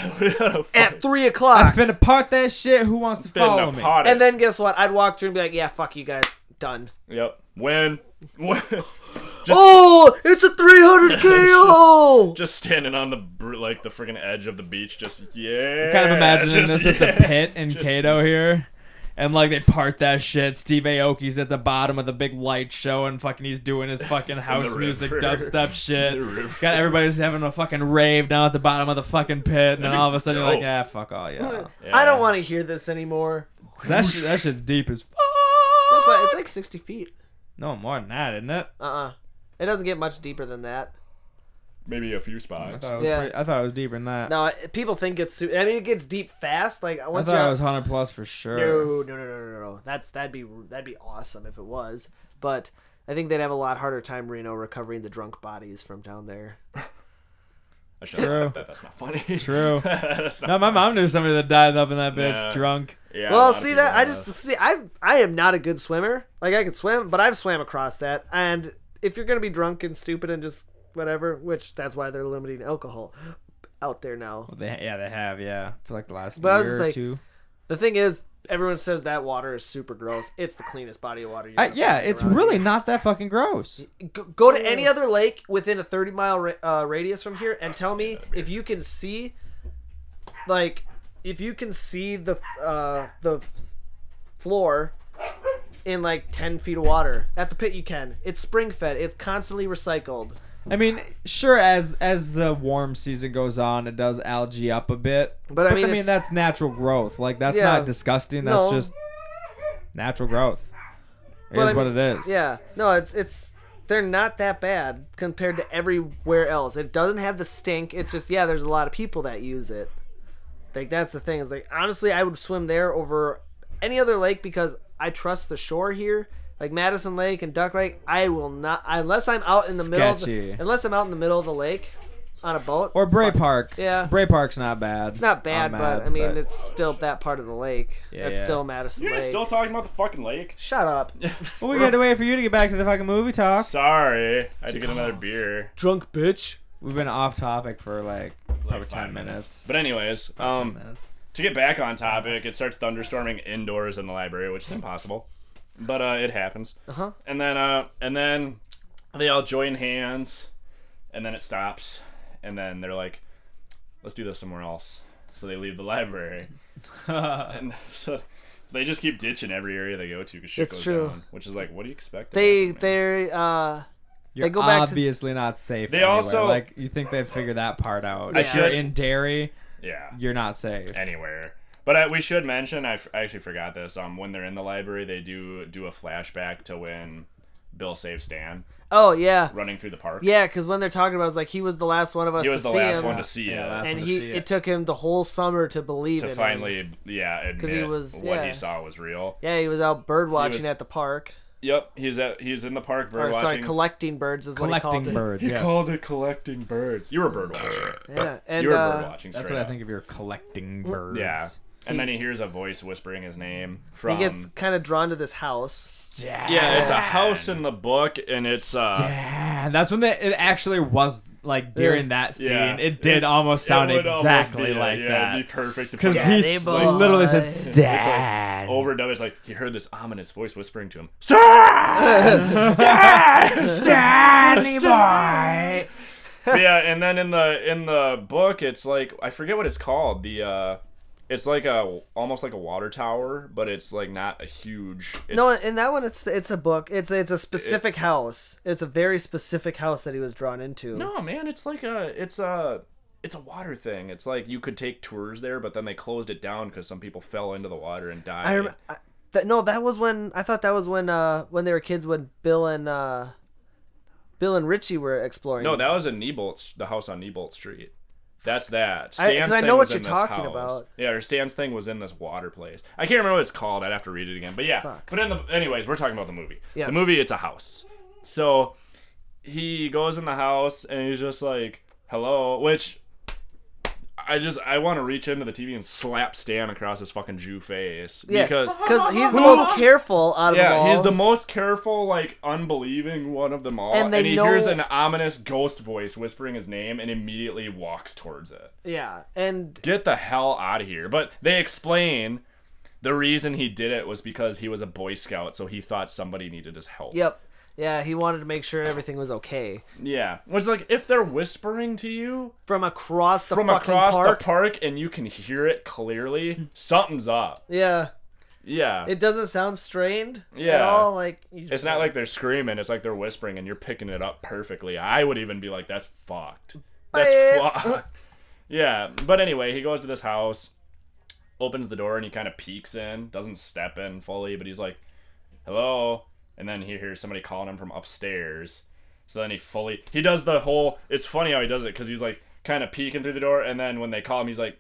Speaker 2: at three o'clock,
Speaker 1: I'm finna part that shit. Who wants to follow me?
Speaker 2: and then guess what? I'd walk through and be like, yeah, fuck you guys, done.
Speaker 3: yep. When, when,
Speaker 2: Oh, it's a three hundred KO.
Speaker 3: just standing on the br- like the freaking edge of the beach, just yeah.
Speaker 1: kind of imagining
Speaker 3: just,
Speaker 1: this at the
Speaker 3: yeah.
Speaker 1: pit in
Speaker 3: Just-
Speaker 1: Kato here. And like they part that shit. Steve Aoki's at the bottom of the big light show and fucking he's doing his fucking house music
Speaker 3: river.
Speaker 1: dubstep shit.
Speaker 3: The river.
Speaker 1: Got everybody's having a fucking rave down at the bottom of the fucking pit, and then
Speaker 3: be
Speaker 1: all of a sudden you're like,
Speaker 3: dope.
Speaker 1: yeah, fuck all y'all.
Speaker 3: Yeah.
Speaker 2: I don't want to hear this anymore.
Speaker 1: 'Cause that, shit, that shit's deep as fuck.
Speaker 2: It's like it's like sixty feet.
Speaker 1: No more than that, isn't it?
Speaker 2: Uh uh It doesn't get much deeper than that.
Speaker 3: Maybe a few
Speaker 1: I
Speaker 3: spots.
Speaker 1: thought it was,
Speaker 2: Yeah.
Speaker 1: pretty- I thought it was deeper than that.
Speaker 2: No, it- people think it's. su- I mean, it gets deep fast. Like
Speaker 1: I
Speaker 2: once
Speaker 1: thought
Speaker 2: you're
Speaker 1: it was hundred plus for sure.
Speaker 2: No, no, no, no, no, no. That's that'd be that'd be awesome if it was, but I think they'd have a lot harder time Reno recovering the drunk bodies from down there.
Speaker 3: I should
Speaker 1: True.
Speaker 3: that. That's not funny.
Speaker 1: True.
Speaker 3: That's not
Speaker 1: No, my
Speaker 3: funny.
Speaker 1: mom knew somebody that died up in that bitch,
Speaker 3: Nah.
Speaker 1: drunk.
Speaker 3: Yeah, a lot
Speaker 2: well,
Speaker 3: of
Speaker 2: see
Speaker 3: people
Speaker 2: that I
Speaker 3: know
Speaker 2: just
Speaker 3: this.
Speaker 2: see I I am not a good swimmer. Like I could swim, but I've swam across that. And if you're gonna be drunk and stupid and just whatever, which that's why they're limiting alcohol out there now.
Speaker 1: Well, they, yeah, they have. Yeah, for like the last
Speaker 2: But I was
Speaker 1: year or
Speaker 2: like-
Speaker 1: two.
Speaker 2: The thing is, everyone says that water is super gross. It's the cleanest body of water. You're
Speaker 1: I,
Speaker 2: gonna
Speaker 1: yeah,
Speaker 2: find
Speaker 1: it's
Speaker 2: around.
Speaker 1: really not that fucking gross.
Speaker 2: Go- go to any other lake within a 30 mile ra- uh, radius from here and tell me if you can see like if you can see the uh, the f- floor in like 10 feet of water at the pit you can it's spring fed it's constantly recycled
Speaker 1: I mean, sure, as as the warm season goes on, it does algae up a bit.
Speaker 2: But I mean, it's-
Speaker 1: that's natural growth. Like that's
Speaker 2: Yeah.
Speaker 1: not disgusting.
Speaker 2: No.
Speaker 1: That's just natural growth. It is
Speaker 2: But I
Speaker 1: what
Speaker 2: mean-
Speaker 1: it is.
Speaker 2: yeah no it's it's they're not that bad compared to everywhere else it doesn't have the stink it's just yeah there's a lot of people that use it like that's the thing is like honestly i would swim there over any other lake because i trust the shore here like madison lake and duck lake i will not unless i'm out in the middle
Speaker 1: Sketchy.
Speaker 2: of the, unless i'm out in the middle of the lake on a boat
Speaker 1: Or Bray Park.
Speaker 2: Yeah.
Speaker 1: Bray Park's not bad.
Speaker 2: it's not bad
Speaker 1: I'm
Speaker 2: but
Speaker 1: mad,
Speaker 2: i mean it's still that part of the lake
Speaker 1: Yeah,
Speaker 2: that's
Speaker 1: yeah.
Speaker 2: still madison
Speaker 3: You guys
Speaker 2: lake
Speaker 3: still talking about the fucking lake?
Speaker 2: shut up
Speaker 1: Well, we got to wait for you to get back to the fucking movie talk.
Speaker 3: Sorry, I had to get another beer.
Speaker 2: drunk bitch
Speaker 1: We've been off topic for like
Speaker 3: Like
Speaker 1: over
Speaker 3: five
Speaker 1: ten minutes.
Speaker 3: But anyways, um,
Speaker 1: minutes.
Speaker 3: to get back on topic, it starts thunderstorming indoors in the library, which is impossible, but uh, it happens.
Speaker 2: uh-huh
Speaker 3: And then, uh, and then they all join hands, and then it stops, and then they're like, "Let's do this somewhere else." So they leave the library, and so they just keep ditching every area they go to because shit
Speaker 2: It's
Speaker 3: goes
Speaker 2: true.
Speaker 3: down, which is like, what do you expect? of
Speaker 2: they
Speaker 3: that, man?
Speaker 2: they uh
Speaker 1: You're
Speaker 2: go back to-
Speaker 1: obviously not safe.
Speaker 3: They
Speaker 1: anywhere.
Speaker 3: also-
Speaker 1: like you think they figured that part out.
Speaker 3: I
Speaker 1: If you're
Speaker 3: should-
Speaker 1: in Derry,
Speaker 3: yeah.
Speaker 1: you're not safe.
Speaker 3: anywhere. But I, we should mention, I, f- I actually forgot this. Um, when they're in the library, they do do a flashback to when Bill saves Stan
Speaker 2: oh yeah
Speaker 3: running through the park.
Speaker 2: Yeah, because when they're talking about, it, it's like he was the last one of us
Speaker 3: he was
Speaker 2: to
Speaker 3: the
Speaker 2: see
Speaker 3: last
Speaker 2: him,
Speaker 3: one to see
Speaker 1: Yeah, last
Speaker 3: it
Speaker 1: one
Speaker 2: and
Speaker 1: to
Speaker 2: he
Speaker 1: see
Speaker 2: it.
Speaker 1: it.
Speaker 2: took him the whole summer to believe
Speaker 3: to
Speaker 2: in Him.
Speaker 3: finally, yeah, admit
Speaker 2: he was-
Speaker 3: what
Speaker 2: yeah.
Speaker 3: he saw was real.
Speaker 2: Yeah, he was out bird watching
Speaker 3: was-
Speaker 2: at the park,
Speaker 3: Yep, he's at he's in the park bird
Speaker 2: or sorry,
Speaker 3: watching.
Speaker 2: collecting birds is what he
Speaker 1: Collecting
Speaker 2: called
Speaker 1: birds. yes.
Speaker 3: it collecting birds. You were bird watching.
Speaker 2: it. Yeah, and
Speaker 3: you were
Speaker 2: uh,
Speaker 3: bird watching.
Speaker 1: That's what I think of your collecting birds.
Speaker 3: Yeah. And then he hears a voice whispering his name
Speaker 2: he
Speaker 3: from.
Speaker 2: gets kind of drawn to this house.
Speaker 3: yeah, it's a house in the book, and it's uh,
Speaker 1: Damn, that's when they, it actually was like during that scene.
Speaker 3: Yeah.
Speaker 1: it did
Speaker 3: It's-
Speaker 1: almost
Speaker 3: it
Speaker 1: sound
Speaker 3: would almost
Speaker 1: exactly
Speaker 3: be it.
Speaker 1: like
Speaker 3: Yeah,
Speaker 1: that.
Speaker 3: it'd be perfect to
Speaker 1: Because
Speaker 3: put
Speaker 1: he
Speaker 3: that.
Speaker 1: s-
Speaker 2: Daddy boy.
Speaker 1: literally said,
Speaker 2: It's like
Speaker 1: "Stan."
Speaker 3: overdub. It's like he heard this ominous voice whispering to him, "Stan, Stan,
Speaker 1: Stanley
Speaker 3: Stan!"
Speaker 1: boy.
Speaker 3: yeah, and then in the in the book, it's like I forget what it's called. The uh, it's like a almost like a water tower, but it's like not a huge. It's,
Speaker 2: No, in that one, it's it's a book. It's it's a specific house. It's a very specific house that he was drawn into.
Speaker 3: no, man, it's like a it's a it's a water thing. It's like you could take tours there, but then they closed it down because some people fell into the water and died.
Speaker 2: I rem- I, that, no, that was when I thought that was when uh when they were kids when Bill and uh Bill and Richie were exploring.
Speaker 3: no, that was in Niebolt, the house on Niebolt Street. That's that.
Speaker 2: I- 'cause I
Speaker 3: thing
Speaker 2: know
Speaker 3: was
Speaker 2: what
Speaker 3: in
Speaker 2: you're
Speaker 3: this
Speaker 2: talking
Speaker 3: house.
Speaker 2: about.
Speaker 3: Yeah, or Stan's thing was in this water place. I can't remember what it's called. I'd have to read it again. But yeah.
Speaker 2: Fuck.
Speaker 3: But in the anyways, we're talking about the movie.
Speaker 2: Yes.
Speaker 3: The movie, it's a house. So he goes in the house and he's just like, "Hello," which I just I want to reach into the TV and slap Stan across his fucking Jew face
Speaker 2: yeah,
Speaker 3: because
Speaker 2: he's the most careful out of
Speaker 3: yeah,
Speaker 2: them all.
Speaker 3: he's the most careful, like unbelieving one of them all,
Speaker 2: And
Speaker 3: and,
Speaker 2: they
Speaker 3: he
Speaker 2: know-
Speaker 3: hears an ominous ghost voice whispering his name, and immediately walks towards it.
Speaker 2: Yeah, and
Speaker 3: Get the hell out of here! But they explain the reason he did it was because he was a Boy Scout, so he thought somebody needed his help.
Speaker 2: yep, yeah, he wanted to make sure everything was okay
Speaker 3: Yeah, which like if they're whispering to you
Speaker 2: from across the
Speaker 3: from
Speaker 2: fucking
Speaker 3: across
Speaker 2: park.
Speaker 3: the park and you can hear it clearly, something's up.
Speaker 2: yeah,
Speaker 3: Yeah,
Speaker 2: it doesn't sound strained at
Speaker 3: Yeah.
Speaker 2: all. Like you-
Speaker 3: it's not like they're screaming; it's like they're whispering, and you're picking it up perfectly. I would even be like, "That's fucked. That's
Speaker 2: Bye.
Speaker 3: fucked." yeah, but anyway, he goes to this house, opens the door, and he kind of peeks in. Doesn't step in fully, but he's like, "Hello," and then he hears somebody calling him from upstairs, So then he fully he does the whole. It's funny how he does it because he's like kind of peeking through the door, and then when they call him, he's like.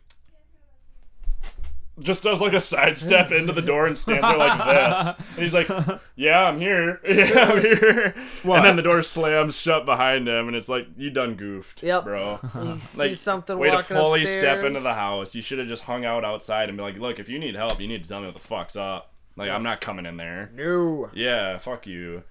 Speaker 3: Just does like a sidestep into the door and stands there like this. And he's like, Yeah, I'm here. Yeah, I'm here. And then the door slams shut behind him, and it's like, You done goofed,
Speaker 2: Yep.
Speaker 3: bro.
Speaker 2: You see
Speaker 3: Like,
Speaker 2: something
Speaker 3: way to
Speaker 2: walking
Speaker 3: fully
Speaker 2: upstairs.
Speaker 3: step into the house. You should have just hung out outside and be like, Look, if you need help, you need to tell me what the fuck's up. Like, I'm not coming in there.
Speaker 2: No.
Speaker 3: Yeah, fuck you.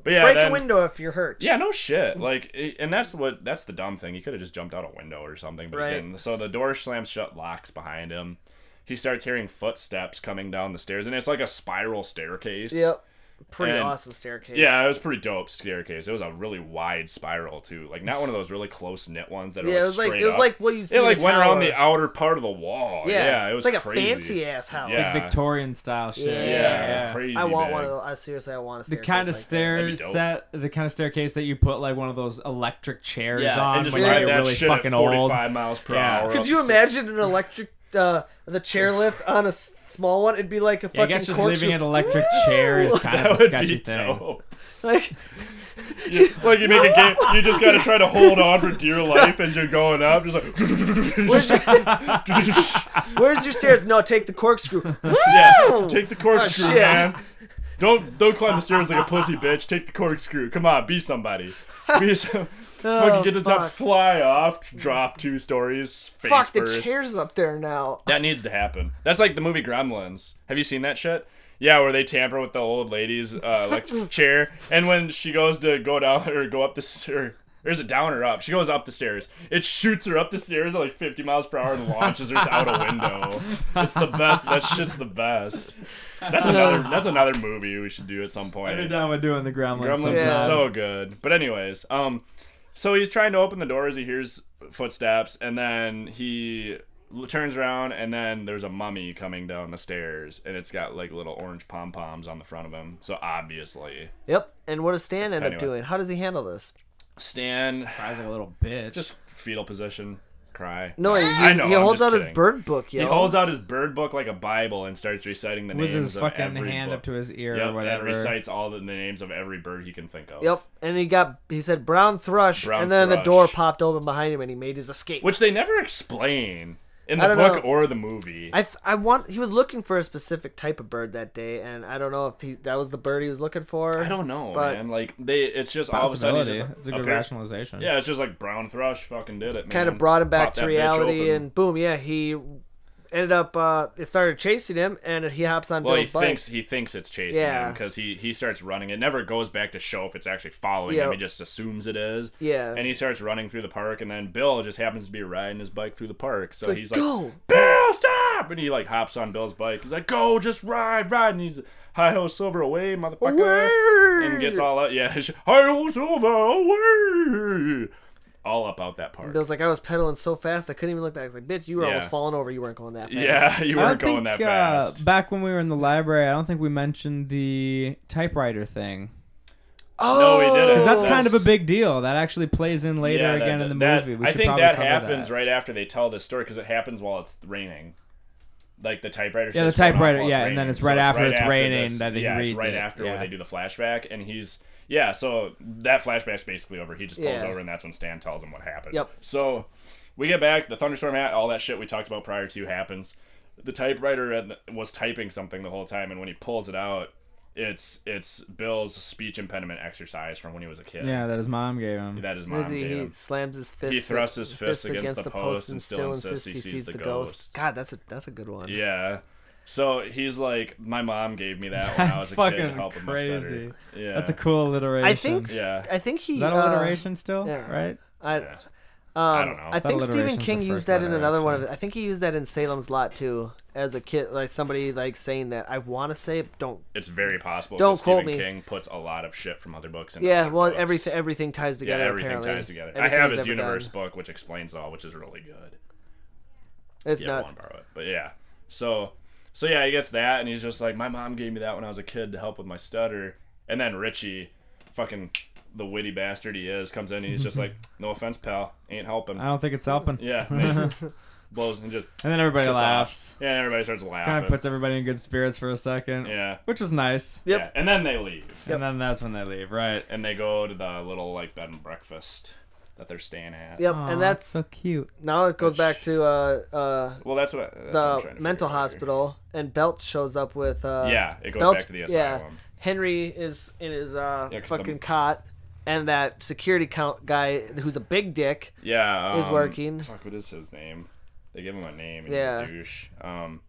Speaker 3: But yeah,
Speaker 2: Break
Speaker 3: then,
Speaker 2: a window if you're hurt.
Speaker 3: yeah, no shit. Like, it- and that's what that's the dumb thing. He could have just jumped out a window or something, but
Speaker 2: Right.
Speaker 3: he didn't. So the door slams shut, locks behind him. He starts hearing footsteps coming down the stairs, and it's like a spiral staircase.
Speaker 2: Yep. Pretty
Speaker 3: And-
Speaker 2: awesome staircase.
Speaker 3: Yeah, it was a pretty dope staircase. It was a really wide spiral too, like not one of those really close knit ones that. Are,
Speaker 2: Yeah, it was like
Speaker 3: straight
Speaker 2: it was
Speaker 3: up.
Speaker 2: like what you see.
Speaker 3: it
Speaker 2: in a
Speaker 3: like went around the
Speaker 2: tower.
Speaker 3: outer part of the wall. Yeah, it was
Speaker 2: it's like
Speaker 3: crazy.
Speaker 2: a fancy ass house.
Speaker 3: Yeah.
Speaker 1: Like Victorian style shit.
Speaker 2: Yeah.
Speaker 3: Yeah, crazy.
Speaker 2: I want
Speaker 3: big.
Speaker 2: one of those. I seriously, I want a
Speaker 1: The
Speaker 2: staircase
Speaker 1: kind of
Speaker 2: like that.
Speaker 1: stair
Speaker 3: That'd be dope.
Speaker 1: set, the kind of staircase that you put like one of those electric chairs
Speaker 3: Yeah,
Speaker 1: on
Speaker 3: and just
Speaker 1: when
Speaker 3: ride
Speaker 1: you're
Speaker 3: that
Speaker 1: really
Speaker 3: shit
Speaker 1: fucking
Speaker 3: at 45
Speaker 1: old.
Speaker 3: miles per
Speaker 1: Yeah.
Speaker 3: hour. up
Speaker 2: Could
Speaker 3: the
Speaker 2: you
Speaker 3: stairs.
Speaker 2: imagine an electric uh, the chairlift on a s- small one? It'd be like a fucking.
Speaker 1: Yeah, I guess just
Speaker 2: corkscrew.
Speaker 1: leaving an electric chair is
Speaker 2: Woo!
Speaker 1: kind
Speaker 3: That
Speaker 1: of a
Speaker 3: would be
Speaker 1: sketchy thing.
Speaker 3: dope.
Speaker 2: Like,
Speaker 3: You- like you make a game, you just gotta try to hold on for dear life as you're going up. Just
Speaker 2: where's your,
Speaker 3: like,
Speaker 2: where's your stairs? No, take the corkscrew.
Speaker 3: yeah,
Speaker 2: Woo! Oh,
Speaker 3: take the corkscrew,
Speaker 2: shit.
Speaker 3: man. Don't don't climb the stairs like a pussy, bitch. Take the corkscrew. Come on, be somebody. Be some, fucking get to the top,
Speaker 2: Oh, fuck.
Speaker 3: fly off, drop two stories. Face
Speaker 2: Fuck, the
Speaker 3: first.
Speaker 2: chair's up there now.
Speaker 3: That needs to happen. That's like the movie Gremlins. Have you seen that shit? Yeah, where they tamper with the old lady's uh, electric chair, and when she goes to go down or go up the stairs, or is it down or up? She goes up the stairs. It shoots her up the stairs at like 50 miles per hour and launches her out a window. It's the best. That shit's the best. That's another. That's another movie we should do at some point.
Speaker 1: You're done with doing the gremlins.
Speaker 3: Gremlins
Speaker 2: Yeah.
Speaker 3: is
Speaker 1: sometime.
Speaker 3: so good. But anyways, um, so he's trying to open the door as he hears footsteps, and then he l- turns around, and then there's a mummy coming down the stairs, and it's got like little orange pom poms on the front of him. So obviously,
Speaker 2: Yep. And what does Stan end
Speaker 3: Anyway.
Speaker 2: up doing? How does he handle this?
Speaker 3: Stan
Speaker 1: Cries like a little bitch.
Speaker 3: just fetal position, cry.
Speaker 2: No, he,
Speaker 3: I know,
Speaker 2: he
Speaker 3: I'm
Speaker 2: holds
Speaker 3: just
Speaker 2: out his
Speaker 3: kidding.
Speaker 2: bird book, yo.
Speaker 3: He holds out his bird book like a Bible and starts reciting the
Speaker 1: with
Speaker 3: names
Speaker 1: his
Speaker 3: of
Speaker 1: fucking
Speaker 3: every
Speaker 1: hand
Speaker 3: book.
Speaker 1: up to his ear
Speaker 3: Yep,
Speaker 1: or
Speaker 3: and
Speaker 1: whatever.
Speaker 3: recites all the, the names of every bird he can think of.
Speaker 2: Yep, and he got he said brown thrush,
Speaker 3: Brown
Speaker 2: and then
Speaker 3: thrush.
Speaker 2: the door popped open behind him, and he made his escape.
Speaker 3: Which they never explain in
Speaker 2: I
Speaker 3: the
Speaker 2: don't
Speaker 3: book
Speaker 2: know.
Speaker 3: or the movie.
Speaker 2: I, th- I want he was looking for a specific type of bird that day, and I don't know if he that was the bird he was looking for.
Speaker 3: I don't know,
Speaker 2: But-
Speaker 3: man. Like they, it's just all of a sudden. It's,
Speaker 1: Possibility.
Speaker 3: just,
Speaker 1: It's a good
Speaker 3: appear-
Speaker 1: rationalization.
Speaker 3: Yeah, it's just like brown thrush fucking did it. Man.
Speaker 2: Kind of brought him back
Speaker 3: Popped
Speaker 2: to
Speaker 3: that bitch
Speaker 2: reality,
Speaker 3: open.
Speaker 2: and boom, yeah, he ended up. Uh, it started chasing him, and he hops on
Speaker 3: well, he
Speaker 2: Bill's bike.
Speaker 3: thinks he thinks it's chasing
Speaker 2: Yeah.
Speaker 3: him because he he starts running. It never goes back to show if it's actually following
Speaker 2: Yeah.
Speaker 3: him. He just assumes it is.
Speaker 2: yeah,
Speaker 3: And he starts running through the park, and then Bill just happens to be riding his bike through the park. So he's like,
Speaker 2: go.
Speaker 3: Bill, stop! And he like hops on Bill's bike. He's like, go, just ride, ride. And he's hi ho silver away, motherfucker. And gets all up. Yeah, hi ho silver away. All up out that park.
Speaker 2: Bill's like, I was pedaling so fast I couldn't even look back. It's like, bitch, you were
Speaker 3: Yeah.
Speaker 2: almost falling over. You weren't going that fast.
Speaker 3: Yeah, you
Speaker 1: I don't
Speaker 3: weren't going that
Speaker 1: think,
Speaker 3: fast.
Speaker 1: Uh, back when we were in the library, I don't think we mentioned the typewriter thing.
Speaker 2: Oh,
Speaker 3: we didn't.
Speaker 1: Because that's
Speaker 3: Oh.
Speaker 1: kind of a big deal. That actually plays in later
Speaker 3: Yeah, that-
Speaker 1: again in the
Speaker 3: that-
Speaker 1: movie. We
Speaker 3: I
Speaker 1: should
Speaker 3: think
Speaker 1: probably
Speaker 3: that
Speaker 1: cover
Speaker 3: happens
Speaker 1: that.
Speaker 3: right after they tell this story because it happens while it's raining. Like the typewriter.
Speaker 1: Yeah, the
Speaker 3: starts going off
Speaker 1: typewriter,
Speaker 3: while it's
Speaker 1: yeah, and then
Speaker 3: raining,
Speaker 1: it's right
Speaker 3: so
Speaker 1: after it's raining
Speaker 3: this-
Speaker 1: that he
Speaker 3: yeah,
Speaker 1: reads
Speaker 3: it's right
Speaker 1: it,
Speaker 3: after
Speaker 1: yeah.
Speaker 3: where they do the flashback, and he's yeah. So that flashback's basically over. He just pulls
Speaker 2: Yeah.
Speaker 3: over, and that's when Stan tells him what happened.
Speaker 2: Yep.
Speaker 3: So we get back the thunderstorm hat, all that shit we talked about prior to happens. The typewriter had- was typing something the whole time, and when he pulls it out, it's it's Bill's speech impediment exercise from when he was a kid.
Speaker 1: Yeah, that his mom gave him.
Speaker 3: That is mom
Speaker 2: Lizzie,
Speaker 3: gave
Speaker 2: he
Speaker 3: him.
Speaker 2: slams his fist.
Speaker 3: He thrusts his fist against the post and still insists he sees the ghosts.
Speaker 2: God, that's a that's a good one.
Speaker 3: Yeah. So he's like, my mom gave me that when I was
Speaker 1: That's
Speaker 3: a kid to
Speaker 1: fucking
Speaker 3: help with my
Speaker 1: crazy.
Speaker 3: stutter. Yeah.
Speaker 1: That's a cool alliteration.
Speaker 2: I think
Speaker 3: Yeah.
Speaker 2: I think he
Speaker 1: Is that
Speaker 2: uh,
Speaker 1: alliteration still?
Speaker 2: yeah.
Speaker 1: Right?
Speaker 2: I,
Speaker 3: Yeah.
Speaker 2: um,
Speaker 3: I don't know.
Speaker 2: I think Stephen
Speaker 1: alliteration's
Speaker 2: King
Speaker 1: the
Speaker 2: used
Speaker 1: first
Speaker 2: that in
Speaker 1: letter,
Speaker 2: another one of. I think he used that in Salem's Lot too, as a kid, like somebody like saying that. I want to say it, don't.
Speaker 3: It's very possible.
Speaker 2: Don't
Speaker 3: 'cause
Speaker 2: quote
Speaker 3: Stephen
Speaker 2: me.
Speaker 3: King puts a lot of shit from other books. And
Speaker 2: Yeah,
Speaker 3: other
Speaker 2: well,
Speaker 3: books.
Speaker 2: everything everything ties
Speaker 3: Yeah,
Speaker 2: together.
Speaker 3: everything
Speaker 2: apparently.
Speaker 3: ties together.
Speaker 2: Everything
Speaker 3: I have
Speaker 2: he's
Speaker 3: his
Speaker 2: ever done.
Speaker 3: universe book, which explains it all, which is really good.
Speaker 2: It's
Speaker 3: yeah, I
Speaker 2: nuts.
Speaker 3: want to borrow it. But yeah, so so yeah, he gets that, and he's just like, my mom gave me that when I was a kid to help with my stutter. And then Richie, fucking the witty
Speaker 2: Uh,
Speaker 3: bastard he is, comes in and he's just like, no offense, pal, ain't helping.
Speaker 1: I don't think it's helping.
Speaker 3: Yeah. and they- blows and just
Speaker 1: And then everybody
Speaker 3: pisses off.
Speaker 1: laughs.
Speaker 3: Yeah, and everybody starts laughing.
Speaker 1: Kind of puts everybody in good spirits for a second.
Speaker 3: yeah.
Speaker 1: Which is nice.
Speaker 2: Yep.
Speaker 3: Yeah. And then they leave.
Speaker 1: And then that's when they leave, right?
Speaker 3: And they go to the little like bed and breakfast that they're staying at.
Speaker 2: Yep, and that's
Speaker 1: so cute.
Speaker 2: now it goes back to uh, uh,
Speaker 3: Well, that's what, I, that's what I'm
Speaker 2: the
Speaker 3: trying to
Speaker 2: mental
Speaker 3: figure out
Speaker 2: hospital, and Belt shows up with. Uh,
Speaker 3: here. Yeah, it goes
Speaker 2: Belch-
Speaker 3: back to the
Speaker 2: yeah.
Speaker 3: asylum.
Speaker 2: Henry is in his uh,
Speaker 3: Yeah, 'cause the-
Speaker 2: fucking cot, and that security count guy who's a big dick.
Speaker 3: Yeah, um,
Speaker 2: Is working.
Speaker 3: Fuck, what is his name? They give him a name. And
Speaker 2: Yeah.
Speaker 3: he's a douche. Um,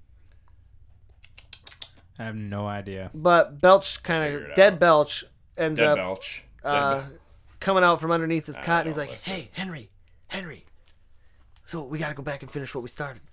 Speaker 1: I have no idea.
Speaker 2: But Belch kind
Speaker 3: Figure it
Speaker 2: of dead
Speaker 3: out.
Speaker 2: Belch ends
Speaker 3: Dead
Speaker 2: up
Speaker 3: Belch. Dead
Speaker 2: uh,
Speaker 3: Bel-
Speaker 2: coming out from underneath his
Speaker 3: I
Speaker 2: cot, and he's
Speaker 3: don't
Speaker 2: like,
Speaker 3: listen.
Speaker 2: "Hey, Henry, Henry. So we got to go back and finish what we started.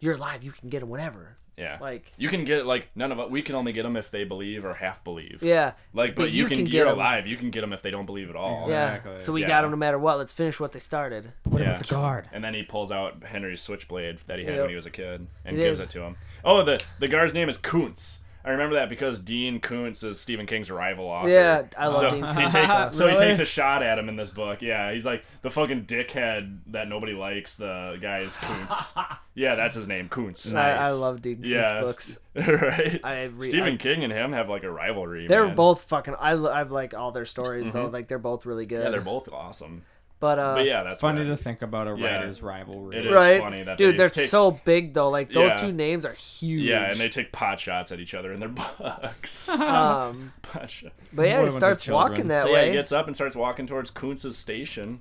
Speaker 2: You're alive. You can get him whenever.
Speaker 3: yeah.
Speaker 2: Like,
Speaker 3: you can get like none of us. We can only get them if they believe or half believe.
Speaker 2: yeah.
Speaker 3: Like, but,
Speaker 2: But
Speaker 3: you,
Speaker 2: you
Speaker 3: can,
Speaker 2: can
Speaker 3: you're
Speaker 2: get 'em.
Speaker 3: alive. You can get them if they don't believe at all.
Speaker 2: Yeah.
Speaker 1: Exactly.
Speaker 2: So we
Speaker 3: Yeah.
Speaker 2: got him no matter what. Let's finish what they started.
Speaker 3: about
Speaker 1: What
Speaker 3: Yeah.
Speaker 1: about
Speaker 3: the
Speaker 1: the guard?
Speaker 3: And then he pulls out Henry's switchblade that he had
Speaker 2: Yep.
Speaker 3: when he was a kid and
Speaker 2: It
Speaker 3: gives
Speaker 2: is.
Speaker 3: it to him. Oh, the the guard's name is Koontz. I remember that because Dean Koontz is Stephen King's rival author.
Speaker 2: Yeah, I love
Speaker 3: so
Speaker 2: Dean
Speaker 3: He
Speaker 2: Koontz.
Speaker 3: takes, so he
Speaker 1: Really?
Speaker 3: takes a shot at him in this book. Yeah, he's like the fucking dickhead that nobody likes. The guy is Koontz. yeah, that's his name, Koontz.
Speaker 2: I, I love Dean Koontz
Speaker 3: yeah,
Speaker 2: books.
Speaker 3: right.
Speaker 2: I re-
Speaker 3: Stephen
Speaker 2: I-
Speaker 3: King and him have like a rivalry.
Speaker 2: They're
Speaker 3: man.
Speaker 2: both fucking. I lo- I've like all their stories though. Like they're both really good.
Speaker 3: Mm-hmm. Yeah, they're both awesome.
Speaker 2: But uh,
Speaker 3: But yeah, that's
Speaker 1: It's funny
Speaker 3: what I-
Speaker 1: to think about a
Speaker 3: Yeah.
Speaker 1: writer's rivalry.
Speaker 3: It is.
Speaker 2: right,
Speaker 3: funny that
Speaker 2: dude,
Speaker 3: they
Speaker 2: they're
Speaker 3: take-
Speaker 2: so big though. Like those
Speaker 3: Yeah.
Speaker 2: two names are huge.
Speaker 3: Yeah, and they take pot shots at each other in their books.
Speaker 2: Um,
Speaker 3: pot shots.
Speaker 2: but yeah,
Speaker 1: What a
Speaker 2: he
Speaker 1: bunch of
Speaker 2: starts walking
Speaker 1: children.
Speaker 2: that
Speaker 3: So yeah,
Speaker 2: way,
Speaker 3: he gets up and starts walking towards Kuntz's station,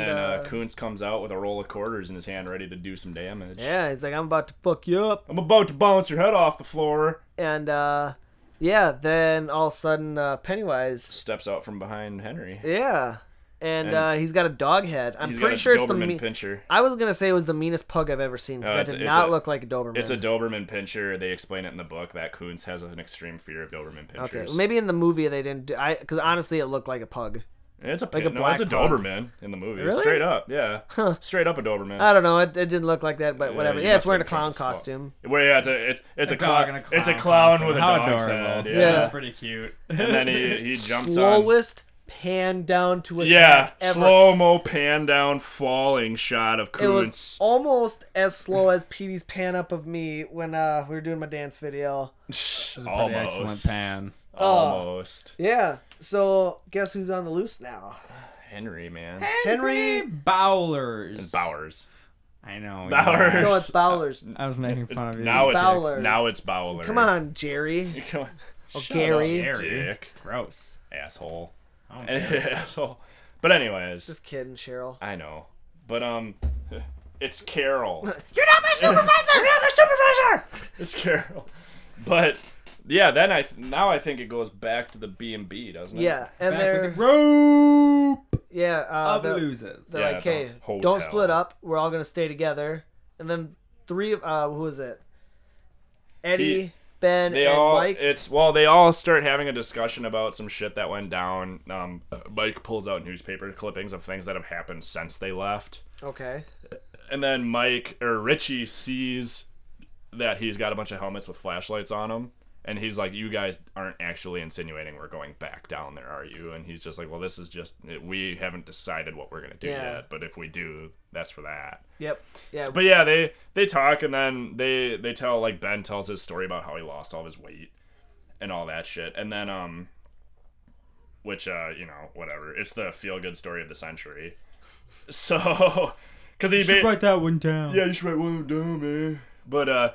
Speaker 2: and,
Speaker 3: then uh,
Speaker 2: uh,
Speaker 3: Kuntz comes out with a roll of quarters in his hand, ready to do some damage.
Speaker 2: yeah, he's like, "I'm about to fuck you up,"
Speaker 3: I'm about to bounce your head off the floor.
Speaker 2: and uh, yeah, then all of a sudden, uh, Pennywise,
Speaker 3: Steps out from behind Henry.
Speaker 2: yeah, and,
Speaker 3: And-
Speaker 2: uh, he's got a dog head. I'm
Speaker 3: He's
Speaker 2: pretty
Speaker 3: got a
Speaker 2: sure it's the.
Speaker 3: Doberman
Speaker 2: Me-
Speaker 3: pincher.
Speaker 2: I was gonna say it was the meanest pug I've ever seen. 'cause
Speaker 3: No,
Speaker 2: that
Speaker 3: it's-
Speaker 2: did
Speaker 3: it's
Speaker 2: not
Speaker 3: a-
Speaker 2: look like a Doberman.
Speaker 3: It's a Doberman pincher. They explain it in the book that Kuntz has an extreme fear of Doberman
Speaker 2: okay.
Speaker 3: pinchers.
Speaker 2: Maybe in the movie they didn't. Do, I because honestly, it looked like a pug.
Speaker 3: It's a
Speaker 2: Like
Speaker 3: pin-
Speaker 2: a
Speaker 3: no, it's a
Speaker 2: black pug.
Speaker 3: Doberman in the movie.
Speaker 2: Really? Uh,
Speaker 3: Straight up, yeah. Straight up a Doberman.
Speaker 2: I don't know. It, it didn't look like that, but whatever.
Speaker 3: you
Speaker 2: Yeah, it's
Speaker 3: must
Speaker 2: wearing a
Speaker 3: have
Speaker 2: clown
Speaker 3: been trying to fuck.
Speaker 2: costume.
Speaker 3: Well, yeah, it's a it's it's a,
Speaker 1: A
Speaker 3: clown,
Speaker 1: dog and a clown
Speaker 3: it's a clown
Speaker 1: costume.
Speaker 3: with a
Speaker 1: How
Speaker 3: dog's
Speaker 1: adorable.
Speaker 3: head. Yeah.
Speaker 2: Yeah.
Speaker 1: That's pretty cute.
Speaker 3: And then he he jumps on.
Speaker 2: Slowest pan down to attack
Speaker 3: Yeah,
Speaker 2: ever.
Speaker 3: slow mo pan down falling shot of
Speaker 2: It was
Speaker 3: Koontz.
Speaker 2: almost as slow as Petey's pan up of me when uh, we were doing my dance video.
Speaker 1: Pretty
Speaker 3: almost
Speaker 1: excellent pan.
Speaker 3: Almost.
Speaker 2: Yeah. So guess who's on the loose now?
Speaker 3: Henry, man.
Speaker 2: Henry.
Speaker 1: Bowlers.
Speaker 3: And Bowers.
Speaker 1: I know.
Speaker 3: Bowers.
Speaker 1: yeah.
Speaker 2: No, it's Bowlers.
Speaker 1: I was making fun of you.
Speaker 3: Now it's
Speaker 2: Bowlers.
Speaker 3: now it's Bowler.
Speaker 2: Come on, Jerry.
Speaker 3: Come on.
Speaker 2: Oh,
Speaker 3: Shut
Speaker 2: Gary.
Speaker 3: up, Dick.
Speaker 1: gross. Oh
Speaker 3: Asshole.
Speaker 1: I don't care.
Speaker 3: Asshole. But anyways,
Speaker 2: Just kidding, Cheryl.
Speaker 3: I know. But um it's Carol.
Speaker 2: You're not my supervisor. You're not my supervisor.
Speaker 3: It's Carol. But yeah, then I th- now I think it goes back to the B and B, doesn't it?
Speaker 2: Yeah, and
Speaker 1: Back
Speaker 2: they're
Speaker 1: with the rope
Speaker 2: yeah. Uh,
Speaker 1: of
Speaker 2: the-
Speaker 1: losers.
Speaker 2: They're
Speaker 3: Yeah,
Speaker 2: like,
Speaker 3: the
Speaker 2: "Hey,
Speaker 3: hotel.
Speaker 2: don't split up. We're all gonna stay together." And then three of uh, who is it? Eddie,
Speaker 3: He-
Speaker 2: Ben,
Speaker 3: They
Speaker 2: and
Speaker 3: all
Speaker 2: Mike.
Speaker 3: it's well they all start having a discussion about some shit that went down. Um, Mike pulls out newspaper clippings of things that have happened since they left,
Speaker 2: okay.
Speaker 3: and then Mike or Richie sees that he's got a bunch of helmets with flashlights on them. And he's like, "You guys aren't actually insinuating we're going back down there, are you?" And he's just like, "Well, this is just we haven't decided what we're gonna do
Speaker 2: Yeah.
Speaker 3: yet, but if we do, that's for that."
Speaker 2: Yep. Yeah.
Speaker 3: But yeah, they they talk and then they they tell like Ben tells his story about how he lost all of his weight and all that shit. And then um which uh, you know, whatever. It's the feel good story of the century. So cuz he ba-
Speaker 1: that one down.
Speaker 3: Yeah, you should write one down, man. But uh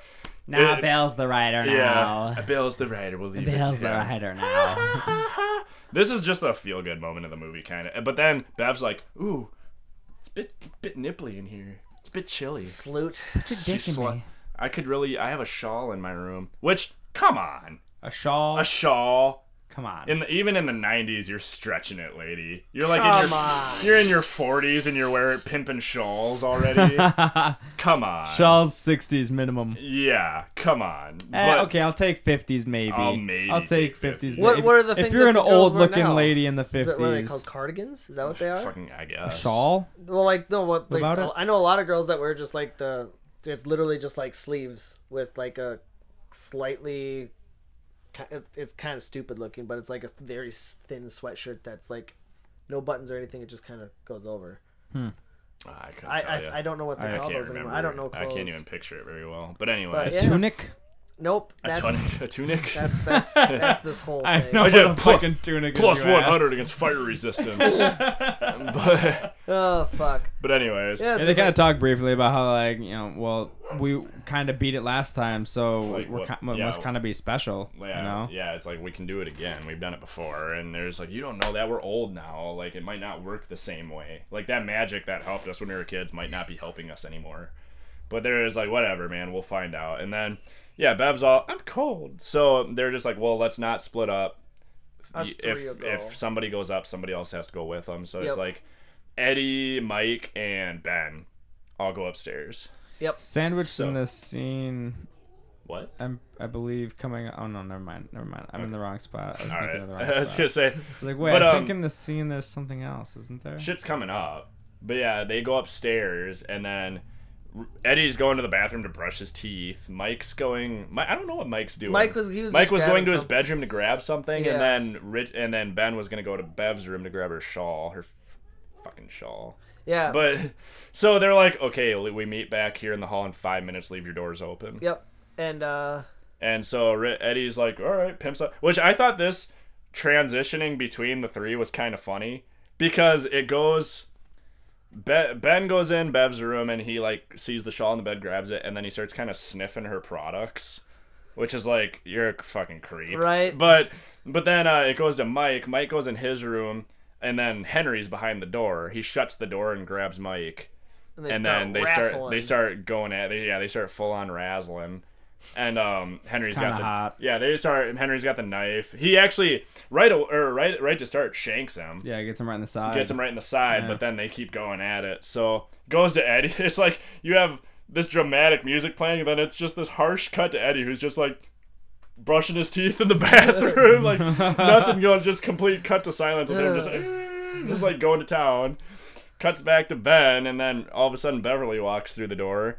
Speaker 1: Now
Speaker 3: it-
Speaker 1: Bell's the writer
Speaker 3: yeah,
Speaker 1: now.
Speaker 3: Bill's the writer. We'll leave
Speaker 1: Bell's
Speaker 3: it
Speaker 1: the
Speaker 3: to him.
Speaker 1: writer now.
Speaker 3: This is just a feel good moment of the movie, kind of. But then Bev's like, "Ooh, it's a bit bit nipply in here. It's a bit chilly."
Speaker 2: Salute.
Speaker 3: She sla- I could really. I have a shawl in my room. Which, come on,
Speaker 1: A shawl.
Speaker 3: a shawl.
Speaker 1: Come on.
Speaker 3: In the, even in the '90s, you're stretching it, lady. You're like in
Speaker 2: Come
Speaker 3: your
Speaker 2: on.
Speaker 3: you're in your 40s and you're wearing pimping shawls already. come on.
Speaker 1: Shawl's 60s minimum.
Speaker 3: Yeah, come on.
Speaker 1: Eh,
Speaker 3: But-
Speaker 1: okay, I'll take 50s maybe.
Speaker 3: I'll maybe take
Speaker 1: take
Speaker 3: 50s.
Speaker 1: 50s.
Speaker 2: What-
Speaker 1: maybe.
Speaker 2: what are the
Speaker 1: if
Speaker 2: things
Speaker 1: you're
Speaker 2: that
Speaker 1: an
Speaker 2: the girls
Speaker 1: old
Speaker 2: wear
Speaker 1: looking
Speaker 2: now?
Speaker 1: lady in the 50s?
Speaker 2: Is that what are they called? Cardigans? Is that what they are?
Speaker 3: Fucking, I guess.
Speaker 1: shawl?
Speaker 2: Well, like no, what? Like,
Speaker 1: about it?
Speaker 2: I know a lot of girls that wear just like the. It's literally just like sleeves with like a slightly. ki- it- It's kind of stupid looking, but it's like a very s- thin sweatshirt that's like no buttons or anything. It just kind of goes over.
Speaker 3: Ah, I couldn't
Speaker 2: I,
Speaker 3: tell ya.
Speaker 2: I, I don't know what they
Speaker 1: I
Speaker 2: call
Speaker 3: can't
Speaker 2: those anymore. I don't know clothes.
Speaker 3: I can't even picture it very well. But
Speaker 1: A
Speaker 3: anyway,
Speaker 2: Yeah.
Speaker 1: tunic.
Speaker 2: Nope.
Speaker 3: a,
Speaker 2: That's
Speaker 3: tunic, a tunic.
Speaker 2: that's that's that's this whole
Speaker 1: I
Speaker 2: thing.
Speaker 1: know
Speaker 3: I get
Speaker 1: what a
Speaker 3: plus-
Speaker 1: fucking tunic is,
Speaker 3: Plus
Speaker 1: you
Speaker 3: 100
Speaker 1: ass.
Speaker 3: against fire resistance. but,
Speaker 2: Oh fuck.
Speaker 3: but anyways,
Speaker 2: Yeah,
Speaker 1: And
Speaker 2: so
Speaker 1: they kind of
Speaker 2: like-
Speaker 1: talk briefly about how like you know, well, we kind of beat it last time, so
Speaker 3: Like
Speaker 1: we're
Speaker 3: what-
Speaker 1: ki-
Speaker 3: yeah.
Speaker 1: must kind of be special,
Speaker 3: yeah,
Speaker 1: you know.
Speaker 3: yeah, it's like we can do it again. We've done it before, and there's like you don't know that we're old now. Like it might not work the same way. Like that magic that helped us when we were kids might not be helping us anymore. But there is like whatever, man. We'll find out. And then yeah, Bev's all I'm cold, so they're just like, well, let's not split up.
Speaker 2: Us
Speaker 3: Y-
Speaker 2: three will
Speaker 3: if
Speaker 2: go.
Speaker 3: if somebody goes up, somebody else has to go with them. So
Speaker 2: Yep.
Speaker 3: it's like Eddie, Mike, and Ben all go upstairs.
Speaker 2: Yep.
Speaker 1: Sandwiched
Speaker 3: So-
Speaker 1: in this scene,
Speaker 3: What?
Speaker 1: I'm, I believe coming. Oh no, never mind, never mind. I'm in the wrong spot. I was
Speaker 3: All
Speaker 1: thinking
Speaker 3: right.
Speaker 1: of the
Speaker 3: I
Speaker 1: wrong
Speaker 3: was
Speaker 1: spot.
Speaker 3: gonna say
Speaker 1: Like wait,
Speaker 3: But,
Speaker 1: I
Speaker 3: um,
Speaker 1: think in the scene there's something else, isn't there?
Speaker 3: shit's coming up. But yeah, they go upstairs and then R- Eddie's going to the bathroom to brush his teeth. Mike's going. Mi- I don't know what Mike's doing.
Speaker 2: Mike was- he was
Speaker 3: Mike
Speaker 2: just
Speaker 3: was going
Speaker 2: grabbing
Speaker 3: to his
Speaker 2: something.
Speaker 3: bedroom to grab something,
Speaker 2: Yeah.
Speaker 3: and then Rich and then Ben was gonna go to Bev's room to grab her shawl, her f- fucking shawl.
Speaker 2: Yeah.
Speaker 3: But so they're like, okay, we meet back here in the hall in five minutes. Leave your doors open.
Speaker 2: yep. And uh
Speaker 3: And so Ri- Eddie's like, all right, pimps up. Which I thought this transitioning between the three was kind of funny because it goes. Be- ben goes in Bev's room and he like sees the shawl on the bed, grabs it, and then he starts kind of sniffing her products, which is like you're a fucking creep,
Speaker 2: Right.
Speaker 3: But but then uh, it goes to Mike. Mike goes in his room, and then Henry's behind the door. He shuts the door and grabs Mike
Speaker 2: and they
Speaker 3: and
Speaker 2: start
Speaker 3: then they start
Speaker 2: wrestling.
Speaker 3: they start going at they, yeah they start full on razzling and um henry's got
Speaker 1: kinda
Speaker 3: the
Speaker 1: hot.
Speaker 3: yeah they start henry's got the knife he actually right aw- or right right to start shanks him
Speaker 1: yeah, it gets him right in the side.
Speaker 3: gets him right in the side
Speaker 1: Yeah.
Speaker 3: but then they keep going at it so goes to eddie it's like you have this dramatic music playing and then it's just this harsh cut to eddie who's just like brushing his teeth in the bathroom like nothing going just complete cut to silence with him just like, just like going to town cuts back to Ben, and then all of a sudden Beverly walks through the door,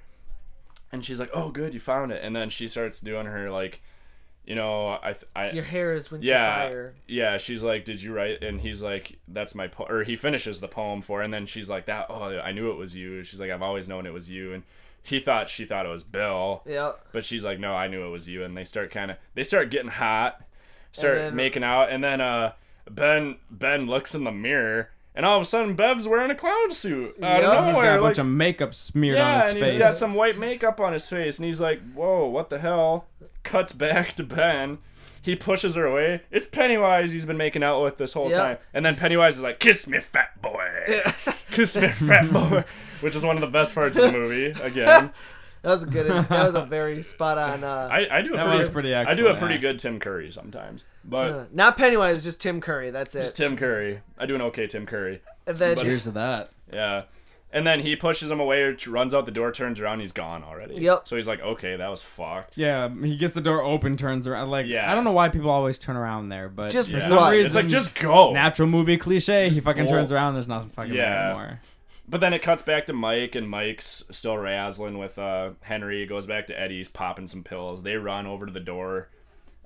Speaker 3: and she's like, "Oh, good, you found it." And then she starts doing her like, you know, I, th- I
Speaker 2: Your hair is winter
Speaker 3: yeah,
Speaker 2: fire.
Speaker 3: yeah. She's like, "Did you write?" And he's like, "That's my po-, or he finishes the poem for, her, and then she's like, "That oh, I knew it was you." She's like, "I've always known it was you," and he thought she thought it was Bill,
Speaker 2: Yep.
Speaker 3: but she's like, "No, I knew it was you." And they start kind of they start getting hot, start
Speaker 2: then-
Speaker 3: making out, and then uh Ben Ben looks in the mirror. And all of a sudden, Bev's wearing a clown suit
Speaker 2: Yup. He's
Speaker 3: out of
Speaker 1: He's got
Speaker 3: nowhere.
Speaker 1: a bunch
Speaker 3: like-
Speaker 1: of makeup smeared
Speaker 3: yeah,
Speaker 1: on his
Speaker 3: and
Speaker 1: face.
Speaker 3: he's got some white makeup on his face, and he's like, "Whoa, what the hell?" Cuts back to Ben. He pushes her away. It's Pennywise he's been making out with this whole
Speaker 2: Yeah.
Speaker 3: time, and then Pennywise is like, "Kiss me, fat boy, kiss me, fat boy," which is one of the best parts of the movie. Again,
Speaker 2: That was a good. That was a very spot on. Uh,
Speaker 3: I, I do a
Speaker 1: That
Speaker 3: pretty,
Speaker 1: was pretty
Speaker 3: I do a
Speaker 1: excellent,
Speaker 3: pretty
Speaker 1: yeah.
Speaker 3: good Tim Curry sometimes, but
Speaker 2: uh, not Pennywise, just Tim Curry. That's it.
Speaker 3: it's Tim Curry. I do an okay Tim Curry.
Speaker 2: And then
Speaker 1: Cheers to that.
Speaker 3: Yeah. And then he pushes him away, or runs out the door, turns around, he's gone already.
Speaker 2: Yep.
Speaker 3: So he's like, okay, that was fucked.
Speaker 1: Yeah, he gets the door open, turns around. Like
Speaker 3: Yeah.
Speaker 1: I don't know why people always turn around there, but
Speaker 2: Just
Speaker 1: for
Speaker 2: Yeah.
Speaker 1: some
Speaker 2: run.
Speaker 1: reason,
Speaker 3: It's like just go.
Speaker 1: natural movie cliche. he fucking
Speaker 3: roll.
Speaker 1: turns around. There's nothing fucking there
Speaker 3: Yeah.
Speaker 1: anymore.
Speaker 3: But then it cuts back to Mike, and Mike's still razzling with uh, Henry. It goes back to Eddie's popping some pills. They run over to the door.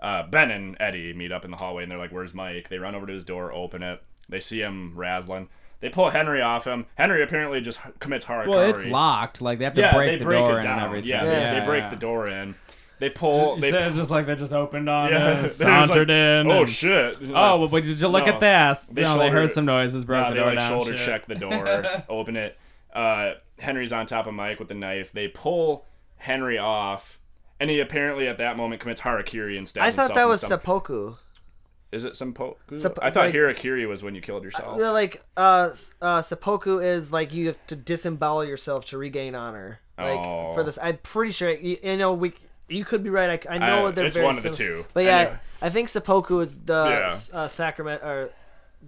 Speaker 3: Uh, ben and Eddie meet up in the hallway, and they're like, "Where's Mike?" They run over to his door, open it. They see him razzling. They pull Henry off him. Henry apparently just h- commits harakiri.
Speaker 1: Well, it's locked. Like they have to
Speaker 3: Yeah,
Speaker 1: break
Speaker 3: they
Speaker 1: the
Speaker 3: break
Speaker 1: door
Speaker 3: it
Speaker 1: in and
Speaker 3: down.
Speaker 1: everything.
Speaker 3: Yeah, they-
Speaker 2: Yeah,
Speaker 3: they, break the door in. They pull. They
Speaker 1: They said it's just like they just opened on
Speaker 3: yeah, they're
Speaker 1: and
Speaker 3: just
Speaker 1: sauntered
Speaker 3: like,
Speaker 1: in.
Speaker 3: Oh
Speaker 1: and-
Speaker 3: shit!
Speaker 1: Oh, well, but did you look
Speaker 3: No.
Speaker 1: at this?
Speaker 3: They
Speaker 1: no, they
Speaker 3: shoulder-
Speaker 1: heard some noises, broke
Speaker 3: Yeah,
Speaker 1: the
Speaker 3: they
Speaker 1: door
Speaker 3: like
Speaker 1: down.
Speaker 3: shoulder
Speaker 1: shit.
Speaker 3: check the door, open it. Uh, Henry's on top of Mike with the knife. They pull Henry off, and he apparently at that moment commits harakiri and stabs
Speaker 2: I thought
Speaker 3: himself
Speaker 2: that
Speaker 3: in
Speaker 2: was
Speaker 3: some-
Speaker 2: seppuku.
Speaker 3: Is it some po?
Speaker 2: Sep-
Speaker 3: I thought
Speaker 2: like-
Speaker 3: harakiri was when you killed yourself.
Speaker 2: Yeah, like uh, s- uh, seppuku is like you have to disembowel yourself to regain honor. Like
Speaker 3: Oh.
Speaker 2: for this, I'm pretty sure you, you know we. You could be right. I, I know
Speaker 3: Uh,
Speaker 2: they're
Speaker 3: it's
Speaker 2: very
Speaker 3: one of the
Speaker 2: sim-
Speaker 3: two.
Speaker 2: But yeah,
Speaker 3: Anyway.
Speaker 2: I think seppuku is the
Speaker 3: Yeah.
Speaker 2: s- uh, sacrament or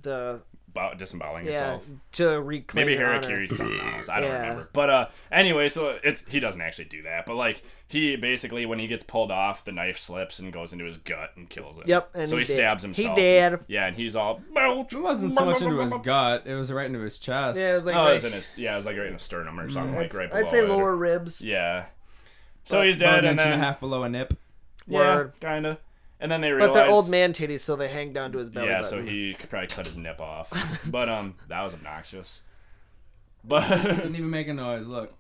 Speaker 2: the
Speaker 3: About disemboweling
Speaker 2: yeah
Speaker 3: yourself.
Speaker 2: to reclaim
Speaker 3: Maybe
Speaker 2: your honor.
Speaker 3: harakiri's something else. I don't
Speaker 2: Yeah.
Speaker 3: remember. But uh, anyway, so it's he doesn't actually do that, but like he basically when he gets pulled off, the knife slips and goes into his gut and kills him.
Speaker 2: Yep, and
Speaker 3: so he,
Speaker 2: he dead.
Speaker 3: stabs
Speaker 2: He
Speaker 3: himself.
Speaker 2: dead.
Speaker 3: Yeah, and he's all. It
Speaker 1: It wasn't so much into his gut; it was right into his chest.
Speaker 2: Yeah, it was like
Speaker 3: Oh,
Speaker 2: right- Mm,
Speaker 3: it's in his yeah, it's like right in the sternum or something, like right below.
Speaker 2: I'd say
Speaker 3: it or-
Speaker 2: lower ribs.
Speaker 3: Yeah. So
Speaker 2: But-
Speaker 3: Oh, he's
Speaker 1: about
Speaker 3: dead,
Speaker 1: an
Speaker 3: and
Speaker 1: inch
Speaker 3: then
Speaker 1: and a half below a nip.
Speaker 3: yeah,
Speaker 2: Word.
Speaker 3: kind of. And then they
Speaker 2: But
Speaker 3: realized.
Speaker 2: they're old man mm. titties, so they hang down to his belly
Speaker 3: Yeah, so
Speaker 2: button.
Speaker 3: he could probably cut his nip off. but um, that was obnoxious. But
Speaker 1: Didn't even make a noise. Look.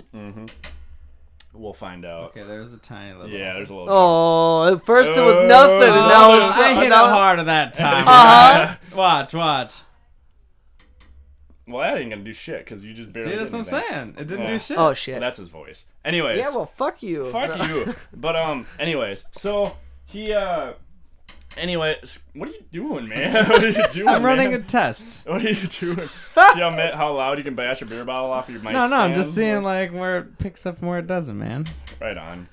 Speaker 3: we'll find out.
Speaker 1: Okay, there's a tiny little.
Speaker 3: Yeah, there's a little.
Speaker 2: Oh, at first it was
Speaker 3: Oh.
Speaker 2: nothing, and now
Speaker 3: Oh,
Speaker 2: it's.
Speaker 1: I hit
Speaker 2: now-
Speaker 1: it hard at that time.
Speaker 2: Uh-huh.
Speaker 1: Watch, watch.
Speaker 3: Well, that ain't gonna do shit because you just barely.
Speaker 1: See, that's
Speaker 3: did
Speaker 1: what I'm
Speaker 3: anything.
Speaker 1: saying. It didn't
Speaker 3: Yeah.
Speaker 1: do shit.
Speaker 2: Oh shit.
Speaker 3: That's his voice. Anyways.
Speaker 2: Yeah, well, fuck you.
Speaker 3: Fuck you. But um, anyways, so he uh, anyways, what are you doing, man? what are you doing?
Speaker 1: I'm running a
Speaker 3: man?
Speaker 1: test.
Speaker 3: What are you doing? See how ma- how loud you can bash a beer bottle off your mic?
Speaker 1: No, no, I'm just
Speaker 3: stand?
Speaker 1: seeing like where it picks up and where it doesn't, man.
Speaker 3: Right on.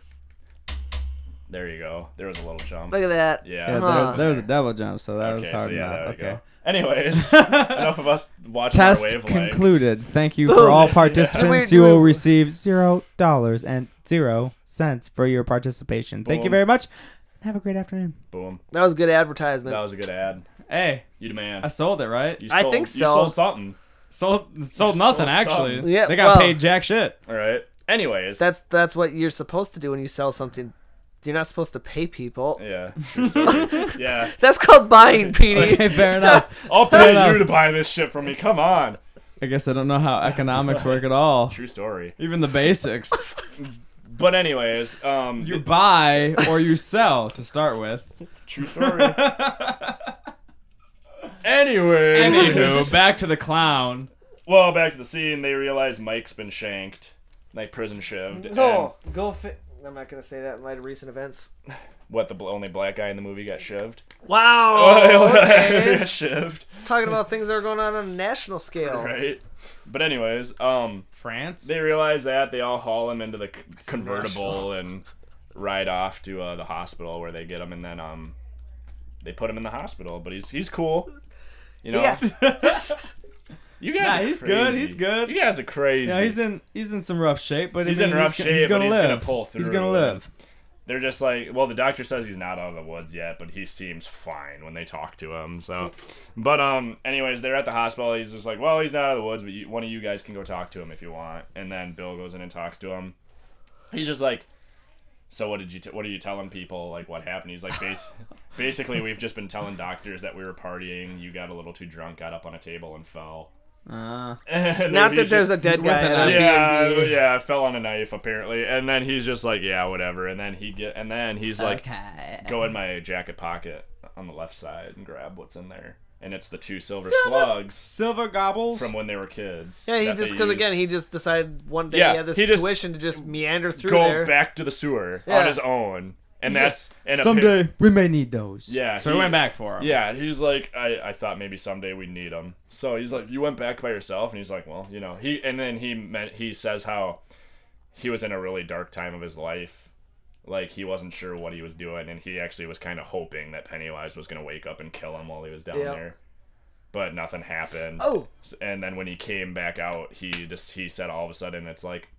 Speaker 3: There you go. There was a little jump.
Speaker 2: Look at that.
Speaker 3: yeah.
Speaker 1: Yeah, so
Speaker 2: Huh.
Speaker 1: there, was, there was a double jump, so that was
Speaker 3: okay, so
Speaker 1: hard
Speaker 3: yeah,
Speaker 1: enough.
Speaker 3: there
Speaker 1: Okay.
Speaker 3: we go. Anyways, enough of us watching our
Speaker 1: Test
Speaker 3: wavelengths.
Speaker 1: concluded. Thank you for all participants.
Speaker 2: Yeah.
Speaker 1: You will receive zero dollars and zero cents for your participation. Thank you
Speaker 3: Boom.
Speaker 1: very much. Have a great afternoon.
Speaker 3: Boom.
Speaker 2: That was good advertisement.
Speaker 3: That was a good ad.
Speaker 1: Hey,
Speaker 3: You demand.
Speaker 1: I sold it, right?
Speaker 3: You
Speaker 2: I
Speaker 3: sold,
Speaker 2: think
Speaker 3: You
Speaker 2: so.
Speaker 3: sold something.
Speaker 1: sold sold nothing
Speaker 3: sold
Speaker 1: actually.
Speaker 3: something.
Speaker 2: Yeah,
Speaker 1: they got
Speaker 2: well-
Speaker 1: paid jack shit.
Speaker 3: All right. Anyways.
Speaker 2: That's that's what you're supposed to do when you sell something. You're not supposed to pay people.
Speaker 3: yeah. true story. yeah.
Speaker 2: That's called buying,
Speaker 1: Okay,
Speaker 2: Petey.
Speaker 1: fair enough.
Speaker 3: I'll pay
Speaker 1: enough.
Speaker 3: you to buy this shit from me. Come on.
Speaker 1: I guess I don't know how economics work at all.
Speaker 3: True story.
Speaker 1: Even the basics.
Speaker 3: But anyways, um,
Speaker 1: You buy or you sell to start with.
Speaker 3: true story. anyways.
Speaker 1: Anywho, back to the clown.
Speaker 3: Well, back to the scene. They realize Mike's been shanked, like prison shoved. and
Speaker 2: No, go fit. I'm not gonna say that in light of recent events.
Speaker 3: What the bl- only black guy in the movie got shoved? Oh,
Speaker 2: Wow.
Speaker 3: got shoved,
Speaker 2: Oh, It's talking about things that are going on on a national scale.
Speaker 3: right? But anyways, um,
Speaker 1: France?
Speaker 3: they realize that they all haul him into the c- convertible and ride off to uh, the hospital where they get him, and then um, they put him in the hospital. But he's he's cool, you know.
Speaker 2: Yeah.
Speaker 3: You guys,
Speaker 1: Nah,
Speaker 3: are
Speaker 1: he's good,
Speaker 3: crazy.
Speaker 1: he's good.
Speaker 3: You guys are crazy.
Speaker 1: Yeah, he's in he's in some rough shape, but I
Speaker 3: He's
Speaker 1: mean,
Speaker 3: in rough
Speaker 1: he's, go-
Speaker 3: shape,
Speaker 1: He's gonna
Speaker 3: but he's
Speaker 1: live.
Speaker 3: gonna pull through.
Speaker 1: He's gonna live.
Speaker 3: They're just like, well, the doctor says he's not out of the woods yet, but he seems fine when they talk to him. So, but um, anyways, they're at the hospital. He's just like, well, he's not out of the woods, but you, one of you guys can go talk to him if you want. And then Bill goes in and talks to him. He's just like, so what did you? T- what are you telling people? Like what happened? He's like, Bas- basically, we've just been telling doctors that we were partying. You got a little too drunk, got up on a table, and fell.
Speaker 1: Uh,
Speaker 3: And
Speaker 2: Not that
Speaker 3: he's
Speaker 2: there's
Speaker 3: just-
Speaker 2: a dead
Speaker 1: With
Speaker 2: guy.
Speaker 1: an
Speaker 2: at a-
Speaker 1: idea.
Speaker 3: yeah,
Speaker 1: B&B.
Speaker 3: yeah, fell on a knife apparently, and then he's just like, yeah, whatever, and then he get, and then he's like, go in my jacket pocket on the left side and grab what's in there, and it's the two silver, slugs
Speaker 1: Silver gobbles.
Speaker 3: from when they were kids.
Speaker 2: Yeah, he
Speaker 3: that
Speaker 2: just
Speaker 3: they
Speaker 2: because again
Speaker 3: used
Speaker 2: he just decided one day
Speaker 3: Yeah,
Speaker 2: he had this
Speaker 3: he just-
Speaker 2: tuition to just meander
Speaker 3: to
Speaker 2: through
Speaker 3: go
Speaker 2: there.
Speaker 3: back to the sewer
Speaker 2: Yeah.
Speaker 3: on his own, and that's and appa-
Speaker 1: Someday we may need those.
Speaker 3: Yeah,
Speaker 1: So we
Speaker 3: he-
Speaker 1: went back for him.
Speaker 3: Yeah, he's like, I, I thought maybe someday we'd need him. So he's like, you went back by yourself, and he's like, well, you know, he and then he meant he says how he was in a really dark time of his life, like he wasn't sure what he was doing, and he actually was kind of hoping that Pennywise was gonna wake up and kill him while he was down
Speaker 2: Yeah.
Speaker 3: there, but nothing happened.
Speaker 2: Oh,
Speaker 3: And then when he came back out, he just he said all of a sudden it's like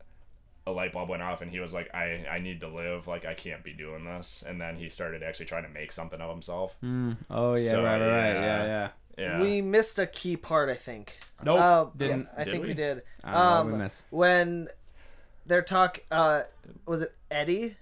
Speaker 3: a light bulb went off and he was like I I need to live like I can't be doing this and then he started actually trying to make something of himself.
Speaker 1: Mm. Oh yeah,
Speaker 3: So,
Speaker 1: right, right,
Speaker 3: yeah.
Speaker 1: right. Yeah, yeah.
Speaker 3: Yeah.
Speaker 2: Hmm.
Speaker 3: Oh,
Speaker 2: we missed a key part, I think.
Speaker 1: Nope.
Speaker 2: Uh,
Speaker 1: didn't.
Speaker 2: yeah, I
Speaker 3: Did
Speaker 2: think we,
Speaker 3: we?
Speaker 2: did.
Speaker 1: I don't know
Speaker 2: um,
Speaker 1: what we missed.
Speaker 2: When their talk, uh, was it Eddie?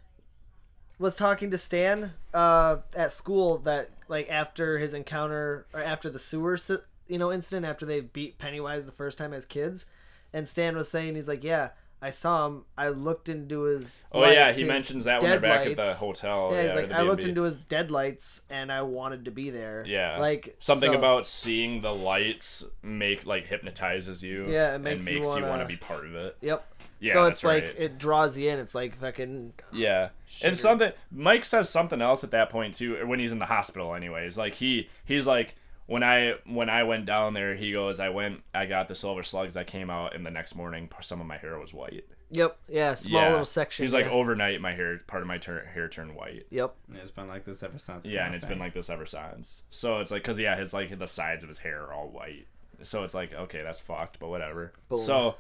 Speaker 2: Was talking to Stan uh, at school that like after his encounter or after the sewer si- you know incident after they beat Pennywise the first time as kids, and Stan was saying he's like yeah I saw him I looked into his
Speaker 3: Oh yeah,
Speaker 2: lights,
Speaker 3: he
Speaker 2: his
Speaker 3: mentions that when they're back at the
Speaker 2: deadlights."
Speaker 3: hotel.
Speaker 2: Yeah, he's
Speaker 3: or
Speaker 2: like,
Speaker 3: the
Speaker 2: I looked
Speaker 3: B&B.
Speaker 2: into his deadlights and I wanted to be there.
Speaker 3: Yeah.
Speaker 2: Like
Speaker 3: something
Speaker 2: so-
Speaker 3: about seeing the lights make like hypnotizes you.
Speaker 2: Yeah, it
Speaker 3: and
Speaker 2: makes
Speaker 3: makes
Speaker 2: you
Speaker 3: you want
Speaker 2: wanna-
Speaker 3: to be part of it.
Speaker 2: Yep.
Speaker 3: Yeah,
Speaker 2: so
Speaker 3: that's
Speaker 2: it's like
Speaker 3: right.
Speaker 2: it draws you in. It's like fucking
Speaker 3: Yeah, and something Mike says something else at that point too. or When he's in the hospital, anyways, like he he's like when I when I went down there, he goes, I went, I got the silver slugs. I came out, and the next morning, some of my hair was white.
Speaker 2: yep. Yeah, small
Speaker 3: yeah.
Speaker 2: little section.
Speaker 3: He's like,
Speaker 2: yeah.
Speaker 3: overnight, my hair, part of my tur- hair turned white.
Speaker 2: Yep.
Speaker 1: Yeah, it's been like this ever since.
Speaker 3: yeah, and it's been like this ever since. So it's like, cause yeah, his like the sides of his hair are all white. So it's like, okay, that's fucked, but whatever.
Speaker 2: Boom.
Speaker 3: So,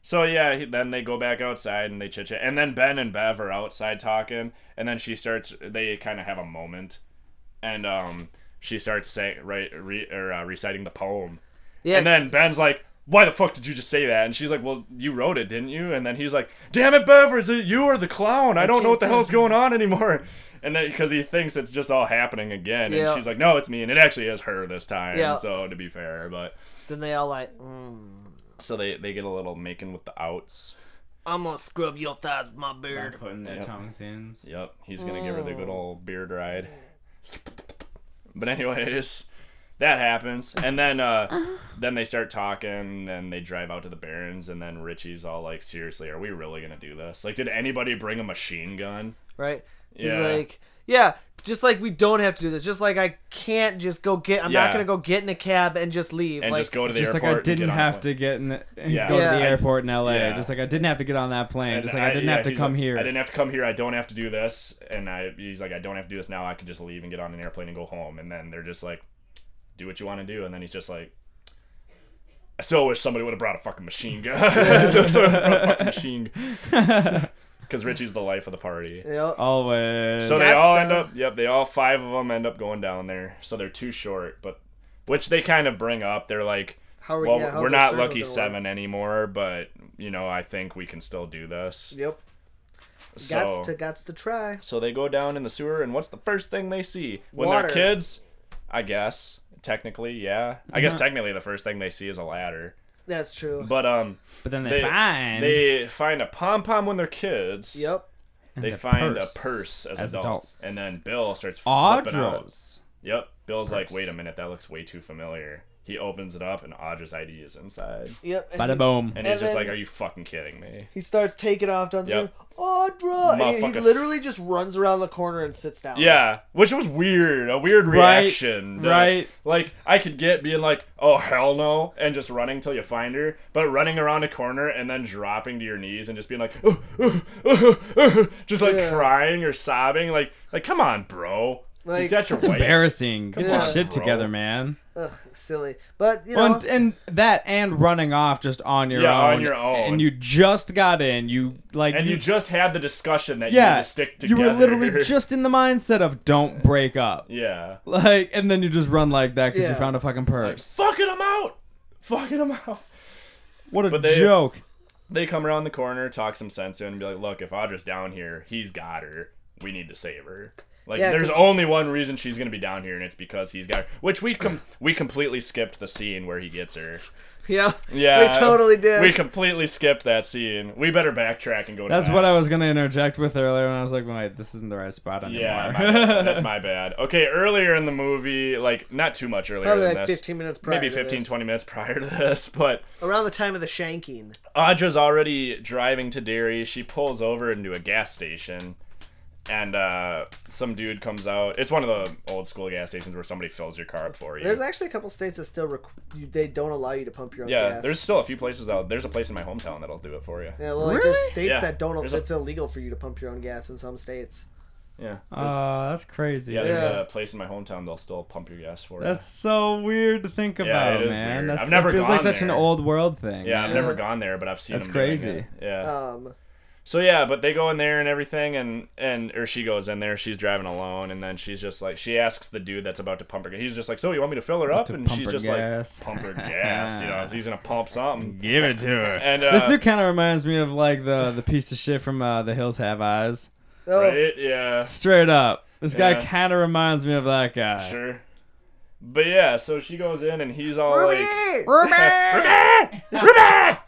Speaker 3: so yeah, he, then they go back outside and they chit chat, and then Ben and Bev are outside talking, and then she starts. They kind of have a moment, and um, she starts saying right re, or uh, reciting the poem,
Speaker 2: Yeah.
Speaker 3: and then Ben's like. Why the fuck did you just say that? And she's like, "Well, you wrote it, didn't you?" And then he's like, "Damn it, Bev, is it you or the clown? I don't know what the hell's going on anymore." And then because he thinks it's just all happening again,
Speaker 2: Yeah.
Speaker 3: and she's like, "No, it's me," and it actually is her this time.
Speaker 2: Yeah.
Speaker 3: So to be fair, but
Speaker 2: so then they all like, mm,
Speaker 3: So they, they get a little making with the outs.
Speaker 2: I'm gonna scrub your thighs with my beard.
Speaker 1: Putting their
Speaker 3: Yep.
Speaker 1: tongues in.
Speaker 3: Yep, he's gonna give her the good old beard ride. But anyways, that happens, and then uh, then they start talking, and they drive out to the barrens, and then Richie's all like, "Seriously, are we really gonna do this? Like, did anybody bring a machine gun?"
Speaker 2: Right?
Speaker 3: Yeah.
Speaker 2: He's like, yeah, just like we don't have to do this. Just like I can't just go get. I'm
Speaker 3: Yeah.
Speaker 2: not gonna go get in a cab and just leave.
Speaker 3: And
Speaker 2: like,
Speaker 3: just go to the
Speaker 1: Just like
Speaker 3: airport.
Speaker 1: I didn't
Speaker 3: and get on a
Speaker 1: have
Speaker 3: plane.
Speaker 1: to get in the,
Speaker 3: Yeah.
Speaker 1: go to
Speaker 2: Yeah.
Speaker 1: the airport in L.A.
Speaker 3: Yeah.
Speaker 1: Just like I didn't have to get on that plane.
Speaker 3: And
Speaker 1: just like I didn't
Speaker 3: yeah,
Speaker 1: have to
Speaker 3: he's
Speaker 1: come
Speaker 3: like,
Speaker 1: here.
Speaker 3: I didn't have to come here. I don't have to do this. And I, he's like, I don't have to do this now. I could just leave and get on an airplane and go home. And then they're just like, do what you want to do. And then he's just like, I still wish somebody would have brought a fucking machine gun. I still wish somebody would've brought a fucking machine because Richie's the life of the party.
Speaker 2: Yeah.
Speaker 1: Always.
Speaker 3: So they
Speaker 2: That's
Speaker 3: all
Speaker 2: the-
Speaker 3: end up. Yep, they all five of them end up going down there. So they're too short, but which they kind of bring up. They're like,
Speaker 2: How are we?
Speaker 3: well,
Speaker 2: yeah, how's
Speaker 3: we're
Speaker 2: our
Speaker 3: not
Speaker 2: server
Speaker 3: lucky
Speaker 2: gonna work?
Speaker 3: seven anymore, but you know, I think we can still do this.
Speaker 2: Yep.
Speaker 3: So-
Speaker 2: Gots to gots to try.
Speaker 3: So they go down in the sewer, and what's the first thing they see when
Speaker 2: Water.
Speaker 3: they're kids? I guess technically, yeah. I guess
Speaker 2: Uh-huh.
Speaker 1: Yeah.
Speaker 3: technically the first thing they see is a ladder.
Speaker 2: That's true.
Speaker 3: But um,
Speaker 1: but then they,
Speaker 3: they-
Speaker 1: find
Speaker 3: they find a pom pom when they're kids.
Speaker 2: yep.
Speaker 3: They
Speaker 1: a
Speaker 3: find
Speaker 1: purse
Speaker 3: a purse as,
Speaker 1: as
Speaker 3: adults.
Speaker 1: adults.
Speaker 3: and then Bill starts flipping out.
Speaker 1: Audros.
Speaker 3: Yep, Bill's like,
Speaker 1: Purse.
Speaker 3: wait a minute, that looks way too familiar. He opens it up, and Audra's ID is inside,
Speaker 2: Yep. and
Speaker 1: Bada
Speaker 2: he-
Speaker 1: boom.
Speaker 3: uh, and he's
Speaker 2: And
Speaker 3: just
Speaker 2: then-
Speaker 3: like, are you fucking kidding me?
Speaker 2: He starts taking off down the
Speaker 3: Yep.
Speaker 2: street. Audra! And he, he
Speaker 3: Motherfucker.
Speaker 2: literally just runs around the corner and sits down.
Speaker 3: Yeah, which was weird. A weird
Speaker 1: Right,
Speaker 3: reaction. to-
Speaker 1: right.
Speaker 3: Like, I could get being like, oh, hell no, and just running till you find her, but running around a corner and then dropping to your knees and just being like, "Oh, oh, oh, oh," just like
Speaker 2: Yeah.
Speaker 3: crying or sobbing. Like, like come on, bro. He's
Speaker 2: Like,
Speaker 3: got your
Speaker 1: That's
Speaker 3: wife.
Speaker 1: embarrassing. Get your
Speaker 2: on,
Speaker 1: shit
Speaker 3: bro.
Speaker 1: together, man.
Speaker 2: Ugh, silly. But, you know.
Speaker 1: Well, and, and that and running off just on your
Speaker 3: Yeah,
Speaker 1: own.
Speaker 3: on your own.
Speaker 1: And you just got in. You like
Speaker 3: And you just had the discussion that you
Speaker 1: yeah.
Speaker 3: need to stick
Speaker 1: you
Speaker 3: together.
Speaker 1: were literally just in the mindset of don't break up.
Speaker 3: Yeah.
Speaker 1: Like, and then you just run like that because
Speaker 2: Yeah.
Speaker 1: you found a fucking purse.
Speaker 3: Fucking him out! Fucking him out!
Speaker 1: what a
Speaker 3: but they-
Speaker 1: joke!
Speaker 3: they come around the corner, talk some sense to him, and be like, "Look, if Audra's down here, he's got her. We need to save her. Like,
Speaker 2: Yeah,
Speaker 3: there's
Speaker 2: 'cause-
Speaker 3: only one reason she's gonna be down here, and it's because he's got her. Which we com- we completely skipped the scene where he gets her.
Speaker 2: yeah.
Speaker 3: Yeah,
Speaker 2: We totally did.
Speaker 3: We completely skipped that scene. We better backtrack and go. To
Speaker 1: That's
Speaker 3: that.
Speaker 1: what I was gonna interject with earlier, and I was like, "Wait, this isn't the right spot anymore."
Speaker 3: Yeah, my bad. that's my bad. Okay, earlier in the movie, like not too much earlier
Speaker 2: Probably
Speaker 3: than
Speaker 2: like
Speaker 3: this,
Speaker 2: 15 minutes prior.
Speaker 3: maybe
Speaker 2: to
Speaker 3: 15,
Speaker 2: this.
Speaker 3: 20 minutes prior to this, but
Speaker 2: Around the time of the shanking.
Speaker 3: Audra's already driving to Derry. She pulls over into a gas station, and uh, some dude comes out. It's one of the old school gas stations where somebody fills your car up for you.
Speaker 2: There's actually a couple states that still requ- you, they don't allow you to pump your own
Speaker 3: yeah,
Speaker 2: gas.
Speaker 3: there's still a few places out. There's a place in my hometown that'll do it for you.
Speaker 2: yeah, well, like,
Speaker 1: Really?
Speaker 2: there's states
Speaker 3: Yeah.
Speaker 2: that don't.
Speaker 3: There's a-
Speaker 2: it's illegal for you to pump your own gas in some states.
Speaker 3: Yeah, there's,
Speaker 1: Oh, that's crazy.
Speaker 3: yeah, there's
Speaker 2: yeah.
Speaker 3: a place in my hometown they'll still pump your gas for you.
Speaker 1: That's so weird to think about,
Speaker 3: it is
Speaker 1: man.
Speaker 3: weird.
Speaker 1: That's,
Speaker 3: I've never
Speaker 1: that feels like
Speaker 3: gone
Speaker 1: such an
Speaker 3: there.
Speaker 1: old world thing.
Speaker 3: yeah, I've
Speaker 1: man.
Speaker 3: never gone there, but I've seen.
Speaker 1: That's
Speaker 3: them doing
Speaker 1: crazy.
Speaker 3: it. Yeah.
Speaker 2: Um,
Speaker 3: So yeah, but they go in there and everything, and and or she goes in there. She's driving alone, and then she's just like, she asks the dude that's about to pump her. He's just like, so you want me to fill her up?
Speaker 1: to
Speaker 3: And
Speaker 1: pump
Speaker 3: she's
Speaker 1: her
Speaker 3: just
Speaker 1: gas.
Speaker 3: like, pump her gas. You know, he's gonna pump something.
Speaker 1: Give it to her.
Speaker 3: And uh,
Speaker 1: This dude kind of reminds me of like the the piece of shit from uh, The Hills Have Eyes.
Speaker 2: oh,
Speaker 3: right? Yeah,
Speaker 1: Straight up, this
Speaker 3: Yeah.
Speaker 1: guy kind of reminds me of that guy.
Speaker 3: sure. But yeah, so she goes in, and he's all
Speaker 2: Ruby!
Speaker 3: like,
Speaker 4: Ruby!
Speaker 3: "Ruby,
Speaker 4: Ruby!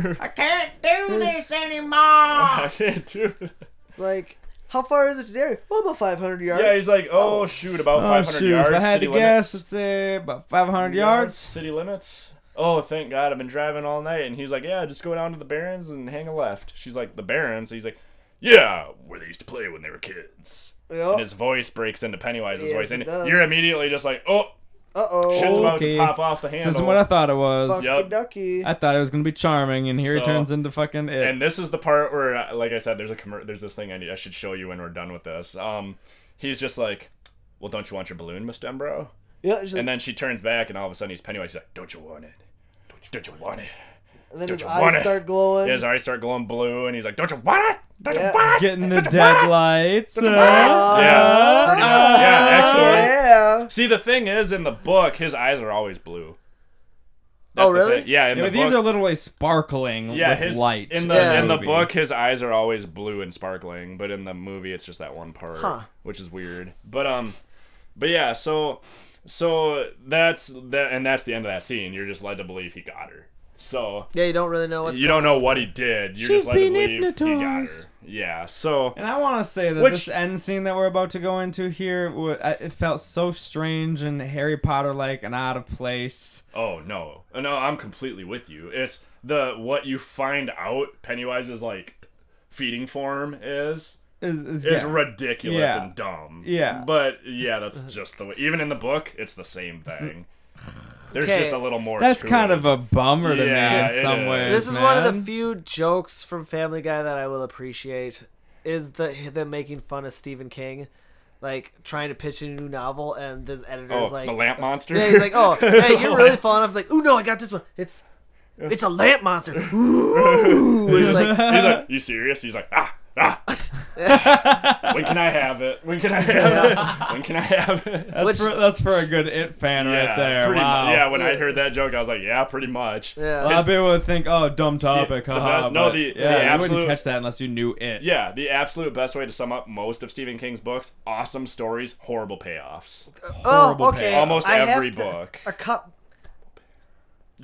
Speaker 4: I can't do this anymore!
Speaker 3: I can't do." It.
Speaker 2: Like, how far is it to Derry? Well, about 500 yards.
Speaker 3: Yeah, he's like, "Oh shoot, about
Speaker 1: Oh
Speaker 3: 500
Speaker 1: shoot!
Speaker 3: yards."
Speaker 1: if I had
Speaker 3: city
Speaker 1: to guess,
Speaker 3: limits.
Speaker 1: it's uh, about 500 yards.
Speaker 3: City limits. Oh, thank God, I've been driving all night. And he's like, yeah, just go down to the Barrens and hang a left. She's like, the Barrens? He's like, yeah, where they used to play when they were kids.
Speaker 2: Yep.
Speaker 3: And his voice breaks into Pennywise's
Speaker 2: Oh. Yes,
Speaker 3: voice.
Speaker 2: it
Speaker 3: And
Speaker 2: does.
Speaker 3: you're immediately just like, oh,
Speaker 2: Uh oh.
Speaker 3: shit's about
Speaker 1: Okay.
Speaker 3: to pop off the
Speaker 1: This
Speaker 3: handle.
Speaker 1: isn't what I thought it was.
Speaker 2: Fucking
Speaker 3: Yeah. Yep.
Speaker 2: ducky.
Speaker 1: I thought it was gonna be charming, and here he
Speaker 3: So-
Speaker 1: turns into fucking it.
Speaker 3: and this is the part where, uh, like I said, there's a commer- there's this thing I, need- I should show you when we're done with this. Um, He's just like, well, don't you want your balloon, Miss Dembro?
Speaker 2: yeah, she's like-
Speaker 3: And then she turns back, and all of a sudden he's Pennywise. He's like, don't you want it? Don't you want it?
Speaker 2: and then his
Speaker 3: you want
Speaker 2: eyes
Speaker 3: it?
Speaker 2: start glowing.
Speaker 3: Yeah, his eyes start glowing blue, and he's like, "Don't you want it? Don't you
Speaker 2: Yeah.
Speaker 3: want it?"
Speaker 1: Getting the deadlights.
Speaker 3: Yeah, pretty much.
Speaker 1: Uh-huh.
Speaker 3: yeah, actually.
Speaker 2: yeah.
Speaker 3: See, the thing is, in the book, his eyes are always blue. That's
Speaker 2: Oh,
Speaker 3: the
Speaker 2: really?
Speaker 3: thing. Yeah, in
Speaker 1: Yeah,
Speaker 3: the
Speaker 1: but these are
Speaker 3: book,
Speaker 1: literally sparkling
Speaker 3: yeah,
Speaker 1: with
Speaker 3: his
Speaker 1: light.
Speaker 3: in the
Speaker 2: Yeah.
Speaker 3: in the
Speaker 1: movie.
Speaker 3: book, his eyes are always blue and sparkling, but in the movie, it's just that one part,
Speaker 2: Huh.
Speaker 3: which is weird. But um, but yeah, so So that's that, and that's the end of that scene. You're just led to believe he got her. So
Speaker 2: Yeah, you don't really know what's
Speaker 3: you don't know what he did. You're
Speaker 1: She's
Speaker 3: just led to
Speaker 1: been
Speaker 3: believe he got her.
Speaker 1: hypnotized.
Speaker 3: Yeah. So
Speaker 1: And I want to say that
Speaker 3: Which-
Speaker 1: this end scene that we're about to go into here, wa- I- it felt so strange and Harry Potter like and out of place.
Speaker 3: Oh no, no, I'm completely with you. It's the what you find out Pennywise's like feeding form is
Speaker 1: Is is
Speaker 3: is
Speaker 1: yeah.
Speaker 3: ridiculous
Speaker 1: Yeah.
Speaker 3: and dumb.
Speaker 1: Yeah.
Speaker 3: but yeah, that's just the way. Even in the book, it's the same thing. There's
Speaker 2: Okay.
Speaker 3: just a little more.
Speaker 1: That's
Speaker 3: to
Speaker 1: kind
Speaker 3: it.
Speaker 1: of a bummer to
Speaker 3: Yeah,
Speaker 1: me
Speaker 3: it
Speaker 1: in some
Speaker 3: is.
Speaker 1: ways.
Speaker 2: This is one of the
Speaker 1: man.
Speaker 2: few jokes from Family Guy that I will appreciate. Is the them making fun of Stephen King, like trying to pitch a new novel, and this editor
Speaker 3: Oh,
Speaker 2: is like,
Speaker 3: the lamp monster.
Speaker 2: yeah, he's like, oh, hey, you're really falling off. He's like, ooh, no, I got this one. It's it's a lamp monster. Ooh, he's like,
Speaker 3: He's like, you serious? He's like, ah, ah. when can I have it? When can I have it? When can I have it?
Speaker 1: That's,
Speaker 2: Which-
Speaker 1: for, that's for a good it fan right there.
Speaker 3: Pretty
Speaker 1: Wow.
Speaker 3: mu- yeah, when I heard that joke, I was like, yeah, pretty much.
Speaker 2: Yeah.
Speaker 1: a lot
Speaker 2: It's-
Speaker 1: of people would think, oh, dumb topic.
Speaker 3: the
Speaker 1: haha,
Speaker 3: best- no,
Speaker 1: but
Speaker 3: the- the
Speaker 1: yeah, you
Speaker 3: absolute-
Speaker 1: wouldn't catch that unless you knew it.
Speaker 3: Yeah, the absolute best way to sum up most of Stephen King's books: awesome stories, horrible payoffs.
Speaker 2: oh,
Speaker 1: horrible
Speaker 2: okay.
Speaker 1: payoff.
Speaker 3: Almost
Speaker 2: I have
Speaker 3: every
Speaker 2: to-
Speaker 3: book.
Speaker 2: A cup.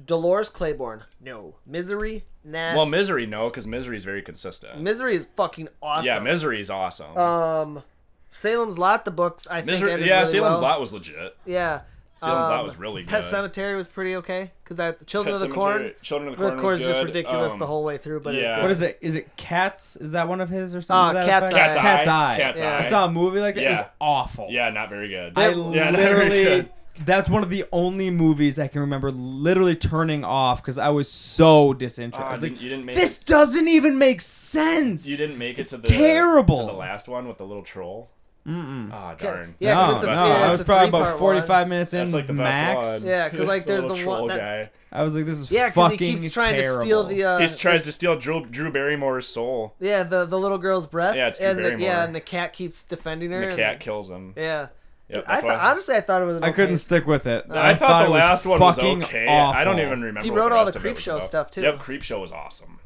Speaker 2: Dolores Claiborne, no. Misery, nah.
Speaker 3: Well, Misery, no, because Misery is very consistent.
Speaker 2: Misery is fucking awesome.
Speaker 3: Yeah, Misery is awesome.
Speaker 2: Um, Salem's Lot, the books I think
Speaker 3: Misery,
Speaker 2: ended
Speaker 3: yeah,
Speaker 2: really
Speaker 3: Salem's
Speaker 2: well.
Speaker 3: Lot was legit.
Speaker 2: Yeah.
Speaker 3: Salem's Lot
Speaker 2: Um,
Speaker 3: was really
Speaker 2: Pet
Speaker 3: good.
Speaker 2: Cemetery was pretty okay because I the Children
Speaker 3: Pet
Speaker 2: of the
Speaker 3: Cemetery-
Speaker 2: Corn.
Speaker 3: Children of the
Speaker 2: The
Speaker 3: Corn
Speaker 2: Corn
Speaker 3: was
Speaker 2: is just
Speaker 3: good.
Speaker 2: ridiculous
Speaker 3: Um,
Speaker 2: the whole way through, but
Speaker 3: yeah.
Speaker 2: it's
Speaker 1: What
Speaker 2: good.
Speaker 1: is it? Is it Cats? Is that one of his or something?
Speaker 2: Uh,
Speaker 1: to that
Speaker 2: Cat's
Speaker 1: effect?
Speaker 2: Eye.
Speaker 1: Cat's Eye.
Speaker 3: Cat's
Speaker 2: Yeah.
Speaker 3: Eye.
Speaker 1: I saw a movie like that. It was
Speaker 3: Yeah.
Speaker 1: awful.
Speaker 3: Yeah, not very good.
Speaker 1: I
Speaker 3: Yeah, not very
Speaker 1: literally.
Speaker 3: good.
Speaker 1: That's one of the only movies I can remember literally turning off because I was so disinterested.
Speaker 3: Ah,
Speaker 1: I was
Speaker 3: didn't-
Speaker 1: like,
Speaker 3: you didn't make
Speaker 1: this doesn't even make sense.
Speaker 3: You didn't make it to the
Speaker 1: terrible.
Speaker 3: to the last one with the little troll. Mm-mm. Ah,
Speaker 2: Yeah,
Speaker 3: darn.
Speaker 2: yeah, 'cause
Speaker 1: no,
Speaker 2: it's a-
Speaker 1: no,
Speaker 2: yeah,
Speaker 1: I
Speaker 2: it's
Speaker 1: was
Speaker 2: a
Speaker 1: probably about
Speaker 2: three-part
Speaker 1: 45
Speaker 2: one.
Speaker 1: minutes in
Speaker 3: That's like the
Speaker 1: max.
Speaker 3: best one.
Speaker 2: Yeah, 'cause, like, there's
Speaker 3: little
Speaker 2: the
Speaker 3: troll
Speaker 2: one that-
Speaker 3: guy.
Speaker 1: I was like, this is
Speaker 2: Yeah, because he
Speaker 1: fucking
Speaker 2: keeps trying
Speaker 1: terrible.
Speaker 2: to steal the. Uh,
Speaker 3: he tries to steal Drew, Drew Barrymore's soul.
Speaker 2: yeah, the the little girl's breath.
Speaker 3: Yeah, it's Drew
Speaker 2: and the,
Speaker 3: Barrymore.
Speaker 2: yeah, and the cat keeps defending her.
Speaker 3: And the
Speaker 2: and-
Speaker 3: cat kills him.
Speaker 2: Yeah.
Speaker 3: Yep,
Speaker 2: I
Speaker 3: that's
Speaker 2: th-
Speaker 3: why-
Speaker 2: honestly, I thought it was. An
Speaker 1: I
Speaker 2: okay-
Speaker 1: couldn't stick with it.
Speaker 3: I, thought,
Speaker 1: it
Speaker 3: the
Speaker 1: was
Speaker 3: last one was
Speaker 1: fucking
Speaker 3: okay.
Speaker 1: Awful.
Speaker 3: I don't even remember.
Speaker 2: He
Speaker 3: what
Speaker 2: wrote all
Speaker 3: rest
Speaker 2: the
Speaker 3: of it was
Speaker 2: Creepshow
Speaker 3: about.
Speaker 2: stuff, too.
Speaker 3: Yep, Creepshow was awesome.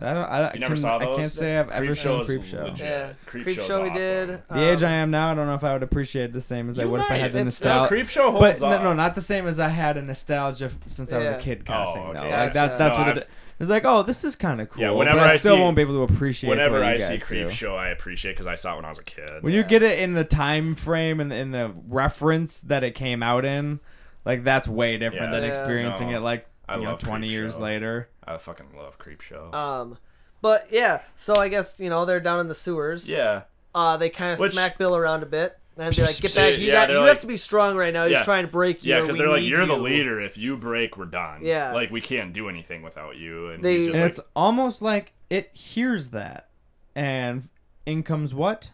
Speaker 1: I don't. I,
Speaker 3: You
Speaker 1: can,
Speaker 3: never saw
Speaker 1: I can't
Speaker 3: those?
Speaker 1: say I've ever
Speaker 3: Creepshow
Speaker 1: seen
Speaker 3: is
Speaker 1: Creep Show.
Speaker 3: legit.
Speaker 2: Yeah,
Speaker 3: Creepshow's
Speaker 2: creep show we
Speaker 3: awesome.
Speaker 2: did.
Speaker 3: The
Speaker 1: The age I am now, I don't know if I would appreciate it the same as I would if I
Speaker 3: might.
Speaker 1: had the
Speaker 2: Um, It's-
Speaker 3: No,
Speaker 1: nostalgia.
Speaker 3: Creepshow
Speaker 1: but
Speaker 3: holds
Speaker 1: no,
Speaker 3: up.
Speaker 1: no, not the same as I had a nostalgia f- since I was
Speaker 2: Yeah.
Speaker 1: a kid kind
Speaker 3: Oh,
Speaker 1: of thing.
Speaker 3: okay.
Speaker 1: Though, like
Speaker 2: Gotcha.
Speaker 1: that, that's
Speaker 3: No,
Speaker 1: what
Speaker 3: I've-
Speaker 1: it, it's like. Oh, this is kind of cool.
Speaker 3: whenever
Speaker 1: but I,
Speaker 3: I
Speaker 1: still
Speaker 3: see-
Speaker 1: won't be able to appreciate.
Speaker 3: Whenever
Speaker 1: what you
Speaker 3: I see
Speaker 1: guys do.
Speaker 3: Creepshow, I appreciate because I saw it when I was a kid.
Speaker 1: when you get it in the time frame and in the reference that it came out in, like that's way different
Speaker 3: Yeah.
Speaker 1: than
Speaker 2: Yeah.
Speaker 1: experiencing
Speaker 3: No.
Speaker 1: it like
Speaker 3: I
Speaker 1: you know
Speaker 3: love
Speaker 1: twenty years
Speaker 3: Creepshow.
Speaker 1: later.
Speaker 3: I fucking love Creepshow.
Speaker 2: Um, but yeah, so I guess you know they're down in the sewers.
Speaker 3: yeah.
Speaker 2: Uh, they kind of
Speaker 3: Which-
Speaker 2: smack Bill around a bit and be like, "Get back! You,
Speaker 3: Yeah,
Speaker 2: got,
Speaker 3: they're
Speaker 2: you
Speaker 3: like-
Speaker 2: have to be strong right now. He's
Speaker 3: Yeah.
Speaker 2: trying to break you.
Speaker 3: Yeah,
Speaker 2: because
Speaker 3: because they're like, you're the leader. If you break, we're done.
Speaker 2: Yeah.
Speaker 3: Like, we can't do anything without you. And
Speaker 2: They-
Speaker 3: he's just
Speaker 1: And
Speaker 3: like,
Speaker 1: it's almost like it hears that, and in comes what?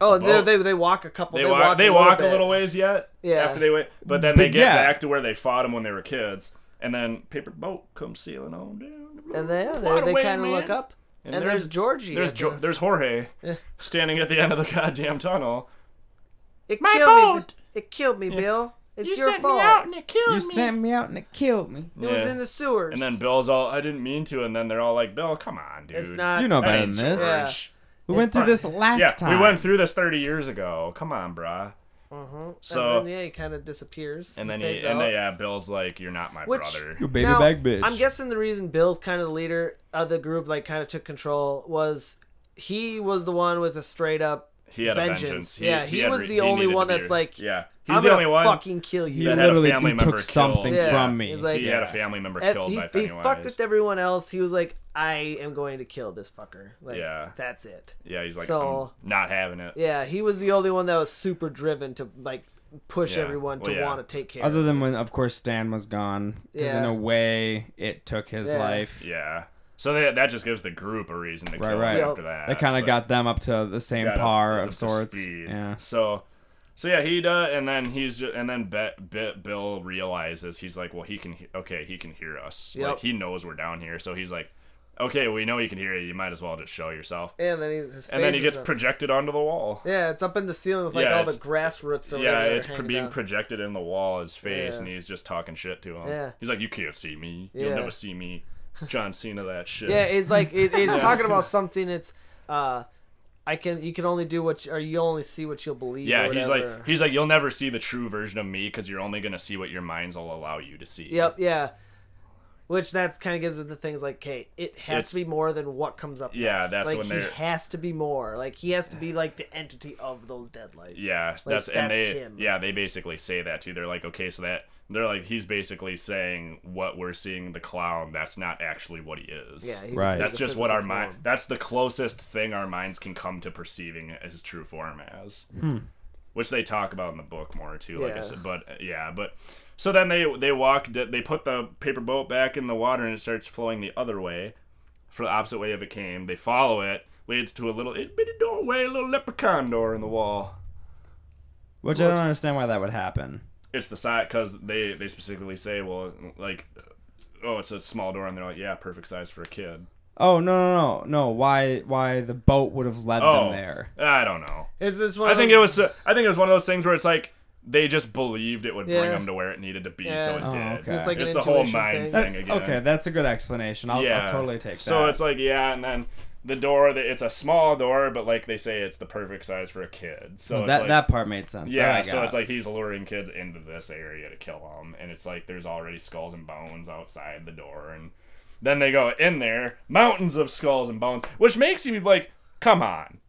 Speaker 2: Oh, they,
Speaker 3: boat.
Speaker 2: they, they walk a couple.
Speaker 3: they, walk, they
Speaker 2: a
Speaker 3: walk a
Speaker 2: bit.
Speaker 3: little ways yet.
Speaker 2: Yeah.
Speaker 3: After they wait, but then
Speaker 1: But
Speaker 3: they get
Speaker 1: yeah.
Speaker 3: back to where they fought him when they were kids, and then paper boat comes sailing on down. the blue
Speaker 2: and they
Speaker 3: waterway,
Speaker 2: they, they kind of
Speaker 3: man.
Speaker 2: look up, and,
Speaker 3: there's-
Speaker 2: there's, Georgie.
Speaker 3: There's
Speaker 2: at
Speaker 3: jo-
Speaker 2: the-
Speaker 3: there's Jorge standing at the end of the goddamn tunnel.
Speaker 2: it
Speaker 4: My
Speaker 2: killed
Speaker 4: boat!
Speaker 2: me. It killed me, Bill. It's
Speaker 4: You
Speaker 2: your
Speaker 4: sent
Speaker 2: fault.
Speaker 4: me out and it killed
Speaker 1: You
Speaker 4: me.
Speaker 1: sent me out and it killed me.
Speaker 2: It was in the sewers.
Speaker 3: And then Bill's all, I didn't mean to, and then they're all like, Bill, come on, dude.
Speaker 2: it's not.
Speaker 1: You know
Speaker 3: That
Speaker 1: better than
Speaker 3: ain't
Speaker 1: this.
Speaker 2: Yeah.
Speaker 3: George."
Speaker 1: We went through this last
Speaker 3: Yeah,
Speaker 1: time.
Speaker 3: we went through this 30 years ago. Come on, bruh. So
Speaker 2: Mm-hmm. and then, yeah, he kind of disappears.
Speaker 3: and then
Speaker 2: fades
Speaker 3: he and
Speaker 2: out.
Speaker 3: then, yeah, Bill's like, you're not my
Speaker 2: Which-
Speaker 3: brother.
Speaker 1: You baby
Speaker 2: Now,
Speaker 1: bag bitch.
Speaker 2: I'm guessing the reason Bill's kind of the leader of the group, like kind of took control, was he was the one with a straight up.
Speaker 3: He had
Speaker 2: vengeance.
Speaker 3: a vengeance.
Speaker 2: Yeah, he
Speaker 3: had
Speaker 2: was
Speaker 3: re-
Speaker 2: the
Speaker 3: he
Speaker 2: only
Speaker 3: needed to
Speaker 2: one
Speaker 3: be-
Speaker 2: that's like,
Speaker 3: yeah, he's
Speaker 2: I'm
Speaker 3: the
Speaker 2: gonna
Speaker 3: only one.
Speaker 2: Fucking kill you.
Speaker 1: he
Speaker 3: that had a
Speaker 1: literally
Speaker 3: family
Speaker 1: you
Speaker 3: member
Speaker 1: took
Speaker 3: killed.
Speaker 1: something
Speaker 2: Yeah.
Speaker 1: from me.
Speaker 2: He's like-
Speaker 3: he had a family member
Speaker 2: And
Speaker 3: killed
Speaker 2: he,
Speaker 3: by
Speaker 2: he
Speaker 3: Pennywise.
Speaker 2: fucked with everyone else. He was like, I am going to kill this fucker. Like,
Speaker 3: Yeah.
Speaker 2: that's it.
Speaker 3: yeah, he's like,
Speaker 2: So-
Speaker 3: I'm not having it.
Speaker 2: Yeah, he was the only one that was super driven to like push
Speaker 3: Yeah.
Speaker 2: everyone to
Speaker 3: Well, yeah.
Speaker 2: want to take care.
Speaker 1: Other
Speaker 2: of
Speaker 1: than
Speaker 2: this.
Speaker 1: when, of course, Stan was gone. Because in
Speaker 2: Yeah.
Speaker 1: a way, it took his
Speaker 2: Yeah.
Speaker 1: life.
Speaker 3: Yeah. So that that just gives the group a reason to
Speaker 1: Right,
Speaker 3: kill
Speaker 1: right.
Speaker 3: him
Speaker 1: Yep.
Speaker 3: after that.
Speaker 1: That kind of
Speaker 3: but-
Speaker 1: got them up to the same
Speaker 3: got up-
Speaker 1: par
Speaker 3: up
Speaker 1: of
Speaker 3: to
Speaker 1: sorts.
Speaker 3: speed.
Speaker 1: Yeah.
Speaker 3: So, so yeah, he does, and then he's just, and then Bet, Bet Bill realizes he's like, well, he can, he- okay, he can hear us. Like
Speaker 2: Yep.
Speaker 3: he knows we're down here, so he's like, okay, we know he can hear you. You might as well just show yourself.
Speaker 2: and then he's his
Speaker 3: And then
Speaker 2: face
Speaker 3: he
Speaker 2: is
Speaker 3: gets
Speaker 2: up.
Speaker 3: projected onto the wall.
Speaker 2: yeah, it's up in the ceiling with like
Speaker 3: Yeah,
Speaker 2: all the
Speaker 3: it's-
Speaker 2: grass roots. or
Speaker 3: Yeah,
Speaker 2: whatever that are
Speaker 3: it's pro-
Speaker 2: hanging
Speaker 3: being
Speaker 2: down.
Speaker 3: projected in the wall, his face,
Speaker 2: Yeah.
Speaker 3: and he's just talking shit to him.
Speaker 2: Yeah.
Speaker 3: He's like, you can't see me.
Speaker 2: Yeah.
Speaker 3: You'll never see me. John Cena, that shit.
Speaker 2: Yeah, it's like it, it's talking about something. It's uh, I can you can only do what you, or you only see what you'll believe.
Speaker 3: Yeah,
Speaker 2: or
Speaker 3: he's like
Speaker 2: whatever.
Speaker 3: he's like you'll never see the true version of me because you're only gonna see what your minds will allow you to see.
Speaker 2: Yep, yeah. Which that's kind of gives it the things like, okay, it has
Speaker 3: It's-
Speaker 2: to be more than what comes up.
Speaker 3: Yeah,
Speaker 2: next.
Speaker 3: that's
Speaker 2: like,
Speaker 3: when
Speaker 2: he
Speaker 3: they're-
Speaker 2: has to be more. Like he has to be like the entity of those deadlights.
Speaker 3: Yeah, that's and
Speaker 2: that's
Speaker 3: they
Speaker 2: him.
Speaker 3: yeah they basically say that too. They're like, okay, so that they're like he's basically saying what we're seeing the clown. That's not actually what he is.
Speaker 2: yeah. he
Speaker 1: Right.
Speaker 2: has
Speaker 3: that's
Speaker 2: a
Speaker 3: just what our
Speaker 2: physical
Speaker 3: mind.
Speaker 2: form.
Speaker 3: That's the closest thing our minds can come to perceiving his true form as, which they talk about in the book more too. Like I
Speaker 2: Yeah.
Speaker 3: said, but uh, yeah, but so then they they walk. They put the paper boat back in the water and it starts flowing the other way, for the opposite way of it came. They follow it. Leads to a little itty bitty doorway, a little leprechaun door in the wall.
Speaker 5: Which I don't understand why that would happen.
Speaker 3: it's the size because they they specifically say well like oh it's a small door and they're like yeah perfect size for a kid
Speaker 5: Oh no no no no! Why why the boat would have led
Speaker 3: oh
Speaker 5: them there?
Speaker 3: i don't know
Speaker 2: It's just one
Speaker 3: i
Speaker 2: of
Speaker 3: think
Speaker 2: those-
Speaker 3: it was uh, i think it was one of those things where it's like they just believed it would bring
Speaker 2: Yeah.
Speaker 3: them to where it needed to be so it
Speaker 2: Yeah.
Speaker 5: Oh,
Speaker 3: did
Speaker 5: okay. It's
Speaker 2: like
Speaker 3: it's
Speaker 2: an
Speaker 3: the whole
Speaker 2: intuition
Speaker 3: mind
Speaker 2: thing.
Speaker 5: That-
Speaker 3: thing, again
Speaker 5: Okay, that's a good explanation. I'll, I'll totally take that.
Speaker 3: So it's like yeah, and then the door, the- it's a small door, but like they say, it's the perfect size for a kid. So
Speaker 5: Well,
Speaker 3: it's
Speaker 5: that
Speaker 3: like,
Speaker 5: that part made sense. That I
Speaker 3: Yeah, so
Speaker 5: got.
Speaker 3: it's like he's luring kids into this area to kill them, and it's like there's already skulls and bones outside the door, and then they go in there, mountains of skulls and bones, which makes you like, come on,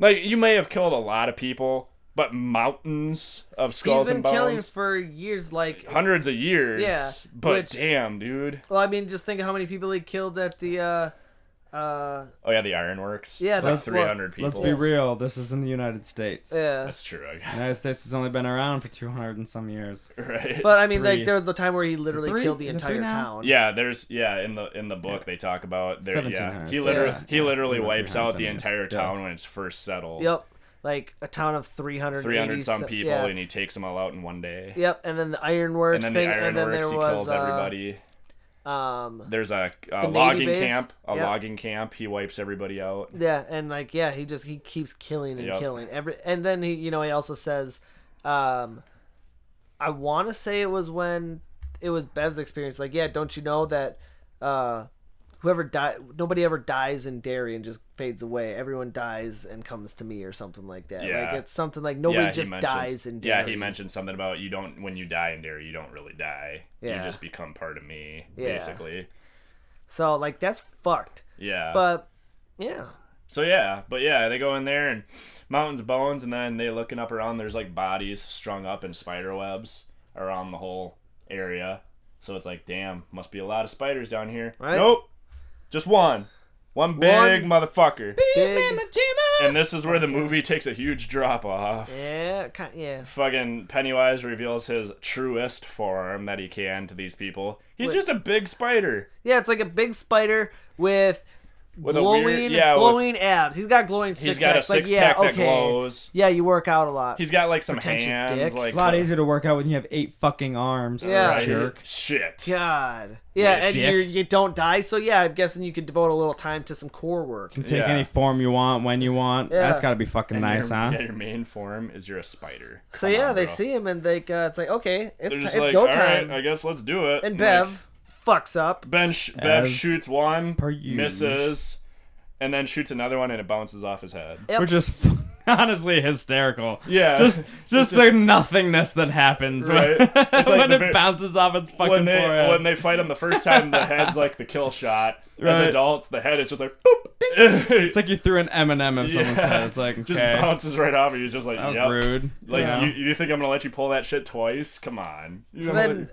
Speaker 3: like you may have killed a lot of people, but mountains of
Speaker 2: He's
Speaker 3: skulls
Speaker 2: been
Speaker 3: and bones,
Speaker 2: killing for years. Like,
Speaker 3: hundreds of years,
Speaker 2: Yeah,
Speaker 3: but
Speaker 2: which-
Speaker 3: damn, dude,
Speaker 2: well, I mean, just think of how many people he killed at the. uh uh
Speaker 3: oh yeah, the ironworks,
Speaker 2: Yeah,
Speaker 3: like
Speaker 2: that's-
Speaker 3: three hundred people.
Speaker 5: Let's be real. This is in the United States.
Speaker 2: yeah
Speaker 3: That's true, I
Speaker 5: The
Speaker 3: guess.
Speaker 5: United States has only been around for 200 and some years.
Speaker 3: right?
Speaker 2: but i mean
Speaker 5: Three.
Speaker 2: like there was the time where he literally
Speaker 5: three?
Speaker 2: killed the
Speaker 5: Is it
Speaker 2: entire
Speaker 5: three now?
Speaker 2: town
Speaker 3: Yeah, there's yeah in the in the book they talk about there. Yeah,
Speaker 5: 1700s,
Speaker 3: he literally
Speaker 2: yeah.
Speaker 3: he literally
Speaker 5: Yeah,
Speaker 3: wipes
Speaker 5: 300
Speaker 3: out the
Speaker 5: something years.
Speaker 3: entire
Speaker 5: Yeah.
Speaker 3: town when it's first settled.
Speaker 2: yep like a town of 300
Speaker 3: Three hundred some people,
Speaker 2: yeah.
Speaker 3: and he takes them all out in one day.
Speaker 2: Yep, and then the ironworks
Speaker 3: And then
Speaker 2: thing,
Speaker 3: the
Speaker 2: and then
Speaker 3: ironworks,
Speaker 2: there
Speaker 3: he
Speaker 2: was
Speaker 3: kills
Speaker 2: uh,
Speaker 3: everybody.
Speaker 2: um,
Speaker 3: There's a, a
Speaker 2: Navy
Speaker 3: logging
Speaker 2: base,
Speaker 3: camp, a
Speaker 2: yeah.
Speaker 3: logging camp. He wipes everybody out.
Speaker 2: yeah, and like yeah, he just he keeps killing and
Speaker 3: Yep.
Speaker 2: killing every, and then he you know he also says, um, I want to say it was when it was Bev's experience. Like yeah, don't you know that uh, whoever die nobody ever dies in Derry and just fades away. Everyone dies and comes to me or something like that.
Speaker 3: Yeah.
Speaker 2: Like it's something like nobody
Speaker 3: yeah,
Speaker 2: just
Speaker 3: he mentions,
Speaker 2: dies in Derry.
Speaker 3: yeah, he mentioned something about you don't when you die in Derry, you don't really die. You
Speaker 2: Yeah.
Speaker 3: just become part of me,
Speaker 2: Yeah.
Speaker 3: basically.
Speaker 2: So like that's fucked.
Speaker 3: Yeah.
Speaker 2: But yeah,
Speaker 3: So yeah, but yeah, they go in there and mountains of bones, and then they looking up around. There's like bodies strung up in spider webs around the whole area. So it's like, damn, must be a lot of spiders down here.
Speaker 2: Right.
Speaker 3: Nope, just one, one big motherfucker.
Speaker 2: big,
Speaker 3: And this is where the movie takes a huge drop off.
Speaker 2: yeah, kind, yeah.
Speaker 3: Fucking Pennywise reveals his truest form that he can to these people. He's
Speaker 2: Wait.
Speaker 3: just a big spider.
Speaker 2: Yeah, it's like a big spider with,
Speaker 3: With a
Speaker 2: glowing,
Speaker 3: weird- yeah, with-
Speaker 2: glowing abs. He's got glowing six
Speaker 3: He's got a
Speaker 2: packs.
Speaker 3: six
Speaker 2: like, yeah,
Speaker 3: pack that
Speaker 2: okay.
Speaker 3: glows.
Speaker 2: Yeah, you work out a lot.
Speaker 3: He's got like some
Speaker 2: Pretentious
Speaker 3: hands,
Speaker 2: dick.
Speaker 3: like
Speaker 5: A lot easier to work out when you have eight fucking arms.
Speaker 2: Yeah.
Speaker 3: Right.
Speaker 5: Jerk.
Speaker 3: Shit.
Speaker 2: God. Yeah,
Speaker 3: Yeah,
Speaker 2: and
Speaker 5: dick.
Speaker 2: you you don't die, so yeah, I'm guessing you could devote a little time to some core work.
Speaker 5: Can take
Speaker 3: Yeah.
Speaker 5: any form you want when you want.
Speaker 2: Yeah.
Speaker 5: That's got to be fucking
Speaker 3: And
Speaker 5: nice,
Speaker 3: your,
Speaker 5: huh?
Speaker 3: Yeah, your main form is you're a spider.
Speaker 2: So
Speaker 3: Come
Speaker 2: yeah,
Speaker 3: on,
Speaker 2: they
Speaker 3: bro.
Speaker 2: see him and they uh, it's like okay, it's,
Speaker 3: They're
Speaker 2: ti-
Speaker 3: just
Speaker 2: it's
Speaker 3: like,
Speaker 2: go
Speaker 3: all
Speaker 2: time.
Speaker 3: right, I guess let's do it.
Speaker 2: and
Speaker 3: like,
Speaker 2: Bev fucks up.
Speaker 3: ben sh- Bev
Speaker 5: As
Speaker 3: shoots one,
Speaker 5: per usual.
Speaker 3: misses, and then shoots another one, and it bounces off his head.
Speaker 2: Yep.
Speaker 1: Which is honestly hysterical.
Speaker 3: Yeah.
Speaker 1: Just just the nothingness that happens
Speaker 3: Right.
Speaker 1: when,
Speaker 3: It's like
Speaker 1: when
Speaker 3: the
Speaker 1: it
Speaker 3: ver-
Speaker 1: bounces off its fucking uh,
Speaker 3: When they
Speaker 1: forehead.
Speaker 3: when they fight him the first time, the head's like the kill shot. As
Speaker 1: Right.
Speaker 3: adults, the head is just like boop. it's
Speaker 1: it's like you threw an M&M at someone's
Speaker 3: Yeah.
Speaker 1: head. It's like, okay,
Speaker 3: just bounces right off, and he's just like,
Speaker 1: that was
Speaker 3: yep.
Speaker 1: rude.
Speaker 3: Like
Speaker 1: Yeah.
Speaker 3: you, you think I'm gonna let you pull that shit twice? Come on. You
Speaker 2: So
Speaker 3: gonna let-
Speaker 2: then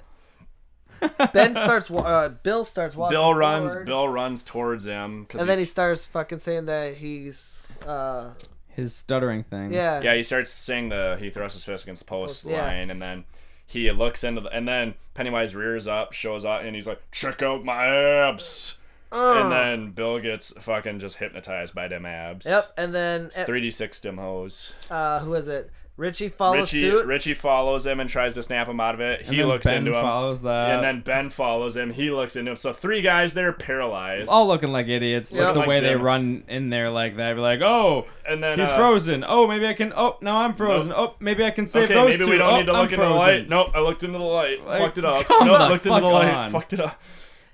Speaker 2: Ben starts. wa- Uh, Bill starts walking.
Speaker 3: Bill runs.
Speaker 2: forward,
Speaker 3: Bill runs towards him. 'cause
Speaker 2: And then he
Speaker 3: he's-
Speaker 2: starts fucking saying that he's. uh
Speaker 5: His stuttering thing.
Speaker 2: Yeah.
Speaker 3: Yeah, he starts saying the he thrusts his fist against the post
Speaker 2: Yeah.
Speaker 3: line, and then he looks into the, and then Pennywise rears up, shows up, and he's like, "Check out my abs." And then Bill gets fucking just hypnotized by them abs.
Speaker 2: Yep, and then
Speaker 3: Three d six dim hose.
Speaker 2: uh, who is it? Richie follows
Speaker 3: Richie
Speaker 2: suit.
Speaker 3: Richie follows him and tries to snap him out of it.
Speaker 5: And
Speaker 3: He
Speaker 5: then
Speaker 3: looks
Speaker 5: ben
Speaker 3: into him,
Speaker 5: follows that.
Speaker 3: and then Ben follows him. He looks into him. So three guys they're paralyzed.
Speaker 1: all looking like idiots. Just
Speaker 3: Looking
Speaker 1: the
Speaker 3: like
Speaker 1: way they
Speaker 3: Jim.
Speaker 1: run in there like that. Be like, oh,
Speaker 3: and then
Speaker 1: he's
Speaker 3: uh,
Speaker 1: frozen. Oh, maybe I can. Oh, now I'm frozen. Oh, maybe I can save
Speaker 3: Okay,
Speaker 1: those
Speaker 3: maybe
Speaker 1: two.
Speaker 3: we don't
Speaker 1: oh,
Speaker 3: need to
Speaker 1: I'm
Speaker 3: look into
Speaker 1: frozen.
Speaker 3: the light. Nope, I looked into the light.
Speaker 1: Like,
Speaker 3: fucked it up.
Speaker 1: come
Speaker 3: Nope,
Speaker 1: the
Speaker 3: looked into the
Speaker 1: fuck
Speaker 3: light.
Speaker 1: on.
Speaker 3: Fucked it up.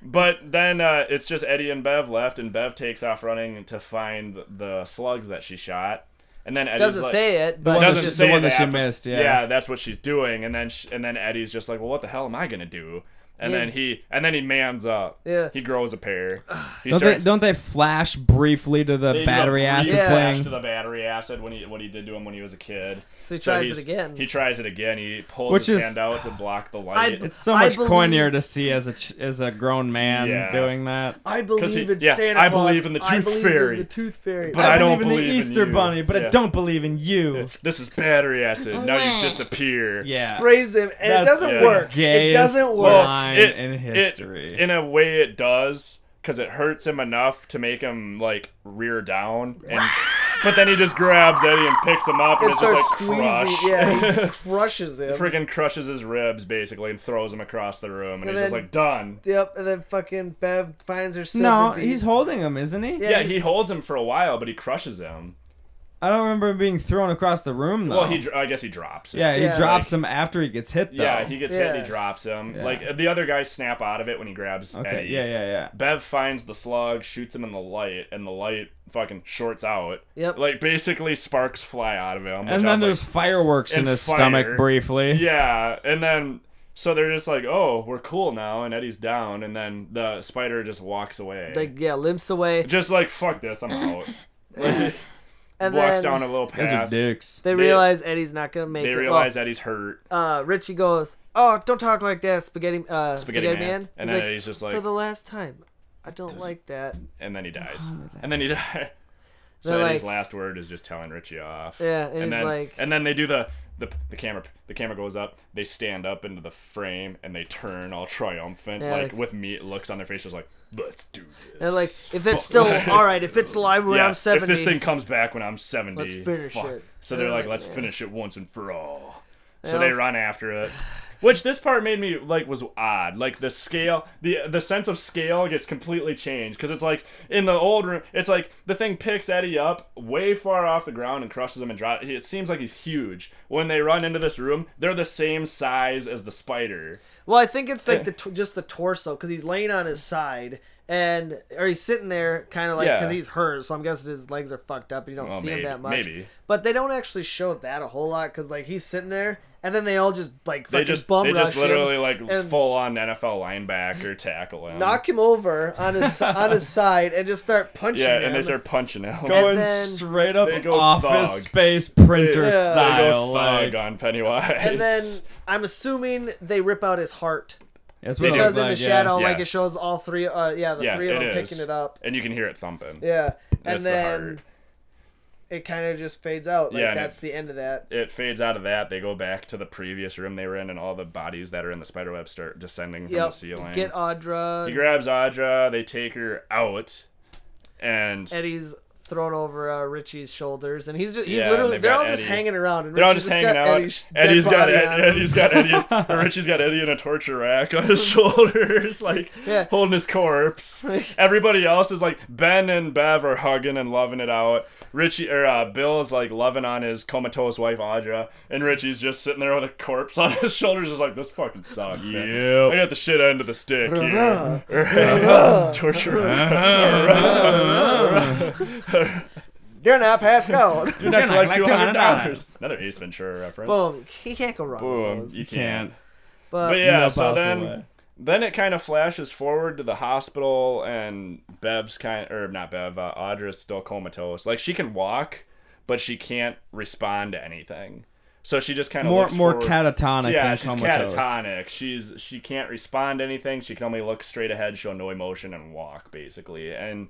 Speaker 3: But then uh, it's just Eddie and Bev left, and Bev takes off running to find the slugs that she shot. And then Eddie's
Speaker 2: Doesn't
Speaker 3: like,
Speaker 2: say it, but
Speaker 5: one
Speaker 3: doesn't
Speaker 5: that she-
Speaker 3: say
Speaker 5: the one that she
Speaker 3: happened.
Speaker 5: missed, yeah.
Speaker 3: that's what she's doing, and then sh and then Eddie's just like, well, what the hell am I gonna do? And
Speaker 2: Yeah.
Speaker 3: then he and then he mans up.
Speaker 2: Yeah.
Speaker 3: he grows a pair. He
Speaker 5: Don't they,
Speaker 3: starts-
Speaker 5: don't they flash briefly to the
Speaker 3: they do a
Speaker 5: battery
Speaker 3: brief
Speaker 5: acid
Speaker 2: Yeah.
Speaker 3: flash
Speaker 5: thing?
Speaker 3: To the battery acid when he what he did to him when he was a kid.
Speaker 2: So he tries it
Speaker 3: he's-
Speaker 2: again.
Speaker 3: He tries it again. He pulls
Speaker 5: Which
Speaker 3: his
Speaker 5: is-
Speaker 3: hand out to block the light.
Speaker 2: I-
Speaker 5: It's so
Speaker 2: I
Speaker 5: much
Speaker 2: believe-
Speaker 5: cornier to see as a ch- as a grown man
Speaker 3: Yeah.
Speaker 5: doing that.
Speaker 2: I
Speaker 3: 'Cause he-
Speaker 2: believe in
Speaker 3: yeah,
Speaker 2: Santa
Speaker 3: I
Speaker 2: Claus.
Speaker 3: believe in the
Speaker 2: I
Speaker 3: tooth
Speaker 2: believe
Speaker 3: fairy.
Speaker 2: In the tooth fairy.
Speaker 3: But I don't
Speaker 5: in
Speaker 3: believe
Speaker 5: the
Speaker 3: in
Speaker 5: Easter
Speaker 3: you.
Speaker 5: Bunny, but
Speaker 3: Yeah.
Speaker 5: I don't believe in you.
Speaker 3: this is battery acid. Now you disappear.
Speaker 5: Yeah,
Speaker 2: sprays him, and it
Speaker 5: That's
Speaker 2: doesn't
Speaker 3: the
Speaker 2: work. It
Speaker 5: gayest
Speaker 2: doesn't
Speaker 5: Well,
Speaker 2: work.
Speaker 5: line in history.
Speaker 3: in a way, it does because it hurts him enough to make him like rear down. And but then he just grabs Eddie and picks him up, and
Speaker 2: It
Speaker 3: it's just
Speaker 2: starts
Speaker 3: like
Speaker 2: squeezing.
Speaker 3: crush.
Speaker 2: Yeah, he crushes him.
Speaker 3: Freaking crushes his ribs basically and throws him across the room, and,
Speaker 2: And
Speaker 3: he's just
Speaker 2: then-
Speaker 3: like done.
Speaker 2: Yep, and then fucking Bev finds her silver
Speaker 5: no,
Speaker 2: bead.
Speaker 5: he's holding him, isn't he?
Speaker 3: Yeah, he holds him for a while, but he crushes him.
Speaker 5: I don't remember him being thrown across the room though.
Speaker 3: Well, he dr- I guess he drops. it.
Speaker 5: yeah, he
Speaker 2: Yeah.
Speaker 5: drops him after he gets hit though.
Speaker 3: Yeah, he gets hit. and
Speaker 2: Yeah.
Speaker 3: He drops him.
Speaker 5: Yeah.
Speaker 3: Like the other guys snap out of it when he grabs
Speaker 5: Okay,
Speaker 3: Eddie.
Speaker 5: yeah, yeah, yeah.
Speaker 3: Bev finds the slug, shoots him in the light, and the light fucking shorts out.
Speaker 2: Yep.
Speaker 3: Like basically sparks fly out of him. which
Speaker 5: And
Speaker 3: I
Speaker 5: then
Speaker 3: was
Speaker 5: there's fireworks in
Speaker 3: and
Speaker 5: his
Speaker 3: fire.
Speaker 5: stomach briefly.
Speaker 3: like, yeah, and then so they're just like, oh, we're cool now, and Eddie's down, and then the spider just walks away.
Speaker 2: like yeah, limps away,
Speaker 3: just like fuck this, I'm out. Like,
Speaker 2: and then
Speaker 3: walks down a little
Speaker 5: Those are
Speaker 3: path.
Speaker 5: dicks.
Speaker 2: they realize Eddie's not gonna make
Speaker 3: They
Speaker 2: it.
Speaker 3: realize Eddie's hurt.
Speaker 2: well, uh, Richie goes, "Oh, don't talk like that, spaghetti, uh,
Speaker 3: Spaghetti
Speaker 2: spaghetti,
Speaker 3: Man."
Speaker 2: man. he's
Speaker 3: And then
Speaker 2: like,
Speaker 3: Eddie's just like-
Speaker 2: "For the last time, I don't like that."
Speaker 3: and then he dies. And then he dies. So
Speaker 2: They're
Speaker 3: Eddie's
Speaker 2: like-
Speaker 3: last word is just telling Richie off.
Speaker 2: Yeah, and he's
Speaker 3: then,
Speaker 2: like-
Speaker 3: and then they do the, the the camera the camera goes up. They stand up into the frame and they turn all triumphant,
Speaker 2: Yeah,
Speaker 3: like,
Speaker 2: like-
Speaker 3: with me looks on their face, just like let's do this.
Speaker 2: They're like, "If it's still all right, if it's live when
Speaker 3: yeah,
Speaker 2: I'm 70,
Speaker 3: if this thing comes back when I'm seventy,
Speaker 2: Let's finish
Speaker 3: fuck."
Speaker 2: it.
Speaker 3: So they're
Speaker 2: Yeah,
Speaker 3: like, let's
Speaker 2: yeah.
Speaker 3: finish it once and for all. So
Speaker 2: Yeah,
Speaker 3: they
Speaker 2: let's-
Speaker 3: run after it. Which this part made me like was odd. Like the scale, the the sense of scale gets completely changed because it's like in the old room, it's like the thing picks Eddie up way far off the ground and crushes him and drops. It seems like he's huge. When they run into this room, they're the same size as the spider.
Speaker 2: Well, I think it's like the
Speaker 3: Eh.
Speaker 2: t- just the torso because he's laying on his side and or he's sitting there kind of like
Speaker 3: Yeah.
Speaker 2: because he's hurt, so I'm guessing his legs are fucked up. and You don't
Speaker 3: Well,
Speaker 2: see
Speaker 3: maybe-
Speaker 2: him that much.
Speaker 3: maybe.
Speaker 2: but they don't actually show that a whole lot because like he's sitting there and then they all just like
Speaker 3: They
Speaker 2: fucking
Speaker 3: just
Speaker 2: bum
Speaker 3: they just
Speaker 2: rush him,
Speaker 3: literally like
Speaker 2: and-
Speaker 3: full on NFL linebacker tackle him.
Speaker 2: knock him over on his on his side and just start punching
Speaker 3: yeah,
Speaker 2: him.
Speaker 3: and they start punching him.
Speaker 5: Going
Speaker 2: then-
Speaker 5: straight up
Speaker 3: They go
Speaker 5: office
Speaker 3: thug.
Speaker 5: space printer
Speaker 2: Yeah. They go
Speaker 3: They
Speaker 5: style.
Speaker 3: go
Speaker 5: like,
Speaker 3: thug on Pennywise.
Speaker 2: and then I'm assuming they rip out his heart
Speaker 5: that's what it
Speaker 2: because
Speaker 5: looked
Speaker 1: Oh
Speaker 2: in the
Speaker 5: like, yeah.
Speaker 2: shadow,
Speaker 3: Yeah.
Speaker 2: like it shows all three. Uh, yeah, the
Speaker 3: yeah,
Speaker 2: three of
Speaker 3: it
Speaker 2: them
Speaker 3: is.
Speaker 2: picking it up.
Speaker 3: and you can hear it thumping.
Speaker 2: Yeah, and
Speaker 3: That's the
Speaker 2: then
Speaker 3: heart.
Speaker 2: it kind of just fades out. Like
Speaker 3: Yeah, and
Speaker 2: that's
Speaker 3: it-
Speaker 2: the end of that.
Speaker 3: It fades out of that. They go back to the previous room they were in, and all the bodies that are in the spider web start descending from the
Speaker 2: Yep.
Speaker 3: ceiling.
Speaker 2: Get
Speaker 3: he
Speaker 2: Audra.
Speaker 3: grabs Audra. They take her out, and
Speaker 2: Eddie's thrown over uh, Richie's shoulders, and he's just he's
Speaker 3: Yeah,
Speaker 2: literally
Speaker 3: they've
Speaker 2: they're
Speaker 3: got
Speaker 2: all just
Speaker 3: Eddie.
Speaker 2: hanging around, and
Speaker 3: they're all
Speaker 2: Richie's
Speaker 3: just
Speaker 2: just,
Speaker 3: hanging
Speaker 2: got
Speaker 3: out.
Speaker 2: Eddie's dead
Speaker 3: Eddie's got
Speaker 2: body
Speaker 3: Ed,
Speaker 2: on him.
Speaker 3: Eddie's got Eddie. or Richie's got Eddie in a torture rack on his shoulders, like
Speaker 2: Yeah.
Speaker 3: holding his corpse.
Speaker 2: Like-
Speaker 3: Everybody else is like Ben and Bev are hugging and loving it out. Richie or uh, Bill is like loving on his comatose wife Audra, and Richie's just sitting there with a corpse on his shoulders, just like this fucking sucks. Yeah, I got the shit end of the stick here. Uh-huh. Torture.
Speaker 2: You're not Pascal.
Speaker 3: You're not
Speaker 1: You're not
Speaker 3: like two
Speaker 1: like
Speaker 3: hundred dollars.
Speaker 1: $200.
Speaker 3: Another Ace Ventura reference.
Speaker 2: Boom! He can't go wrong.
Speaker 3: Boom.
Speaker 2: With those.
Speaker 3: You
Speaker 5: Can't.
Speaker 3: can't.
Speaker 2: But,
Speaker 3: But yeah,
Speaker 5: No
Speaker 3: so
Speaker 5: possible
Speaker 3: then
Speaker 5: way.
Speaker 3: then it kind of flashes forward to the hospital and Bev's kind or not Bev, uh, Audra's still comatose. Like she can walk, but she can't respond to anything. So she just kind of
Speaker 5: More
Speaker 3: looks
Speaker 5: more
Speaker 3: forward.
Speaker 5: catatonic
Speaker 3: Yeah,
Speaker 5: than
Speaker 3: she's
Speaker 5: comatose.
Speaker 3: catatonic. She's she can't respond to anything. She can only look straight ahead, show no emotion, and walk basically. And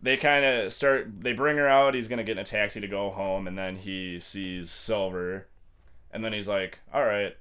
Speaker 3: they kind of start. They bring her out. He's gonna get in a taxi to go home, and then he sees Silver, and then he's like, "All right."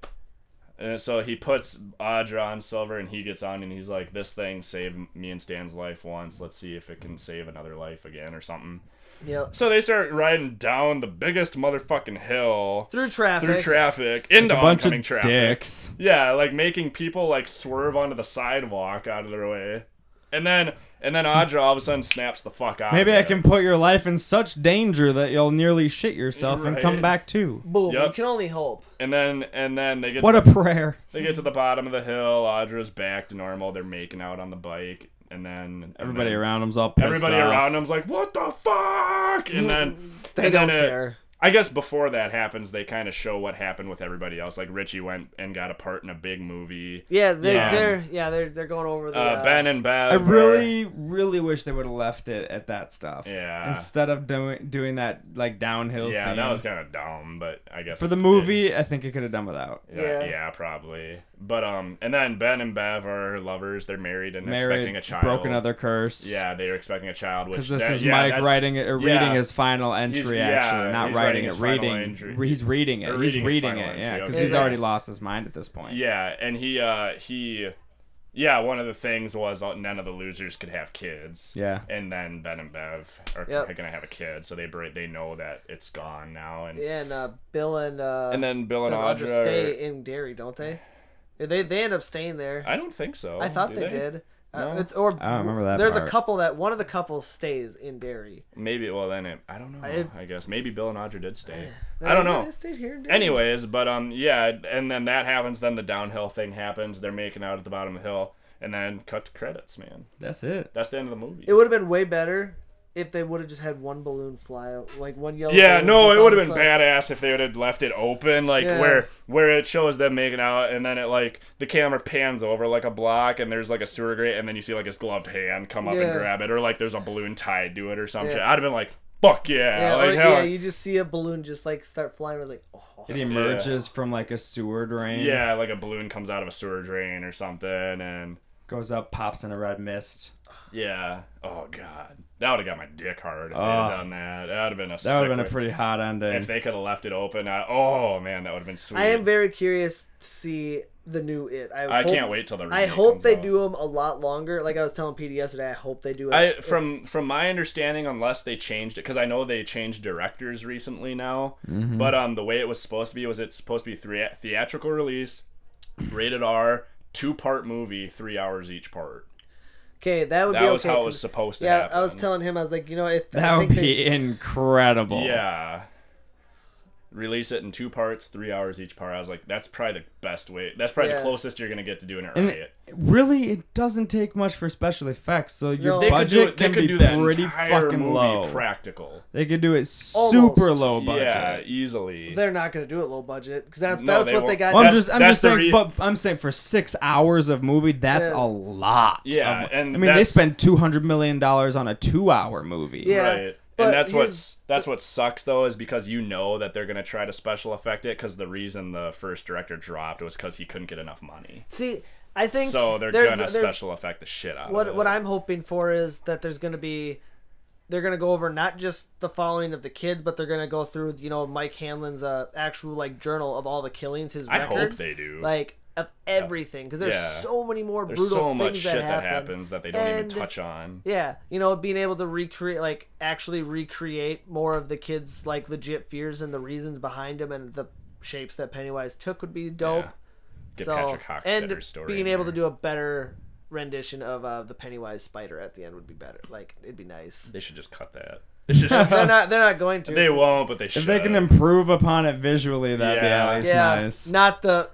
Speaker 3: And so he puts Audra on Silver, and he gets on, and he's like, "This thing saved me and Stan's life once. Let's see if it can save another life again, or something."
Speaker 2: Yep.
Speaker 3: So they start riding down the biggest motherfucking hill
Speaker 2: Through traffic.
Speaker 3: through traffic into
Speaker 5: A bunch
Speaker 3: oncoming
Speaker 5: of
Speaker 3: traffic.
Speaker 5: dicks.
Speaker 3: Yeah, like making people like swerve onto the sidewalk out of their way. And then and then Audra all of a sudden snaps the fuck out.
Speaker 1: Maybe
Speaker 3: of
Speaker 1: I
Speaker 3: it.
Speaker 1: can put your life in such danger that you'll nearly shit yourself and come
Speaker 3: Right.
Speaker 1: back to.
Speaker 2: Boom.
Speaker 3: Yep.
Speaker 2: You can only hope.
Speaker 3: And then and then they get
Speaker 1: What
Speaker 3: to,
Speaker 1: a prayer.
Speaker 3: they get to the bottom of the hill. Audra's back to normal. They're making out on the bike, and then and
Speaker 1: Everybody
Speaker 3: then
Speaker 1: around him's all pissed
Speaker 3: everybody
Speaker 1: off.
Speaker 3: around them's like, "What the fuck?" And then
Speaker 2: They
Speaker 3: and
Speaker 2: don't
Speaker 3: then it-
Speaker 2: care.
Speaker 3: I guess before that happens, they kind of show what happened with everybody else. Like Richie went and got a part in a big movie.
Speaker 2: Yeah, they,
Speaker 3: Yeah.
Speaker 2: they're yeah they're they're going over the.
Speaker 3: Uh,
Speaker 2: uh,
Speaker 3: ben and Bev.
Speaker 1: I
Speaker 3: are-
Speaker 1: really, really wish they would have left it at that stuff.
Speaker 3: Yeah.
Speaker 1: Instead of doing doing that like downhill.
Speaker 3: yeah,
Speaker 1: scene.
Speaker 3: that was kind of dumb, but I guess
Speaker 1: for the
Speaker 3: it-
Speaker 1: movie. I think it could have done without.
Speaker 3: Yeah.
Speaker 2: Yeah.
Speaker 3: yeah, probably. But um, and then Ben and Bev are lovers. They're married and
Speaker 1: Married,
Speaker 3: expecting a child.
Speaker 1: broke another curse.
Speaker 3: Yeah, they are expecting a child. Which
Speaker 1: Because this
Speaker 3: that-
Speaker 1: is
Speaker 3: yeah,
Speaker 1: Mike
Speaker 3: that's-
Speaker 1: writing it, or
Speaker 3: yeah.
Speaker 1: reading his final entry.
Speaker 3: yeah,
Speaker 1: actually, not
Speaker 3: he's writing
Speaker 1: writing it,
Speaker 3: his final
Speaker 1: reading.
Speaker 3: entry.
Speaker 1: re- He's reading it.
Speaker 3: Or
Speaker 1: he's
Speaker 3: reading his
Speaker 1: reading
Speaker 3: final
Speaker 1: it.
Speaker 3: entry,
Speaker 1: Yeah, because
Speaker 3: okay.
Speaker 1: he's
Speaker 2: Yeah.
Speaker 1: already lost his mind at this point.
Speaker 3: Yeah, and he uh he, yeah, one of the things was uh, none of the losers could have kids.
Speaker 1: Yeah.
Speaker 3: And then Ben and Bev are
Speaker 2: Yep.
Speaker 3: gonna have a kid, so they break. They know that it's gone now, and
Speaker 2: yeah, and uh, Bill and uh,
Speaker 3: and then Bill
Speaker 2: and
Speaker 3: and
Speaker 2: Audra,
Speaker 3: Audra. are-
Speaker 2: stay in Derry, don't they? They they end up staying there.
Speaker 3: I don't think so.
Speaker 2: I thought
Speaker 3: do
Speaker 2: they, did. Uh, it's, or
Speaker 1: I don't remember that
Speaker 2: There's
Speaker 1: part.
Speaker 2: a couple that one of the couples stays in Derry.
Speaker 3: Maybe. Well, then it, I don't know.
Speaker 2: I-
Speaker 3: I guess maybe Bill and Audra did stay. I don't know.
Speaker 2: Yeah, I stayed here in Derry.
Speaker 3: Anyways, but um, yeah, and then that happens. Then the downhill thing happens. They're making out at the bottom of the hill, and then cut to credits, man.
Speaker 1: that's it.
Speaker 3: That's the end of the movie.
Speaker 2: It would have been way better if they would have just had one balloon fly out, like one yellow.
Speaker 3: yeah,
Speaker 2: balloon
Speaker 3: no,
Speaker 2: just
Speaker 3: it
Speaker 2: on
Speaker 3: would
Speaker 2: the
Speaker 3: have been
Speaker 2: side.
Speaker 3: badass if they would have left it open, like
Speaker 2: Yeah.
Speaker 3: where where it shows them making out, and then it like the camera pans over like a block, and there's like a sewer grate, and then you see like his gloved hand come up and
Speaker 2: Yeah.
Speaker 3: grab it, or like there's a balloon tied to it or some
Speaker 2: Yeah.
Speaker 3: shit. I'd have been like, fuck yeah,
Speaker 2: Yeah,
Speaker 3: like
Speaker 2: or-
Speaker 3: hell,
Speaker 2: yeah, you just see a balloon just like start flying. We're like, oh,
Speaker 1: It emerges from like a sewer drain.
Speaker 3: yeah, like a balloon comes out of a sewer drain or something, and
Speaker 1: Goes up, pops in a red mist.
Speaker 3: Yeah. Oh god. That would have got my dick hard if they
Speaker 1: Ah.
Speaker 3: had done that. That would have been a.
Speaker 1: That would have been a
Speaker 3: sick
Speaker 1: pretty hot ending.
Speaker 3: way- If they could have left it open, I, oh man, that would have been sweet.
Speaker 2: I am very curious to see the new it. I,
Speaker 3: I
Speaker 2: hope,
Speaker 3: can't wait till the.
Speaker 2: I
Speaker 3: remake
Speaker 2: hope
Speaker 3: comes
Speaker 2: they
Speaker 3: out.
Speaker 2: do them a lot longer. Like I was telling PD yesterday, I hope they do it.
Speaker 3: I from from my understanding, unless they changed it, because I know they changed directors recently now.
Speaker 1: Mm-hmm.
Speaker 3: But um, the way it was supposed to be was it's supposed to be three theatrical release, rated R, two part movie, three hours each part.
Speaker 2: okay, that would
Speaker 3: That
Speaker 2: be okay.
Speaker 3: was how it was
Speaker 2: 'cause-
Speaker 3: supposed to
Speaker 2: yeah,
Speaker 3: happen.
Speaker 2: I was telling him, I was like, you know, if
Speaker 1: that
Speaker 2: I
Speaker 1: would
Speaker 2: think they
Speaker 1: be
Speaker 2: should-
Speaker 1: incredible.
Speaker 3: Yeah. Release it in two parts, three hours each part. I was like, that's probably the best way. That's probably the
Speaker 2: Yeah.
Speaker 3: closest you're gonna get to doing it
Speaker 1: And
Speaker 3: right.
Speaker 1: it- really, it doesn't take much for special effects, so your
Speaker 2: No. They could
Speaker 1: budget can be pretty
Speaker 3: entire
Speaker 1: fucking
Speaker 3: movie
Speaker 1: low.
Speaker 3: Practical.
Speaker 1: They could do it super
Speaker 2: Almost.
Speaker 1: low budget.
Speaker 3: Yeah, easily.
Speaker 2: they're not going to do it low budget because that's
Speaker 3: No,
Speaker 2: that's
Speaker 3: they
Speaker 2: what they
Speaker 3: won't.
Speaker 2: got.
Speaker 1: Well, I'm
Speaker 3: That's-
Speaker 1: just, I'm
Speaker 3: that's
Speaker 1: just
Speaker 3: the
Speaker 1: saying,
Speaker 3: re-
Speaker 1: but I'm saying for six hours of movie, that's
Speaker 2: Yeah.
Speaker 1: a lot.
Speaker 3: Yeah,
Speaker 1: of-
Speaker 3: and
Speaker 1: I mean, they
Speaker 3: that's-
Speaker 1: spent two hundred million dollars on a two-hour movie.
Speaker 2: Yeah.
Speaker 3: right.
Speaker 2: but
Speaker 3: And that's
Speaker 2: here's
Speaker 3: what's that's what sucks though is because you know that they're gonna try to special effect it because the reason the first director dropped was because he couldn't get enough money.
Speaker 2: see, I think
Speaker 3: So they're
Speaker 2: there's-
Speaker 3: gonna
Speaker 2: there's-
Speaker 3: special effect the shit out of
Speaker 2: What
Speaker 3: it.
Speaker 2: what I'm hoping for is that there's going to be they're going to go over not just the following of the kids, but they're going to go through you know Mike Hanlon's uh, actual like journal of all the killings, his
Speaker 3: I hope
Speaker 2: records.
Speaker 3: they do.
Speaker 2: like of everything because there's
Speaker 3: Yeah.
Speaker 2: so many more
Speaker 3: There's
Speaker 2: brutal
Speaker 3: so
Speaker 2: things
Speaker 3: much shit
Speaker 2: that, happen.
Speaker 3: happens that they don't even
Speaker 2: And-
Speaker 3: touch on.
Speaker 2: Yeah, you know, being able to recreate, like, actually recreate more of the kids' like legit fears and the reasons behind them and the shapes that Pennywise took would be dope.
Speaker 3: Yeah. Get
Speaker 2: so
Speaker 3: Patrick Hockstetter's
Speaker 2: and
Speaker 3: story
Speaker 2: being
Speaker 3: in
Speaker 2: able
Speaker 3: there.
Speaker 2: to do a better rendition of uh, the Pennywise spider at the end would be better. Like, it'd be nice.
Speaker 3: They should just cut that. They should. just-
Speaker 2: they're not. They're not going to.
Speaker 3: they won't, but they should.
Speaker 1: If they can improve upon it visually, that'd
Speaker 3: Yeah.
Speaker 1: be at least
Speaker 2: yeah,
Speaker 1: nice.
Speaker 2: not the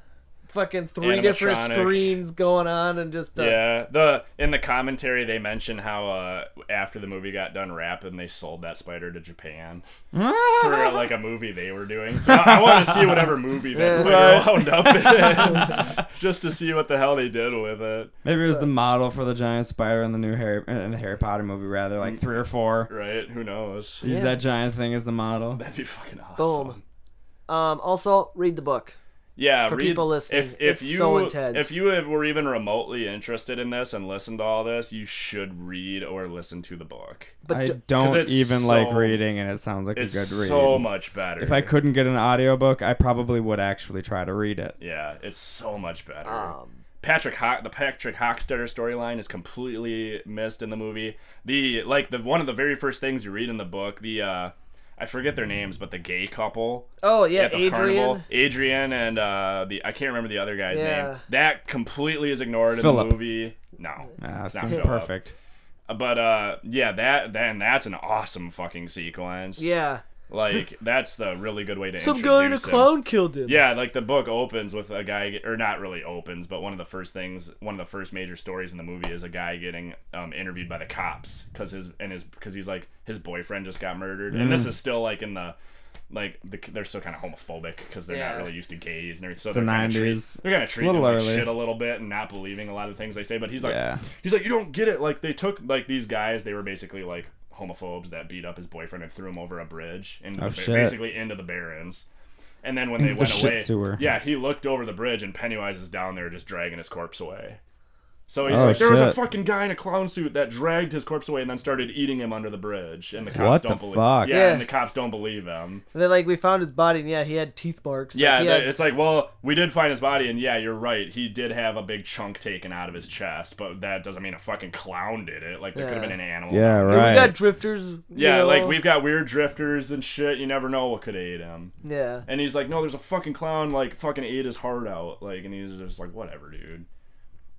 Speaker 2: fucking three different
Speaker 3: Animatronic.
Speaker 2: screens going on and just the
Speaker 3: yeah, the in the commentary they mention how uh, after the movie got done wrapping, they sold that spider to Japan for uh, like a movie they were doing. So I, want to see whatever movie that
Speaker 2: Yeah.
Speaker 3: spider
Speaker 1: Right.
Speaker 3: wound up in, just to see what the hell they did with it.
Speaker 1: Maybe it was the model for the giant spider in the new Harry in the Harry Potter movie, rather
Speaker 3: Mm.
Speaker 1: like three or four.
Speaker 3: Right? Who knows?
Speaker 1: Use
Speaker 2: Yeah.
Speaker 1: that giant thing as the model.
Speaker 3: That'd be fucking awesome.
Speaker 2: boom. Um, also, read the book.
Speaker 3: Yeah,
Speaker 2: for
Speaker 3: read-
Speaker 2: people listening,
Speaker 3: If, if
Speaker 2: it's
Speaker 3: you
Speaker 2: so intense.
Speaker 3: if you have- were even remotely interested in this and listened to all this, you should read or listen to the book.
Speaker 2: But
Speaker 1: I
Speaker 2: d-
Speaker 1: don't
Speaker 3: it's
Speaker 1: even
Speaker 3: so-
Speaker 1: like reading, and it sounds like a
Speaker 3: It's
Speaker 1: good read.
Speaker 3: so much better.
Speaker 1: If I couldn't get an audiobook, I probably would actually try to read it.
Speaker 3: Yeah, it's so much better.
Speaker 2: um,
Speaker 3: Patrick Ho- the Patrick Hockstetter storyline is completely missed in the movie. The like the one of the very first things you read in the book, the uh I forget their names, but the gay couple
Speaker 2: Oh yeah,
Speaker 3: at the
Speaker 2: Adrian.
Speaker 3: carnival, Adrian and uh, the I can't remember the other guy's
Speaker 2: Yeah.
Speaker 3: name. That completely is ignored in
Speaker 5: Philip.
Speaker 3: the movie. No,
Speaker 5: Ah,
Speaker 3: it's not
Speaker 5: seems
Speaker 3: Philip.
Speaker 5: perfect.
Speaker 3: But uh, yeah, that then that's an awesome fucking sequence.
Speaker 2: Yeah.
Speaker 3: like that's the really good way to
Speaker 2: Some guy in a
Speaker 3: introduce him.
Speaker 2: clown killed him.
Speaker 3: Yeah, like the book opens with a guy, get- or not really opens, but one of the first things, one of the first major stories in the movie is a guy getting um, interviewed by the cops because his and his because he's like his boyfriend just got murdered, and this is still like in the like the, they're still kind of homophobic because they're
Speaker 2: Yeah.
Speaker 3: not really used to gays and everything. So
Speaker 5: the
Speaker 3: they're kind of treat,
Speaker 5: 90s.
Speaker 3: they're kind of treating
Speaker 5: Little
Speaker 3: him like
Speaker 5: early.
Speaker 3: shit a little bit and not believing a lot of things they say. But he's like,
Speaker 5: Yeah.
Speaker 3: he's like, you don't get it. Like they took like these guys, they were basically like homophobes that beat up his boyfriend and threw him over a bridge and
Speaker 5: Oh,
Speaker 3: ba-
Speaker 5: shit.
Speaker 3: basically into the barrens. And then when they
Speaker 5: the
Speaker 3: went
Speaker 5: shit
Speaker 3: away,
Speaker 5: sewer.
Speaker 3: yeah, he looked over the bridge and Pennywise is down there just dragging his corpse away. So he's
Speaker 5: Oh,
Speaker 3: like, there was a
Speaker 5: shit.
Speaker 3: fucking guy in a clown suit that dragged his corpse away and then started eating him under the bridge, and the cops
Speaker 5: What the
Speaker 3: don't believe.
Speaker 5: fuck?
Speaker 3: Yeah,
Speaker 2: Yeah.
Speaker 3: and the cops don't believe him.
Speaker 2: And then like we found his body, and yeah, he had teeth marks. Like,
Speaker 3: Yeah,
Speaker 2: he
Speaker 3: that-
Speaker 2: had-
Speaker 3: it's like, well, we did find his body, and yeah, you're right. He did have a big chunk taken out of his chest, but that doesn't mean a fucking clown did it. Like, there could have
Speaker 2: Yeah.
Speaker 3: been an animal.
Speaker 5: Yeah,
Speaker 2: And
Speaker 5: right.
Speaker 2: We got drifters. you
Speaker 3: Yeah,
Speaker 2: know.
Speaker 3: like, we've got weird drifters and shit. You never know what could have ate him.
Speaker 2: Yeah.
Speaker 3: And he's like, no, there's a fucking clown, like, fucking ate his heart out. Like, and he's just like, whatever, dude.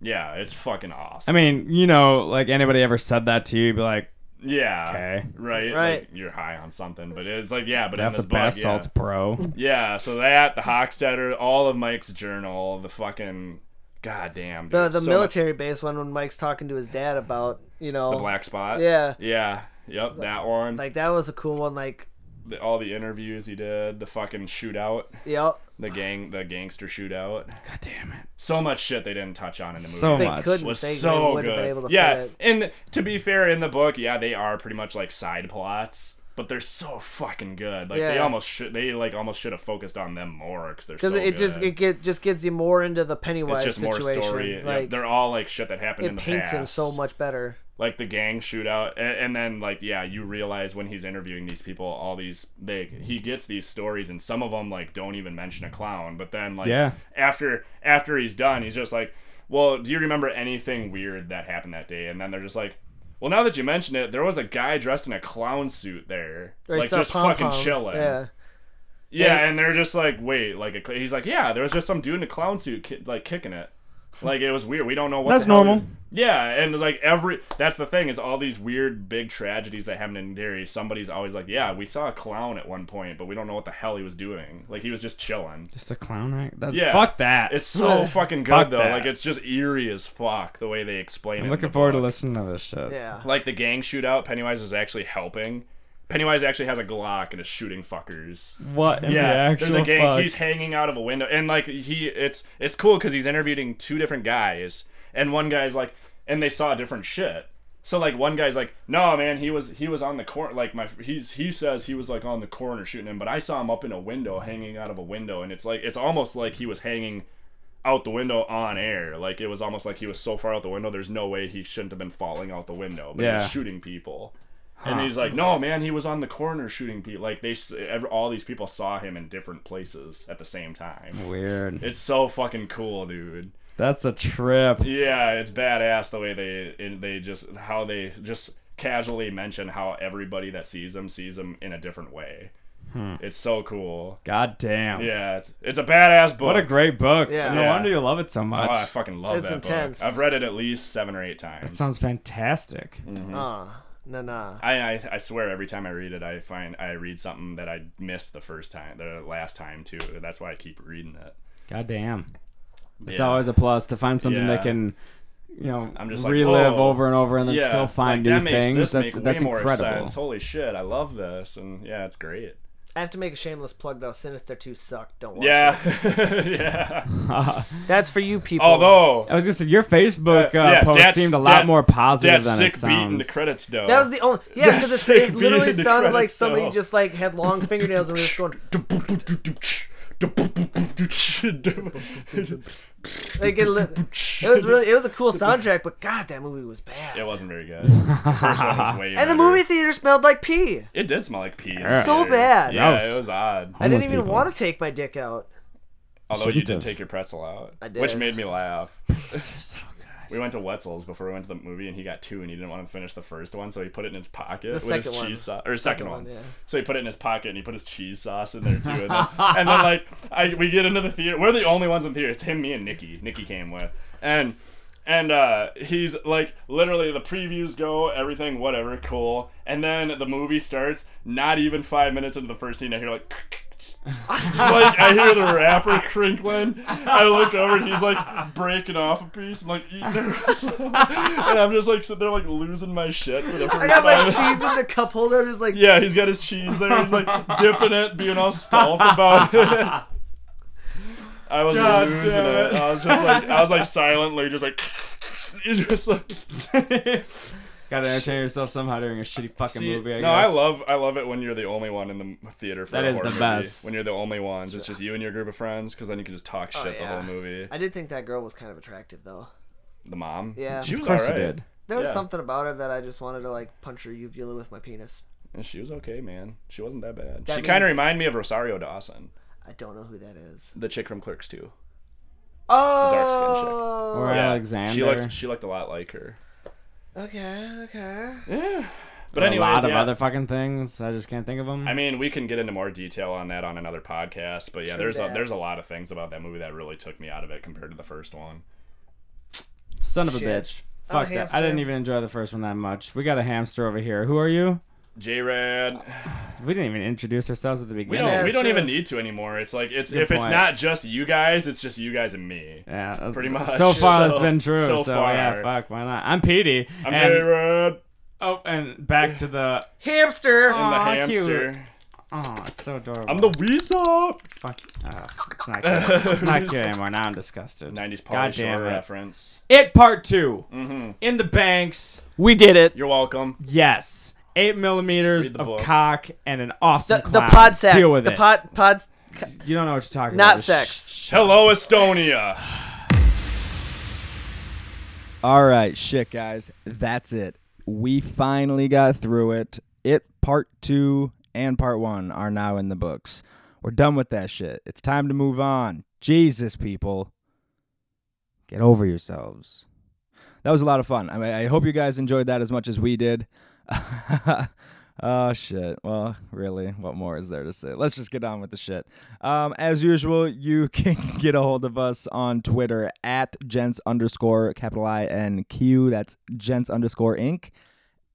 Speaker 3: Yeah, it's fucking
Speaker 5: I
Speaker 3: awesome.
Speaker 5: mean, you know, like anybody ever said that to you, you'd be like,
Speaker 3: yeah.
Speaker 5: okay.
Speaker 3: Right?
Speaker 2: Right.
Speaker 3: Like, you're high on something, but it's like, yeah, but in
Speaker 5: That's
Speaker 3: this
Speaker 5: the
Speaker 3: book,
Speaker 5: best
Speaker 3: yeah.
Speaker 5: salts, bro.
Speaker 3: Yeah, so that, the Hochstetter, all of Mike's journal, the fucking. goddamn.
Speaker 2: The
Speaker 3: dude,
Speaker 2: the
Speaker 3: so much-
Speaker 2: military base one when Mike's talking to his dad about you know
Speaker 3: The black spot.
Speaker 2: yeah
Speaker 3: Yeah. Yep. That one.
Speaker 2: like that was a cool one like
Speaker 3: The- all the interviews he did. The fucking shootout.
Speaker 2: yeah
Speaker 3: The gang. The gangster shootout.
Speaker 5: God damn it.
Speaker 3: So much shit they didn't touch on in the movie.
Speaker 5: So
Speaker 2: they
Speaker 5: much.
Speaker 2: couldn't
Speaker 3: was
Speaker 2: they, they
Speaker 3: so
Speaker 2: wouldn't
Speaker 3: good.
Speaker 2: have been able to
Speaker 3: yeah,
Speaker 2: fit it.
Speaker 3: and to be fair, in the book, yeah, they are pretty much like side plots, but they're so fucking good. Like they
Speaker 2: Yeah.
Speaker 3: almost should, they like almost should have focused on them more because they're
Speaker 2: because
Speaker 3: so
Speaker 2: it, it just
Speaker 3: good.
Speaker 2: it get, just gets you more into the Pennywise
Speaker 3: it's just
Speaker 2: situation
Speaker 3: more story. Yeah,
Speaker 2: like
Speaker 3: they're all like shit that happened in
Speaker 2: it
Speaker 3: the
Speaker 2: paints him so
Speaker 3: past.
Speaker 2: much better
Speaker 3: like the gang shootout and, and then like yeah you realize when he's interviewing these people all these they he gets these stories and some of them like don't even mention a clown but then like
Speaker 5: Yeah.
Speaker 3: after after he's done he's just like well do you remember anything weird that happened that day and then they're just like well now that you mention it there was a guy dressed in a clown suit there
Speaker 2: Or he
Speaker 3: like
Speaker 2: saw
Speaker 3: just fucking
Speaker 2: pom-poms,
Speaker 3: chilling
Speaker 2: yeah
Speaker 3: yeah, and they're just like, wait, like a, cl- he's like, yeah, there was just some dude in a clown suit ki- like kicking it, like it was weird. We don't know what.
Speaker 5: That's
Speaker 3: the hell
Speaker 5: normal.
Speaker 3: it- Yeah, and like every that's the thing is all these weird big tragedies that happen in Derry. Somebody's always like, yeah, we saw a clown at one point, but we don't know what the hell he was doing. Like he was just chilling.
Speaker 5: Just a clown act? That's
Speaker 3: Yeah.
Speaker 5: fuck that.
Speaker 3: It's so fucking good
Speaker 5: Fuck
Speaker 3: though.
Speaker 5: that.
Speaker 3: Like it's just eerie as fuck the way they explain it.
Speaker 5: I'm
Speaker 3: in
Speaker 5: looking
Speaker 3: the
Speaker 5: forward to
Speaker 3: book.
Speaker 5: listening to this shit.
Speaker 2: yeah
Speaker 3: Like the gang shootout, Pennywise is actually helping. Pennywise actually has a Glock and is shooting fuckers.
Speaker 5: What in
Speaker 3: Yeah,
Speaker 5: the actual
Speaker 3: there's a gang.
Speaker 5: fuck?
Speaker 3: He's hanging out of a window, and like he, it's it's cool because he's interviewing two different guys, and one guy's like, and they saw different shit. So like one guy's like, no man, he was he was on the corner, like my he's he says he was like on the corner shooting him, but I saw him up in a window, hanging out of a window, and it's like it's almost like he was hanging out the window on air, like it was almost like he was so far out the window, there's no way he shouldn't have been falling out the window, but he
Speaker 5: Yeah.
Speaker 3: was shooting people. And he's like, no, man, he was on the corner shooting people. Like they, s- ev all these people saw him in different places at the same time.
Speaker 5: Weird.
Speaker 3: It's so fucking cool, dude.
Speaker 5: That's a trip.
Speaker 3: Yeah, it's badass the way they, and they just how they just casually mention how everybody that sees him sees him in a different way.
Speaker 5: Hmm.
Speaker 3: It's so cool.
Speaker 5: God damn.
Speaker 3: Yeah, it's, it's a badass book.
Speaker 5: What a great book.
Speaker 2: Yeah.
Speaker 5: No
Speaker 3: Yeah.
Speaker 5: wonder you love it so
Speaker 3: Oh,
Speaker 5: much.
Speaker 3: I fucking love
Speaker 2: It's
Speaker 3: that
Speaker 2: intense.
Speaker 3: book. I've read it at least seven or eight times.
Speaker 5: That sounds fantastic.
Speaker 3: Mm. Mm-hmm.
Speaker 2: uh nah nah
Speaker 3: I, I I swear every time I read it, I find I read something that I missed the first time, the last time too. That's why I keep reading it.
Speaker 5: God damn. It's
Speaker 3: Yeah.
Speaker 5: always a plus to find something
Speaker 3: Yeah.
Speaker 5: that can, you know,
Speaker 3: I'm just like,
Speaker 5: relive
Speaker 3: whoa.
Speaker 5: over and over and then
Speaker 3: yeah,
Speaker 5: still find
Speaker 3: like,
Speaker 5: new
Speaker 3: that makes
Speaker 5: things.
Speaker 3: This
Speaker 5: That's
Speaker 3: make
Speaker 5: that's
Speaker 3: way
Speaker 5: incredible.
Speaker 3: More sense. Holy shit, I love this, and yeah, it's great.
Speaker 2: I have to make a shameless plug though Sinister Two sucked don't watch
Speaker 3: Yeah, yeah.
Speaker 2: it. that's for you people
Speaker 3: Although
Speaker 5: I was gonna say your Facebook uh,
Speaker 3: Uh, yeah,
Speaker 5: post
Speaker 3: that's-
Speaker 5: seemed a lot
Speaker 3: that-
Speaker 5: more positive
Speaker 3: that
Speaker 5: than
Speaker 3: sick
Speaker 5: it
Speaker 3: beat in the
Speaker 5: sounds.
Speaker 3: credits, though.
Speaker 2: That was the only yeah,
Speaker 3: That's
Speaker 2: because
Speaker 3: sick
Speaker 2: it literally
Speaker 3: being the
Speaker 2: sounded like
Speaker 3: credits,
Speaker 2: somebody
Speaker 3: though.
Speaker 2: just like had long fingernails and was just going like it, li- it was really it was a cool soundtrack, but God, that movie was bad.
Speaker 3: It wasn't very good. The first one was way
Speaker 2: and the
Speaker 3: better.
Speaker 2: movie theater smelled like pee.
Speaker 3: It did smell like pee.
Speaker 2: So bad.
Speaker 3: Yeah,
Speaker 5: Gross.
Speaker 3: it was odd.
Speaker 2: I
Speaker 5: Homeless
Speaker 2: didn't even
Speaker 5: people.
Speaker 2: want to take my dick out.
Speaker 3: Although you
Speaker 5: Shouldn't
Speaker 3: did
Speaker 5: have.
Speaker 3: take your pretzel out,
Speaker 2: I did.
Speaker 3: which made me laugh.
Speaker 5: Those are so good.
Speaker 3: We went to Wetzel's before we went to the movie, and he got two, and he didn't want to finish the first one, so he put it in his pocket with his
Speaker 2: second one.
Speaker 3: cheese sauce, or second, one.
Speaker 2: one, yeah.
Speaker 3: So he put it in his pocket, and he put his cheese sauce in there too. And then, and then like I, we get into the theater, we're the only ones in theater. It's him, me, and Nikki. Nikki came with, and and uh, he's like literally the previews go, everything, whatever, cool. And then the movie starts. Not even five minutes into the first scene, I hear like. like I hear the rapper crinkling. I look over and he's like breaking off a piece and like eating it. and I'm just like sitting there like losing my shit for the first
Speaker 2: I got my
Speaker 3: time.
Speaker 2: cheese in the cup holder. I'm just like,
Speaker 3: Yeah, he's got his cheese there. He's like dipping it, being all stealth about it. I was
Speaker 6: God
Speaker 3: losing
Speaker 6: damn it.
Speaker 3: it. I was just like, I was like silently, just like, it's just like.
Speaker 6: Gotta entertain yourself somehow during a shitty fucking
Speaker 3: See,
Speaker 6: movie. I
Speaker 3: no, I
Speaker 6: guess.
Speaker 3: love, I love it when you're the only one in the theater for
Speaker 6: That
Speaker 3: a
Speaker 6: is
Speaker 3: horror
Speaker 6: the
Speaker 3: movie.
Speaker 6: best. Oh,
Speaker 3: When you're the only ones, it's just you and your group of friends, because then you can just talk shit the
Speaker 2: yeah.
Speaker 3: whole movie.
Speaker 2: I did think that girl was kind of attractive though.
Speaker 3: The mom.
Speaker 2: Yeah.
Speaker 3: she
Speaker 6: Of
Speaker 3: was
Speaker 6: course
Speaker 3: alright.
Speaker 6: you did.
Speaker 2: There was
Speaker 3: Yeah.
Speaker 2: something about her that I just wanted to like punch her uvula with my penis.
Speaker 3: And she was okay, man. She wasn't that bad.
Speaker 2: That
Speaker 3: she kind of
Speaker 2: means-
Speaker 3: reminded me of Rosario Dawson,
Speaker 2: I don't know who that is.
Speaker 3: the chick from Clerks too.
Speaker 2: Oh.
Speaker 6: Or
Speaker 3: She
Speaker 6: Alexander.
Speaker 3: looked, she looked a lot like her.
Speaker 2: Okay. Okay.
Speaker 3: Yeah. But
Speaker 6: a
Speaker 3: anyways,
Speaker 6: lot of
Speaker 3: yeah.
Speaker 6: other fucking things. I just can't think of them.
Speaker 3: I mean, we can get into more detail on that on another podcast. But yeah,
Speaker 2: True
Speaker 3: there's a,
Speaker 2: that.
Speaker 3: there's a lot of things about that movie that really took me out of it compared to the first one.
Speaker 6: Son of a
Speaker 2: Shit.
Speaker 6: bitch.
Speaker 2: I'm a
Speaker 6: Fuck that. I
Speaker 2: hamster.
Speaker 6: didn't even enjoy the first one that much. We got a hamster over here. Who are you?
Speaker 3: J Rad,
Speaker 6: We didn't even introduce ourselves at the
Speaker 3: we
Speaker 6: beginning.
Speaker 3: don't
Speaker 2: Yeah,
Speaker 3: we don't
Speaker 2: sure.
Speaker 3: even need to anymore. It's like it's
Speaker 6: Good
Speaker 3: if it's
Speaker 6: point.
Speaker 3: not just you guys, it's just you guys and me.
Speaker 6: Yeah, that's-
Speaker 3: Pretty much.
Speaker 6: So far, that's
Speaker 3: So-
Speaker 6: been true.
Speaker 3: so
Speaker 6: So, yeah,
Speaker 3: far.
Speaker 6: fuck. Why not? I'm Petey.
Speaker 3: I'm
Speaker 6: and,
Speaker 3: J Rad
Speaker 6: Oh, and back to the.
Speaker 2: Hamster.
Speaker 3: and the
Speaker 6: Aw,
Speaker 3: hamster.
Speaker 6: cute. Oh, it's so adorable.
Speaker 3: I'm the Weasel.
Speaker 6: fuck. Uh, it's not good. It's not good anymore. Now I'm disgusted.
Speaker 3: 90s Paul
Speaker 6: God
Speaker 3: Shore
Speaker 6: damn it.
Speaker 3: reference.
Speaker 6: It part 2
Speaker 3: Mm-hmm.
Speaker 6: in the banks.
Speaker 2: We did it.
Speaker 3: You're welcome.
Speaker 6: Yes, eight millimeters
Speaker 3: Read the
Speaker 6: of
Speaker 3: book.
Speaker 6: cock and an awesome
Speaker 2: The, the
Speaker 6: clown.
Speaker 2: pod sack.
Speaker 6: Deal with
Speaker 2: the
Speaker 6: it.
Speaker 2: pod pods.
Speaker 6: you don't know what you're talking about.
Speaker 2: Not
Speaker 6: Sh-
Speaker 2: sex.
Speaker 3: Hello, Estonia.
Speaker 1: All right, shit, guys. That's it. We finally got through it. It part two and part one are now in the books. We're done with that shit. It's time to move on. Jesus, people. Get over yourselves. That was a lot of fun. I, mean, I hope you guys enjoyed that as much as we did. oh, shit. Well, really, what more is there to say? Let's just get on with the shit. Um, as usual, you can get a hold of us on Twitter at gents underscore capital I N Q. That's gents underscore inc.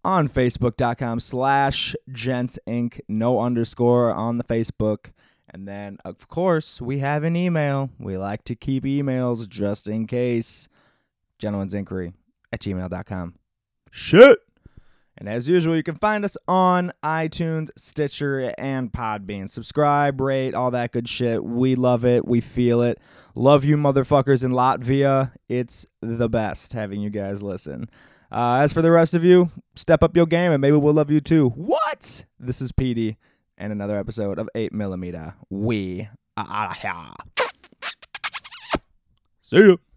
Speaker 1: On Facebook.com slash gents inc. No underscore on the Facebook. And then, of course, we have an email. We like to keep emails just in case. Gentleman's inquiry at gmail.com. Shit. And as usual, you can find us on iTunes, Stitcher, and Podbean. Subscribe, rate, all that good shit. We love it. We feel it. Love you, motherfuckers in Latvia. It's the best having you guys listen. Uh, as for the rest of you, step up your game and maybe we'll love you too. What? This is PD and another episode of 8 Millimeter. We are out of here. See ya.